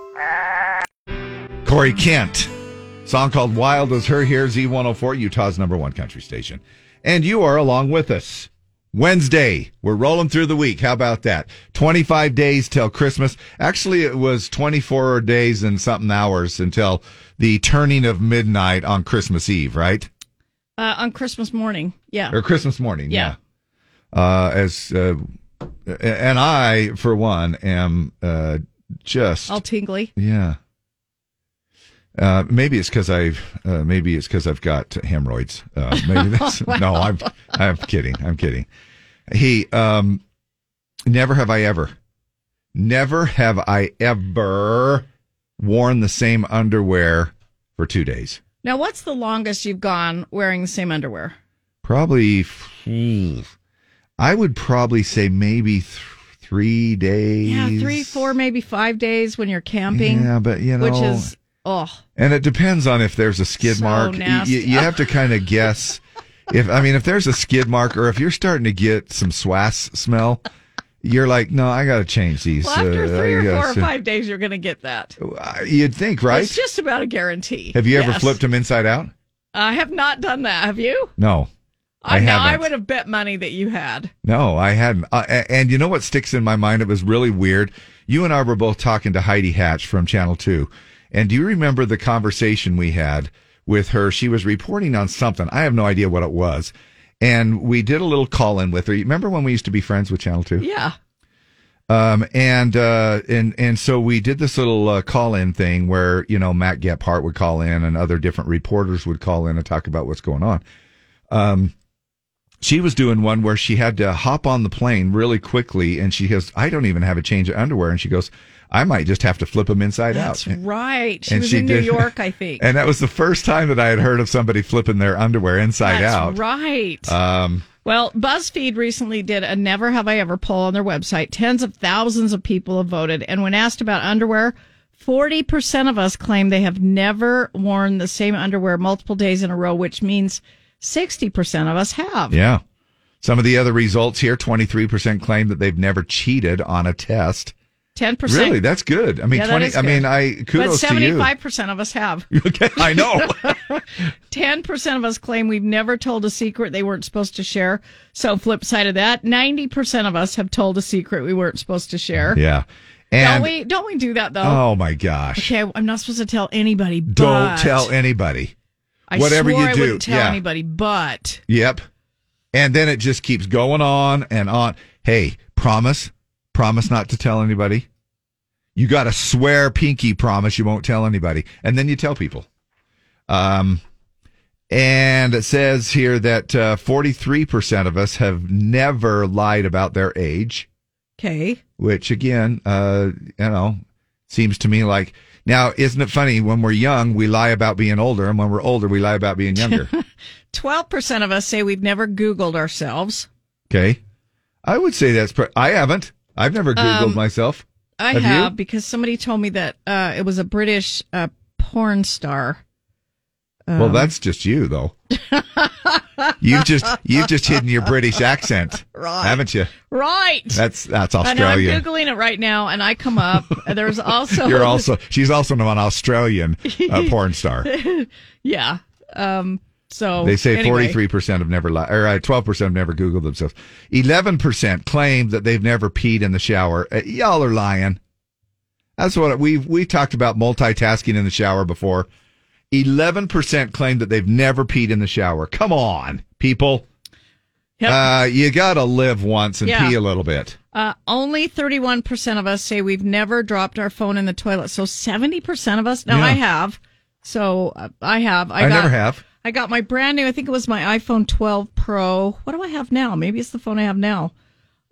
Speaker 1: Corey Kent. Song called Wild as Her Here, Z104, Utah's number one country station. And you are along with us. Wednesday, we're rolling through the week. How about that? 25 days till Christmas. Actually, it was 24 days and something hours until the turning of midnight on Christmas Eve, right?
Speaker 2: Uh, on Christmas morning, yeah.
Speaker 1: Or Christmas morning.
Speaker 2: Yeah.
Speaker 1: Yeah. Uh, as, uh, and I, for one, am, uh, just
Speaker 2: All tingly.
Speaker 1: yeah. Uh, maybe it's because I've uh, maybe it's because I've got hemorrhoids. Uh, maybe that's
Speaker 2: Wow.
Speaker 1: no. I'm I'm kidding. I'm kidding. He um, never have I ever, never have I ever worn the same underwear for two days.
Speaker 2: Now, what's the longest you've gone wearing the same underwear?
Speaker 1: Probably, I would probably say maybe th- three days.
Speaker 2: Yeah, three, four, maybe five days when you're camping.
Speaker 1: Yeah, but, you
Speaker 2: which
Speaker 1: know-
Speaker 2: is oh,
Speaker 1: And it depends on if there's a skid
Speaker 2: So
Speaker 1: mark. Y- y-
Speaker 2: nasty.
Speaker 1: You, have to kind of guess if I mean if there's a skid mark or if you're starting to get some swass smell, you're like, no, I got to change these.
Speaker 2: well, after
Speaker 1: Uh,
Speaker 2: three
Speaker 1: I
Speaker 2: or
Speaker 1: gotta
Speaker 2: four or
Speaker 1: see-
Speaker 2: five days, you're going to get that.
Speaker 1: Uh, You'd think, right?
Speaker 2: It's just about a guarantee.
Speaker 1: have you ever
Speaker 2: Yes.
Speaker 1: flipped them inside out?
Speaker 2: I have not done that. Have you?
Speaker 1: No, I
Speaker 2: now
Speaker 1: haven't.
Speaker 2: I would have bet money that you had.
Speaker 1: No, I hadn't. Uh, a- and you know what sticks in my mind? It was really weird. You and I were both talking to Heidi Hatch from Channel 2. And do you remember the conversation we had with her? She was reporting on something. I have no idea what it was. And we did a little call in with her. You Remember when we used to be friends with Channel 2?
Speaker 2: Yeah.
Speaker 1: Um, and, uh, and, and so we did this little uh, call in thing where, you know, Matt Gephardt would call in and other different reporters would call in and talk about what's going on. Um, she was doing one where she had to hop on the plane really quickly and she goes, I don't even have a change of underwear. And she goes, I might just have to flip them inside
Speaker 2: That's
Speaker 1: out.
Speaker 2: right. She
Speaker 1: and
Speaker 2: was
Speaker 1: she
Speaker 2: in New
Speaker 1: did.
Speaker 2: York, I think.
Speaker 1: And that was the first time that I had heard of somebody flipping their underwear inside
Speaker 2: That's
Speaker 1: out.
Speaker 2: right.
Speaker 1: Um,
Speaker 2: Well, BuzzFeed recently did a Never Have I Ever poll on their website. Tens of thousands of people have voted. And when asked about underwear, 40% of us claim they have never worn the same underwear multiple days in a row, which means 60% of us have.
Speaker 1: yeah. Some of the other results here 23% claim that they've never cheated on a test.
Speaker 2: 10%.
Speaker 1: Really? That's good. I mean,
Speaker 2: Yeah, that
Speaker 1: 20,
Speaker 2: is
Speaker 1: I
Speaker 2: good.
Speaker 1: mean, I, kudos
Speaker 2: but
Speaker 1: to you.
Speaker 2: 75% of us have.
Speaker 1: Okay, I know.
Speaker 2: 10% of us claim we've never told a secret they weren't supposed to share. So, flip side of that, 90% of us have told a secret we weren't supposed to share.
Speaker 1: yeah. And,
Speaker 2: don't we don't we do that though?
Speaker 1: oh my gosh.
Speaker 2: Okay, I'm not supposed to tell anybody. But
Speaker 1: Don't tell anybody.
Speaker 2: I
Speaker 1: Whatever
Speaker 2: swore
Speaker 1: you do.
Speaker 2: I wouldn't tell
Speaker 1: yeah.
Speaker 2: anybody, but
Speaker 1: Yep. And then it just keeps going on and on. Hey, promise, promise not to tell anybody. You got to swear pinky promise you won't tell anybody. And then you tell people. Um, and it says here that uh, 43% of us have never lied about their age
Speaker 2: okay.
Speaker 1: which again, uh, you know, seems to me like now, isn't it funny when we're young, we lie about being older, and when we're older, we lie about being younger.
Speaker 2: 12% of us say we've never Googled ourselves.
Speaker 1: okay. I would say that's, pr I haven't. I've never Googled
Speaker 2: Um,
Speaker 1: myself.
Speaker 2: I
Speaker 1: Have
Speaker 2: have,
Speaker 1: you?
Speaker 2: because somebody told me that uh, it was a British uh, porn star.
Speaker 1: well,
Speaker 2: Um,
Speaker 1: that's just you though. you've just, you've just hidden your British accent.
Speaker 2: Right.
Speaker 1: Haven't you?
Speaker 2: right.
Speaker 1: That's, that's
Speaker 2: I know, I'm
Speaker 1: Australian.
Speaker 2: googling it right now, and I come up. There's also
Speaker 1: You're also, she's also an Australian uh, porn star.
Speaker 2: yeah. Um, So
Speaker 1: They say
Speaker 2: anyway.
Speaker 1: forty-three percent have never lied, or uh, twelve percent have never Googled themselves. Eleven percent claim that they've never peed in the shower. Uh, y'all are lying. That's what we we talked about multitasking in the shower before. Eleven percent claim that they've never peed in the shower. Come on, people.
Speaker 2: Yep.
Speaker 1: Uh, you gotta live once and
Speaker 2: Yeah.
Speaker 1: pee a little bit.
Speaker 2: Uh, only 31% of us say we've never dropped our phone in the toilet. So 70% of us, no,
Speaker 1: Yeah.
Speaker 2: I have. So uh, I have. I,
Speaker 1: I
Speaker 2: got,
Speaker 1: never have.
Speaker 2: I got my brand new, I think it was my iPhone 12 Pro. What do I have now? Maybe it's the phone I have now.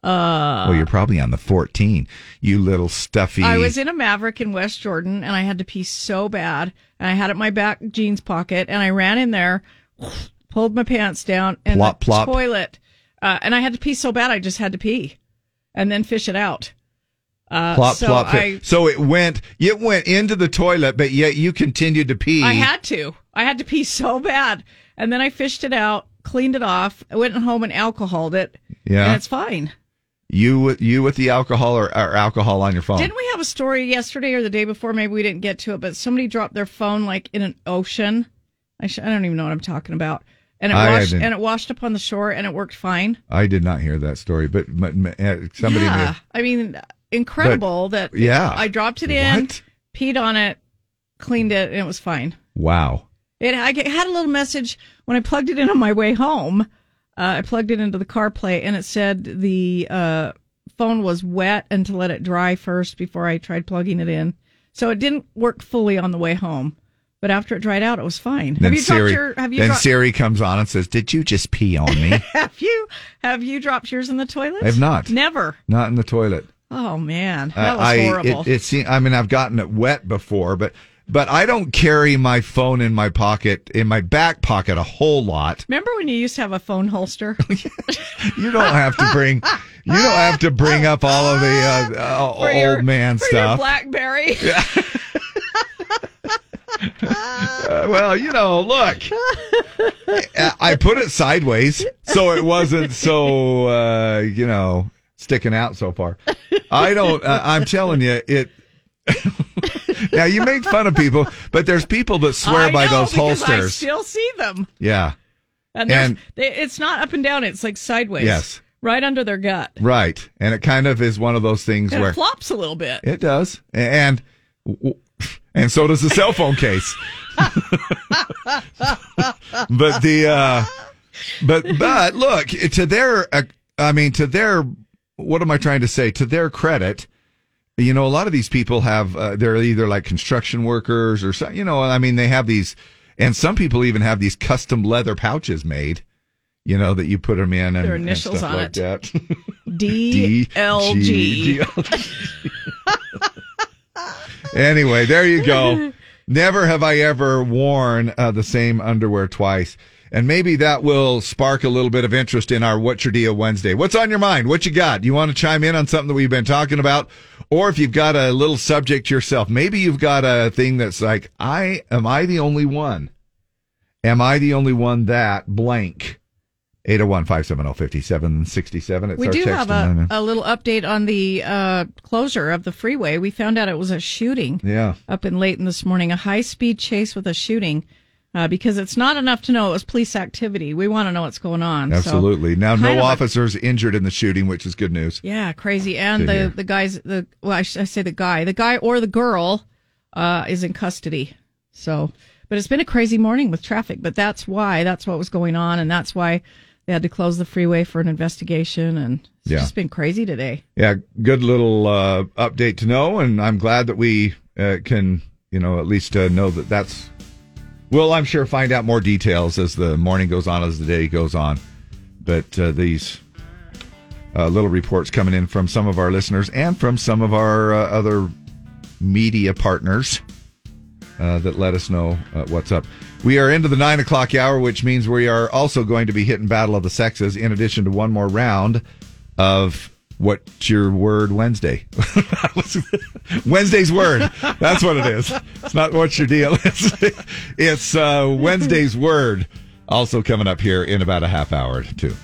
Speaker 2: Uh,
Speaker 1: well, you're probably on the fourteen. You little stuffy.
Speaker 2: I was in a Maverick in West Jordan and I had to pee so bad. And I had it in my back jeans pocket and I ran in there, pulled my pants down and
Speaker 1: Plop,
Speaker 2: the
Speaker 1: plop.
Speaker 2: toilet. Uh, and I had to pee so bad I just had to pee and then fish it out. Uh,
Speaker 1: plop
Speaker 2: so
Speaker 1: plop.
Speaker 2: I,
Speaker 1: so it went. It went into the toilet, but yet you continued to pee.
Speaker 2: I had to. I had to pee so bad. And then I fished it out, cleaned it off, I went home and alcoholed it.
Speaker 1: Yeah.
Speaker 2: And it's fine.
Speaker 1: You with you with the alcohol or, or alcohol on your phone.
Speaker 2: Didn't we have a story yesterday or the day before? Maybe we didn't get to it, but somebody dropped their phone like in an ocean. I, sh- I don't even know what I'm talking about. And it
Speaker 1: I
Speaker 2: washed
Speaker 1: didn't.
Speaker 2: and it washed up on the shore and it worked fine.
Speaker 1: I did not hear that story, but m- m- eh, somebody
Speaker 2: yeah. I mean, incredible that
Speaker 1: yeah.
Speaker 2: I dropped it in, peed on it, cleaned it, and it was fine.
Speaker 1: knew. Wow.
Speaker 2: It I get- had a little message when I plugged it in on my way home. Uh, I plugged it into the CarPlay and it said the uh, phone was wet and to let it dry first before I tried plugging it in. So it didn't work fully on the way home, but after it dried out, it was fine.
Speaker 1: Then
Speaker 2: have you
Speaker 1: Siri,
Speaker 2: dropped your Have you
Speaker 1: then
Speaker 2: dropped,
Speaker 1: Siri comes on and says, "Did you just pee on me?
Speaker 2: Have you Have you dropped yours in the toilet?
Speaker 1: I have not.
Speaker 2: Never.
Speaker 1: not in the toilet."
Speaker 2: Oh man,
Speaker 1: Uh,
Speaker 2: that was
Speaker 1: I
Speaker 2: horrible.
Speaker 1: it, it seem- I mean I've gotten it wet before, but but I don't carry my phone in my pocket in my back pocket a whole lot.
Speaker 2: Remember when you used to have a phone holster?
Speaker 1: You don't have to bring you don't have to bring up all of the uh, uh,
Speaker 2: For
Speaker 1: old
Speaker 2: your-
Speaker 1: man
Speaker 2: for your
Speaker 1: stuff.
Speaker 2: BlackBerry.
Speaker 1: Uh, well, you know, look, I I put it sideways so it wasn't so uh, you know sticking out so far. I don't. Uh, I'm telling you, it. now you make fun of people, but there's people that swear
Speaker 2: I
Speaker 1: by
Speaker 2: know,
Speaker 1: those
Speaker 2: because I
Speaker 1: holsters.
Speaker 2: still see them.
Speaker 1: yeah,
Speaker 2: And, there's-
Speaker 1: And-
Speaker 2: they, it's not up and down; it's like sideways.
Speaker 1: Yes.
Speaker 2: right under their gut.
Speaker 1: right. And it kind of is one of those things
Speaker 2: And
Speaker 1: where
Speaker 2: it flops a little bit.
Speaker 1: it does, and and so does the cell phone case. but the uh but but look to their uh, i mean to their what am i trying to say to their credit you know a lot of these people have uh, they're either like construction workers or so, you know i mean they have these and some people even have these custom leather pouches made you know that you put them in and
Speaker 2: Their
Speaker 1: and
Speaker 2: initials
Speaker 1: stuff
Speaker 2: on
Speaker 1: like
Speaker 2: it.
Speaker 1: that.
Speaker 2: D L G.
Speaker 1: anyway, there you go. Never have I ever worn uh, the same underwear twice. And maybe that will spark a little bit of interest in our What's Your Deal Wednesday. What's on your mind? What you got? You want to chime in on something that we've been talking about? Or if you've got a little subject yourself, maybe you've got a thing that's like, I am I the only one? Am I the only one that blank? 801 570 5767. It's
Speaker 2: We
Speaker 1: our
Speaker 2: do
Speaker 1: text
Speaker 2: have
Speaker 1: and
Speaker 2: a,
Speaker 1: then-
Speaker 2: a little update on the uh, closure of the freeway. We found out it was a shooting.
Speaker 1: Yeah.
Speaker 2: up in Layton this morning, a high speed chase with a shooting, uh, because it's not enough to know it was police activity. We want to know what's going on. Um, So-
Speaker 1: Absolutely. now,
Speaker 2: kind
Speaker 1: no
Speaker 2: of a-
Speaker 1: officers injured in the shooting, which is good news.
Speaker 2: yeah, crazy. And
Speaker 1: Good
Speaker 2: the,
Speaker 1: here.
Speaker 2: the guys, the well, I, should, I say the guy, the guy or the girl uh, is in custody. So, but it's been a crazy morning with traffic. But that's why that's what was going on, and that's why they had to close the freeway for an investigation. And it's
Speaker 1: Yeah.
Speaker 2: just been crazy today.
Speaker 1: Yeah, good little uh, update to know, and I'm glad that we uh, can, you know, at least uh, know that that's. We'll, I'm sure, find out more details as the morning goes on, as the day goes on. But uh, these uh, little reports coming in from some of our listeners and from some of our uh, other media partners uh, that let us know uh, what's up. We are into the nine o'clock hour, which means we are also going to be hitting Battle of the Sexes in addition to one more round of What's Your Word Wednesday. Wednesday's Word. That's what it is. It's not What's Your Deal. It's, it's uh, Wednesday's Word also coming up here in about a half hour, too.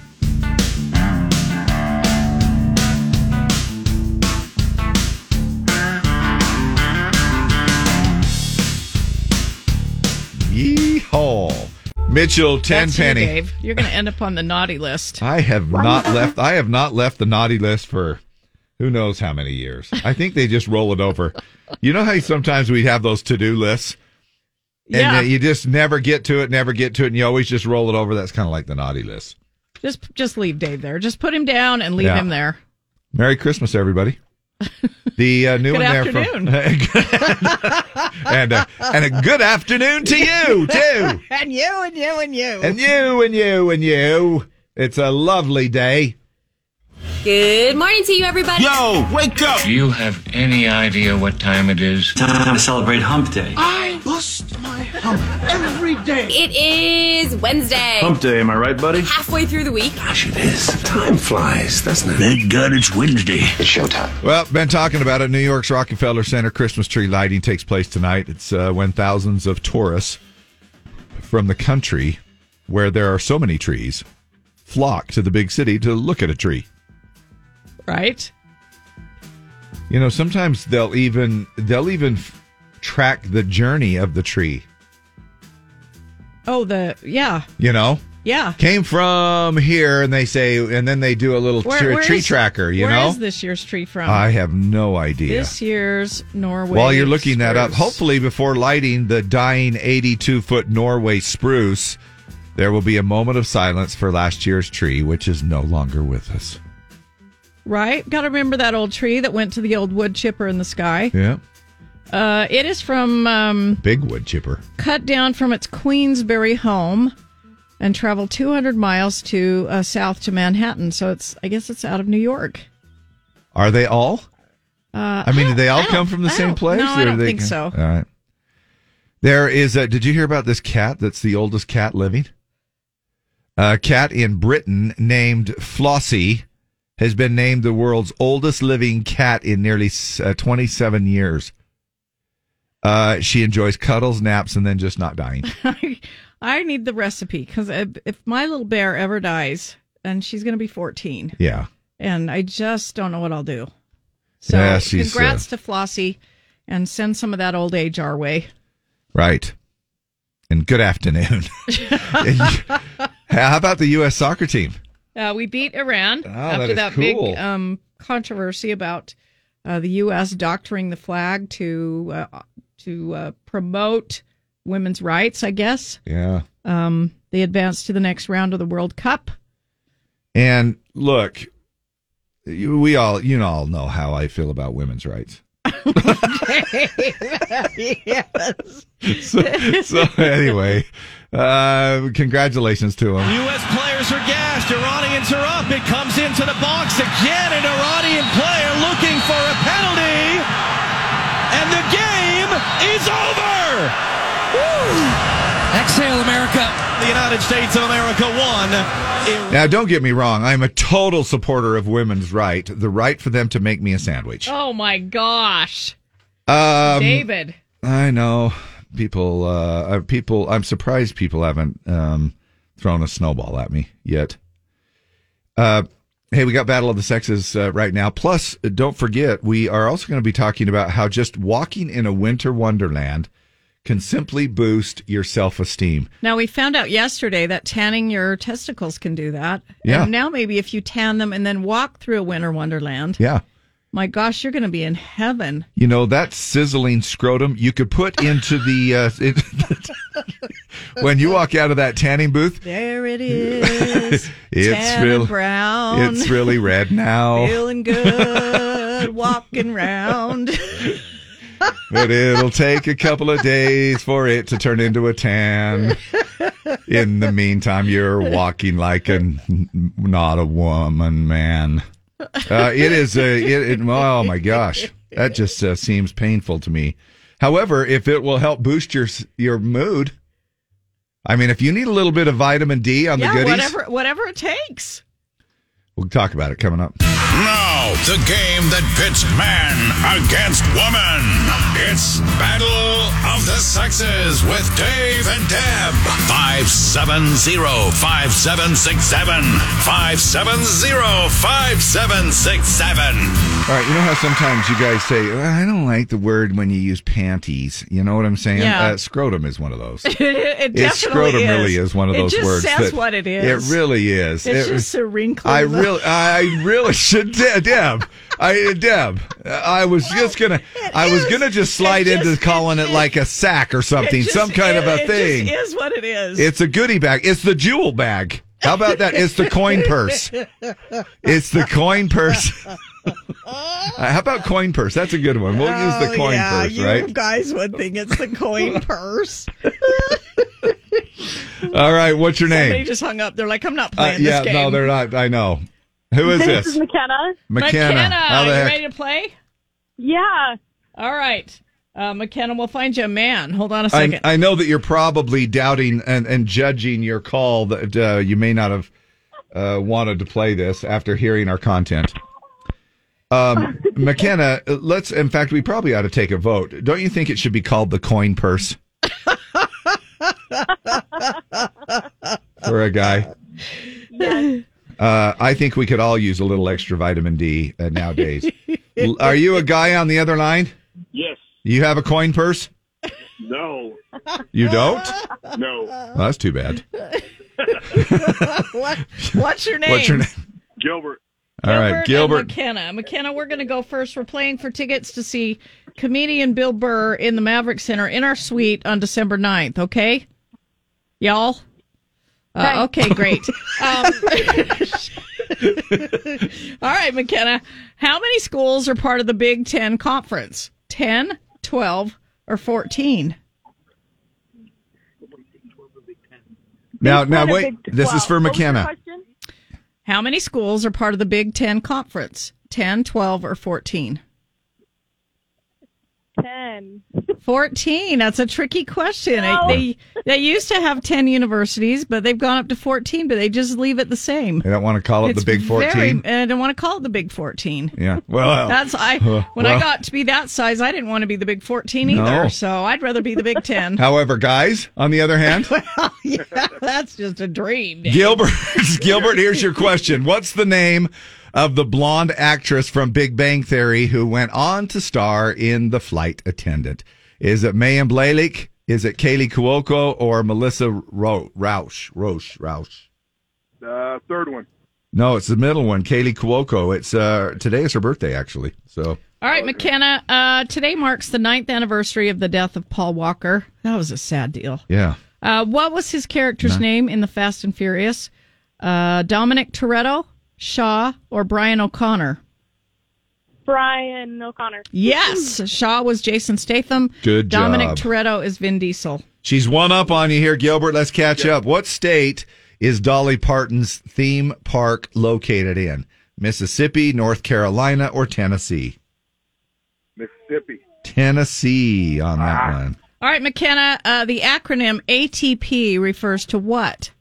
Speaker 1: Yeehaw. Mitchell Tenpenny.
Speaker 2: You, Dave. You're going to end up on the naughty list.
Speaker 1: I have not left. I have not left the naughty list for who knows how many years. I think they just roll it over. You know how sometimes we have those to do lists, and
Speaker 2: Yeah.
Speaker 1: uh, you just never get to it, never get to it, and you always just roll it over. That's kind of like the naughty list.
Speaker 2: Just just leave Dave there. Just put him down and leave
Speaker 1: Yeah.
Speaker 2: him there.
Speaker 1: Merry Christmas, everybody. The uh, new
Speaker 2: Good
Speaker 1: one there from and uh, and a good afternoon to you too,
Speaker 2: and you and you and you.
Speaker 1: and you and you and you. It's a lovely day.
Speaker 5: Good morning to you, everybody.
Speaker 1: wake up!
Speaker 7: Do you have any idea what time it is? Time to celebrate Hump Day.
Speaker 5: I lost my hump every day. It is Wednesday.
Speaker 7: Day, am I right, buddy?
Speaker 5: Halfway through the week.
Speaker 7: Gosh, it is. Time flies, doesn't it? Thank God it's Wednesday. It's showtime.
Speaker 1: Well, been talking about it. New York's Rockefeller Center Christmas tree lighting takes place tonight. It's uh, when thousands of tourists from the country, where there are so many trees, flock to the big city to look at a tree.
Speaker 2: Right?
Speaker 1: You know, sometimes they'll even they'll even f- track the journey of the tree.
Speaker 2: Oh, the yeah,
Speaker 1: You know,
Speaker 2: yeah.
Speaker 1: came from here, and they say, and then they do a little
Speaker 2: Where-
Speaker 1: tree-
Speaker 2: where
Speaker 1: tree
Speaker 2: is-
Speaker 1: tracker. You
Speaker 2: where
Speaker 1: know,
Speaker 2: is this year's tree from?
Speaker 1: I have no idea.
Speaker 2: This year's Norway.
Speaker 1: While you're looking that up,
Speaker 2: spruce.
Speaker 1: hopefully before lighting the dying 82 foot Norway spruce, there will be a moment of silence for last year's tree, which is no longer with us.
Speaker 2: right? Got to remember that old tree that went to the old wood chipper in the sky.
Speaker 1: Yeah.
Speaker 2: Uh, it is from um,
Speaker 1: Big wood chipper.
Speaker 2: cut down from its Queensbury home and traveled 200 miles to uh, south to Manhattan. So it's, I guess, it's out of New York.
Speaker 1: Are they all?
Speaker 2: Uh,
Speaker 1: I mean, do they all
Speaker 2: I don't-
Speaker 1: come from the
Speaker 2: I
Speaker 1: same
Speaker 2: don't-
Speaker 1: place?
Speaker 2: No, I
Speaker 1: or
Speaker 2: don't
Speaker 1: they
Speaker 2: think
Speaker 1: can-
Speaker 2: so.
Speaker 1: All right. There is a. Did you hear about this cat that's the oldest cat living? A cat in Britain named Flossie has been named the world's oldest living cat in nearly uh, 27 years. Uh, she enjoys cuddles, naps, and then just not dying.
Speaker 2: I need the recipe because if my little bear ever dies, and she's going to be 14,
Speaker 1: Yeah.
Speaker 2: and I just don't know what I'll do. So
Speaker 1: Yeah, she's, uh,
Speaker 2: congrats to Flossie and send some of that old age our way.
Speaker 1: Right. And good afternoon. How about the U.S. soccer team?
Speaker 2: Uh, we beat Iran after
Speaker 1: Ah, that is
Speaker 2: that
Speaker 1: cool.
Speaker 2: big um, controversy about uh, the U.S. doctoring the flag to uh, to uh, promote women's rights. I guess
Speaker 1: Yeah.
Speaker 2: um, they advanced to the next round of the World Cup.
Speaker 1: And look, you- we all, you all know how I feel about women's rights.
Speaker 2: yes.
Speaker 1: So, so anyway, uh, congratulations to them.
Speaker 10: U.S. players are gassed. Iranians are up. It comes into the box again. An Iranian player looking for a penalty. And the game is over. Exhale, America. The United States of America won.
Speaker 1: Now, don't get me wrong. I'm a total supporter of women's right, the right for them to make me a sandwich.
Speaker 2: Oh my gosh,
Speaker 1: Um,
Speaker 2: David!
Speaker 1: I know people. Uh, uh, people. I'm surprised people haven't um, thrown a snowball at me yet. Uh, hey, we got Battle of the Sexes uh, right now. Plus, uh, don't forget, we are also going to be talking about how just walking in a winter wonderland can simply boost your self esteem.
Speaker 2: Now we found out yesterday that tanning your testicles can do that.
Speaker 1: Yeah.
Speaker 2: And now maybe if you tan them and then walk through a winter wonderland,
Speaker 1: Yeah.
Speaker 2: my gosh, you're going to be in heaven.
Speaker 1: You know that sizzling scrotum you could put into the uh, it, when you walk out of that tanning booth.
Speaker 2: There it is. Tan and
Speaker 1: real-
Speaker 2: brown.
Speaker 1: It's really red now.
Speaker 2: Feeling good, walking round.
Speaker 1: but it'll take a couple of days for it to turn into a tan. In the meantime, you're walking like a n- not a woman, man. Uh, it is a it, it- oh my gosh, that just uh, seems painful to me. However, if it will help boost your s- your mood, I mean, if you need a little bit of vitamin D on
Speaker 2: yeah,
Speaker 1: the goodies,
Speaker 2: whatever, whatever it takes.
Speaker 1: we'll talk about it coming up.
Speaker 9: Now, the game that pits man against woman. It's Battle of the Sexes with Dave and Deb. 570-5767. 570-5767.
Speaker 1: All right, you know how sometimes you guys say, I don't like the word when you use panties. You know what I'm saying?
Speaker 2: Yeah.
Speaker 1: Uh, scrotum is one of those.
Speaker 2: it, it
Speaker 1: It's-
Speaker 2: definitely
Speaker 1: scrotum really is one of those
Speaker 2: it just
Speaker 1: words
Speaker 2: Says
Speaker 1: that-
Speaker 2: what it is.
Speaker 1: It really is.
Speaker 2: It's
Speaker 1: It-
Speaker 2: just a wrinkle.
Speaker 1: I
Speaker 2: in the-
Speaker 1: really, I really should, De- Deb. I, Deb, I was just gonna, I was gonna just slide into calling it like a sack or something,
Speaker 2: It just
Speaker 1: some kind
Speaker 2: is-
Speaker 1: of a thing.
Speaker 2: It just is what it is.
Speaker 1: It's a goodie bag. It's the jewel bag. How about that? It's the coin purse. It's the coin purse. Uh, How about coin purse? That's a good one. We'll use the
Speaker 2: Oh,
Speaker 1: coin
Speaker 2: yeah,
Speaker 1: purse,
Speaker 2: you
Speaker 1: right?
Speaker 2: guys would think it's the coin purse.
Speaker 1: All right. What's your
Speaker 2: Somebody
Speaker 1: name?
Speaker 2: just hung up. They're like, I'm not
Speaker 1: Uh,
Speaker 2: playing
Speaker 1: yeah,
Speaker 2: this game.
Speaker 1: no, they're not. I know. Who is this?
Speaker 2: McKenna.
Speaker 1: McKenna. How the
Speaker 2: are you
Speaker 1: heck-
Speaker 2: ready to play? Yeah. All right. Uh, McKenna, we'll find you a man. Hold on a
Speaker 1: I,
Speaker 2: second.
Speaker 1: I know that you're probably doubting and, and judging your call that uh, you may not have uh, wanted to play this after hearing our content. Um, McKenna, let's. In fact, we probably ought to take a vote. Don't you think it should be called the coin purse for a guy? Uh, I think we could all use a little extra vitamin D uh, nowadays. L- Are you a guy on the other line?
Speaker 12: Yes.
Speaker 1: You have a coin purse?
Speaker 12: No.
Speaker 1: You don't?
Speaker 12: No.
Speaker 1: Well, that's too bad.
Speaker 2: What- what's your name?
Speaker 1: What's your name?
Speaker 12: Gilbert.
Speaker 1: All right, Gilbert.
Speaker 2: and McKenna. McKenna, we're going to go first. We're playing for tickets to see comedian Bill Burr in the Maverick Center in our suite on December 9th, okay? Y'all? Uh, okay, great. Um, all right, McKenna. How many schools are part of the Big Ten Conference? 10, 12, or 14?
Speaker 1: Now, now
Speaker 2: Big
Speaker 1: wait.
Speaker 2: Ten or
Speaker 1: This is for
Speaker 2: Big Twelve? What was
Speaker 1: McKenna.
Speaker 2: your question? How many schools are part of the Big Ten Conference? 10, 12, or 14?
Speaker 13: 10.
Speaker 2: 14. That's a tricky question.
Speaker 13: No.
Speaker 2: They, they used to have 10 universities, but they've gone up to 14, but they just leave it the same.
Speaker 1: They don't want to call it
Speaker 2: It's
Speaker 1: the Big
Speaker 2: very-
Speaker 1: Fourteen.
Speaker 2: I don't want to call it the Big 14.
Speaker 1: yeah. Well,
Speaker 2: that's I
Speaker 1: uh,
Speaker 2: when I
Speaker 1: well.
Speaker 2: got to be that size, I didn't want to be the Big 14
Speaker 1: No.
Speaker 2: either. So I'd rather be the Big 10.
Speaker 1: However, guys, on the other hand,
Speaker 2: yeah, that's just a dream. Dave.
Speaker 1: Gilbert, Gilbert, here's your question. What's the name of the blonde actress from Big Bang Theory who went on to star in The Flight Attendant? Is it Mayim Blalik? Is it Kaylee Cuoco or Melissa Ro- Roush? Roche, Roush.
Speaker 21: Uh, third one.
Speaker 1: No, it's the middle one, Kaylee Cuoco. It's uh, today is her birthday actually. So
Speaker 2: All right, McKenna. Uh, today marks the ninth anniversary of the death of Paul Walker. That was a sad deal.
Speaker 1: yeah.
Speaker 2: Uh, what was his character's
Speaker 1: Nah.
Speaker 2: name in the Fast and Furious? Uh, Dominic Toretto, Shaw, or Brian O'Connor?
Speaker 13: Brian O'Connor.
Speaker 2: Yes, Shaw was Jason Statham.
Speaker 1: Good
Speaker 2: Dominic
Speaker 1: job.
Speaker 2: Toretto is Vin Diesel.
Speaker 1: She's one up on you here, Gilbert. Let's catch up. What state is Dolly Parton's theme park located in? Mississippi, North Carolina, or Tennessee?
Speaker 21: Mississippi.
Speaker 1: Tennessee on that one.
Speaker 2: All right, McKenna. Uh, the acronym ATP refers to what?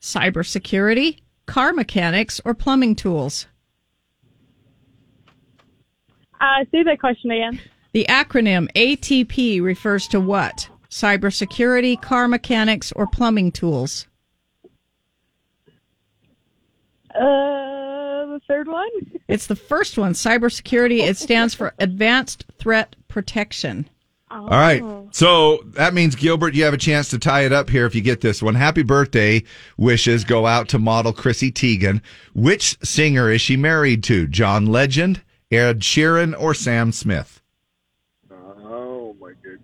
Speaker 2: Cybersecurity, car mechanics, or plumbing tools?
Speaker 13: Uh, say that question again.
Speaker 2: The acronym ATP refers to what? Cybersecurity, car mechanics, or plumbing tools?
Speaker 13: Uh, the third one?
Speaker 2: It's the first one, cybersecurity. It stands for Advanced Threat Protection.
Speaker 1: All right. So that means, Gilbert, you have a chance to tie it up here if you get this one. Happy birthday wishes go out to model Chrissy Teigen. Which singer is she married to? John Legend, Ed Sheeran, or Sam Smith?
Speaker 21: Oh my goodness.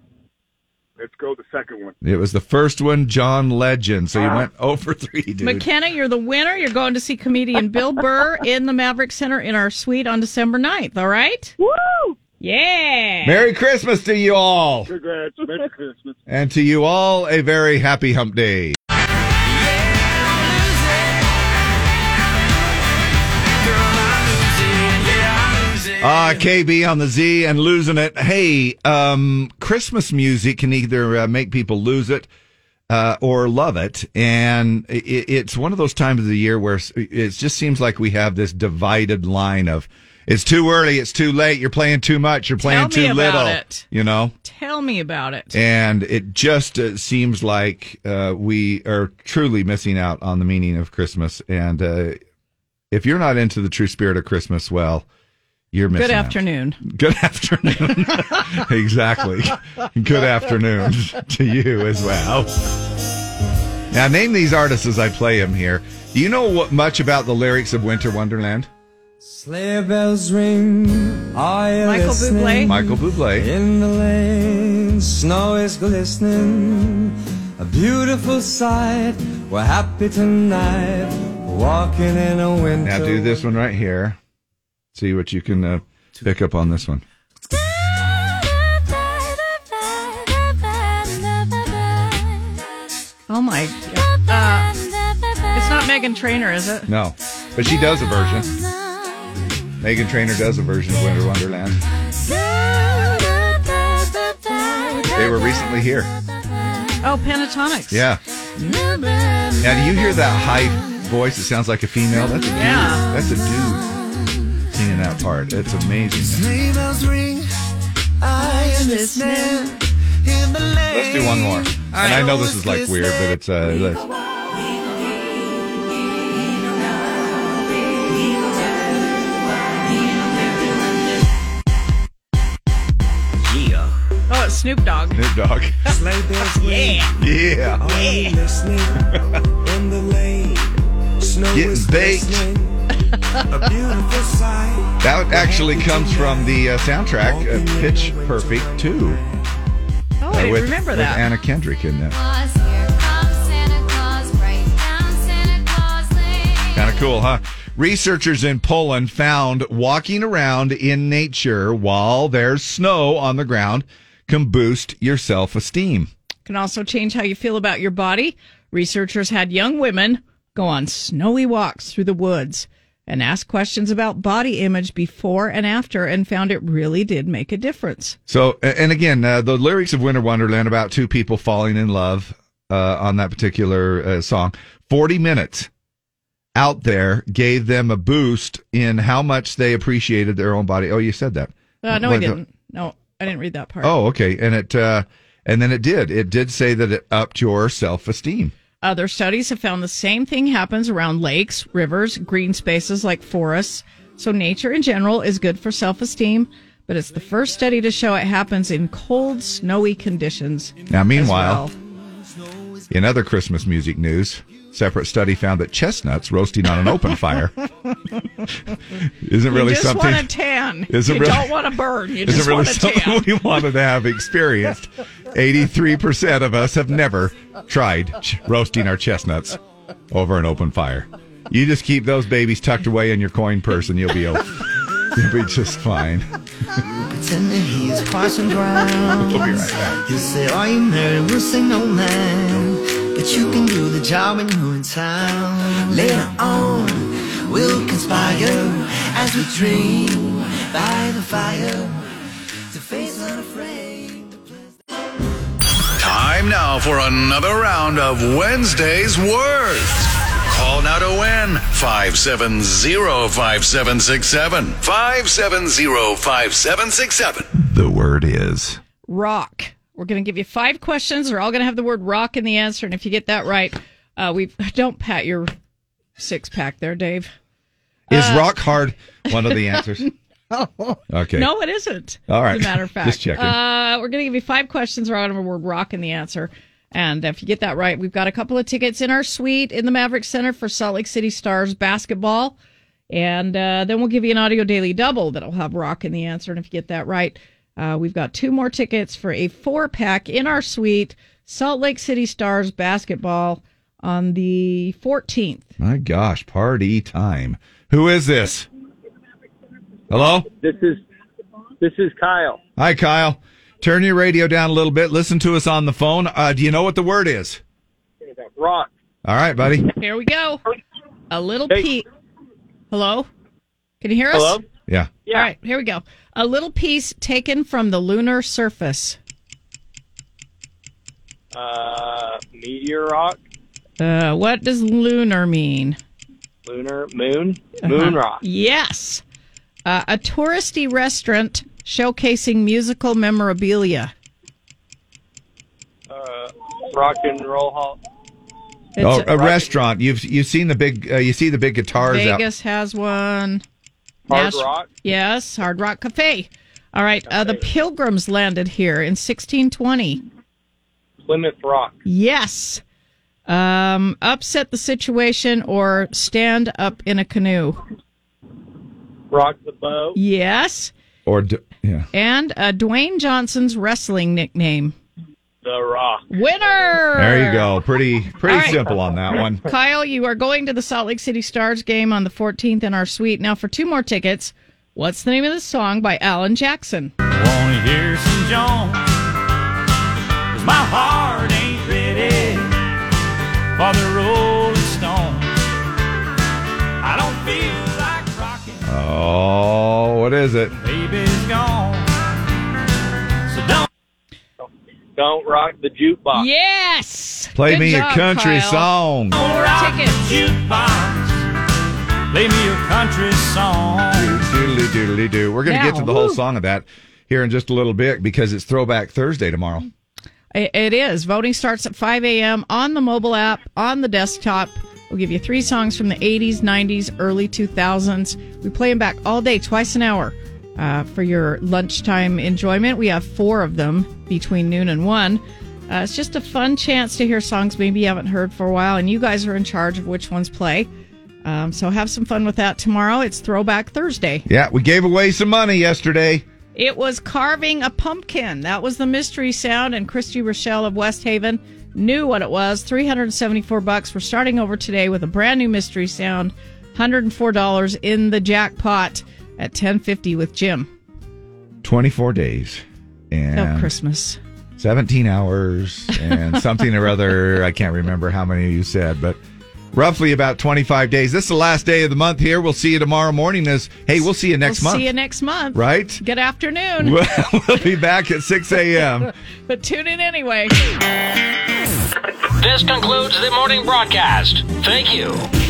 Speaker 21: Let's go the second one.
Speaker 1: It was the first one, John Legend. So you went over 3, dude.
Speaker 2: McKenna, you're the winner. You're going to see comedian Bill Burr in the Maverick Center in our suite on December 9th, all right? Woo! Yeah.
Speaker 1: Merry Christmas to you all.
Speaker 21: Congrats. Merry Christmas.
Speaker 1: And to you all, a very happy hump day. Ah, KB on the Z and losing it. Hey, um, Christmas music can either uh, make people lose it uh, or love it, and i i- it's one of those times of the year where s- it just seems like we have this divided line of it's too early, it's too late, you're playing too much, you're playing
Speaker 2: Tell me
Speaker 1: too
Speaker 2: about
Speaker 1: little,
Speaker 2: it.
Speaker 1: you know.
Speaker 2: Tell me about it.
Speaker 1: And it just uh, seems like uh, we are truly missing out on the meaning of Christmas. And uh, if you're not into the true spirit of Christmas, well, You're missing
Speaker 2: Good
Speaker 1: out.
Speaker 2: afternoon.
Speaker 1: Good afternoon. exactly. Good afternoon to you as well. Now, name these artists as I play them here. Do you know what much about the lyrics of Winter Wonderland?
Speaker 14: Sleigh bells ring. Are you
Speaker 2: Michael
Speaker 14: listening?
Speaker 2: Bublé?
Speaker 1: Michael Bublé.
Speaker 14: In the lane, snow is glistening. A beautiful sight. We're happy tonight. Walking in a winter.
Speaker 1: Now, do this one right here. See what you can uh, pick up on this one.
Speaker 2: Oh my. God. Uh, it's not Megan Trainer, is it?
Speaker 1: No, but she does a version. Megan Trainor does a version of Winter Wonderland. They were recently here.
Speaker 2: Oh, Pentatonics.
Speaker 1: Yeah. Now, do you hear that high voice? It sounds like a female. That's a dude.
Speaker 2: Yeah.
Speaker 1: That's a dude singing that part. It's amazing.
Speaker 14: Sleigh bells ring. Are you listening? In the lane.
Speaker 1: Let's do one more. And I know this is like weird, but it's uh, this.
Speaker 14: Yeah.
Speaker 2: Oh, it's Snoop Dogg.
Speaker 1: Snoop Dogg.
Speaker 14: Sleigh bells ring.
Speaker 1: Yeah.
Speaker 14: Are you listening? In the lane. Snow
Speaker 1: Getting
Speaker 14: is
Speaker 1: baked.
Speaker 14: glistening. A beautiful sight.
Speaker 1: That actually comes from the uh, soundtrack of Pitch Perfect 2.
Speaker 2: Oh,
Speaker 1: uh,
Speaker 2: I
Speaker 1: with,
Speaker 2: remember
Speaker 1: with
Speaker 2: that.
Speaker 1: Anna Kendrick in that. Kind of cool, huh? Researchers in Poland found walking around in nature while there's snow on the ground can boost your self esteem.
Speaker 2: Can also change how you feel about your body. Researchers had young women go on snowy walks through the woods and ask questions about body image before and after and found it really did make a difference.
Speaker 1: So, a- and again, uh, the lyrics of Winter Wonderland about two people falling in love uh, on that particular uh, song, 40 minutes out there gave them a boost in how much they appreciated their own body. Oh, you said that.
Speaker 2: Uh, no, I
Speaker 1: What-
Speaker 2: didn't. No, I didn't read that part.
Speaker 1: Oh, okay. And it, uh, and then it did. It did say that it upped your self esteem.
Speaker 2: Other studies have found the same thing happens around lakes, rivers, green spaces like forests. So nature in general is good for self-esteem, but it's the first study to show it happens in cold, snowy conditions.
Speaker 1: Now,
Speaker 2: as
Speaker 1: meanwhile,
Speaker 2: well.
Speaker 1: in other Christmas music news, separate study found that chestnuts roasting on an open fire isn't really
Speaker 2: you just
Speaker 1: something.
Speaker 2: want a tan.
Speaker 1: Isn't
Speaker 2: you
Speaker 1: really-
Speaker 2: don't want to burn. You
Speaker 1: isn't
Speaker 2: just
Speaker 1: really
Speaker 2: want a tan.
Speaker 1: something we wanted to have experienced. 83% of us have never tried ch- roasting our chestnuts over an open fire. You just keep those babies tucked away in your coin purse and you'll be, o- you'll be just fine.
Speaker 16: Pretend that he's crossing ground.
Speaker 1: We'll be right back.
Speaker 16: You say, Are you married? We'll say no, man. But you can do the job when you're in town. Later on, we'll conspire as we dream by the fire. To face unafraid.
Speaker 9: Time now for another round of Wednesday's Words. Call now to win 570-5767. 570-5767.
Speaker 1: The word is.
Speaker 2: rock. We're going to give you five questions. They're all going to have the word rock in the answer. And if you get that right, uh, we don't pat your six pack there, Dave.
Speaker 1: Is
Speaker 2: Uh,
Speaker 1: rock hard one of the answers?
Speaker 2: no.
Speaker 1: Okay.
Speaker 2: No, it isn't.
Speaker 1: All right.
Speaker 2: As a matter of fact.
Speaker 1: Just checking.
Speaker 2: Uh, we're going to give you five questions around the word rock in the answer. And if you get that right, we've got a couple of tickets in our suite in the Maverick Center for Salt Lake City Stars basketball. And uh, then we'll give you an audio daily double that'll have rock in the answer. And if you get that right, uh, we've got two more tickets for a four pack in our suite, Salt Lake City Stars basketball on the 14th.
Speaker 1: My gosh, party time. Who is this? Hello?
Speaker 23: This is this is Kyle.
Speaker 1: Hi, Kyle. Turn your radio down a little bit. Listen to us on the phone. Uh, do you know what the word is?
Speaker 23: Rock.
Speaker 1: All right, buddy.
Speaker 2: Here we go. A little piece. Hello? Can you hear us?
Speaker 1: Hello? Yeah.
Speaker 2: All right, here we go. A little piece taken from the lunar surface.
Speaker 23: Uh, meteor rock,
Speaker 2: Uh, what does lunar mean?
Speaker 23: lunar, moon,
Speaker 2: Uh-huh.
Speaker 23: moon rock.
Speaker 2: Yes. Uh, a touristy restaurant showcasing musical memorabilia.
Speaker 23: Uh, rock and roll hall.
Speaker 2: It's
Speaker 1: oh, a,
Speaker 2: a-
Speaker 1: restaurant. You've you've seen the big. Uh, you see the big guitars out.
Speaker 2: Vegas has one.
Speaker 23: Hard Rock.
Speaker 2: Yes, Hard Rock Cafe. All right. Uh, the Pilgrims landed here in 1620.
Speaker 23: Plymouth Rock.
Speaker 2: Yes. Um, upset the situation or stand up in a canoe.
Speaker 23: Rock the Boat.
Speaker 2: Yes.
Speaker 1: Or d- yeah.
Speaker 2: And uh, Dwayne Johnson's wrestling nickname.
Speaker 23: The Rock.
Speaker 2: Winner.
Speaker 1: There you go. Pretty pretty
Speaker 2: All right.
Speaker 1: simple on that one.
Speaker 2: Kyle, you are going to the Salt Lake City Stars game on the 14th in our suite. Now, for two more tickets, what's the name of the song by Alan Jackson?
Speaker 4: Wanna hear some Jones? 'Cause my heart ain't ready for the Rolling Stones. I don't feel like rocking,
Speaker 1: Oh, what is it?
Speaker 4: baby's gone. So don't.
Speaker 23: Don't rock the jukebox.
Speaker 2: Yes.
Speaker 1: Play me a country song.
Speaker 4: tickets. Jukebox. Play me a country song.
Speaker 1: Doodly doodly doo. We're going to get
Speaker 2: Now,
Speaker 1: to the whole
Speaker 2: woo.
Speaker 1: song of that here in just a little bit because it's Throwback Thursday tomorrow.
Speaker 2: Mm-hmm. I- It is. Voting starts at 5 a.m. on the mobile app, on the desktop. We'll give you three songs from the 80s, 90s, early 2000s. We play them back all day, twice an hour uh, for your lunchtime enjoyment. We have four of them between noon and 1. Uh, it's just a fun chance to hear songs maybe you haven't heard for a while, and you guys are in charge of which ones play. Um, so have some fun with that tomorrow. It's Throwback Thursday.
Speaker 1: Yeah, we gave away some money yesterday.
Speaker 2: It was carving a pumpkin. That was the mystery sound, and Christy Rochelle of West Haven knew what it was. Three hundred seventy-four bucks. We're starting over today with a brand new mystery sound. Hundred and four dollars in the jackpot at ten fifty with Jim.
Speaker 1: 24 days and
Speaker 2: Till Oh, Christmas.
Speaker 1: 17 hours and something or other. I can't remember how many you said, but roughly about 25 days. This is the last day of the month here. We'll see you tomorrow morning as hey, we'll see you next
Speaker 2: we'll
Speaker 1: month.
Speaker 2: See you next month.
Speaker 1: Right?
Speaker 2: Good afternoon.
Speaker 1: We'll, we'll be back at 6 a.m.
Speaker 2: but tune in anyway.
Speaker 8: This concludes the morning broadcast. Thank you.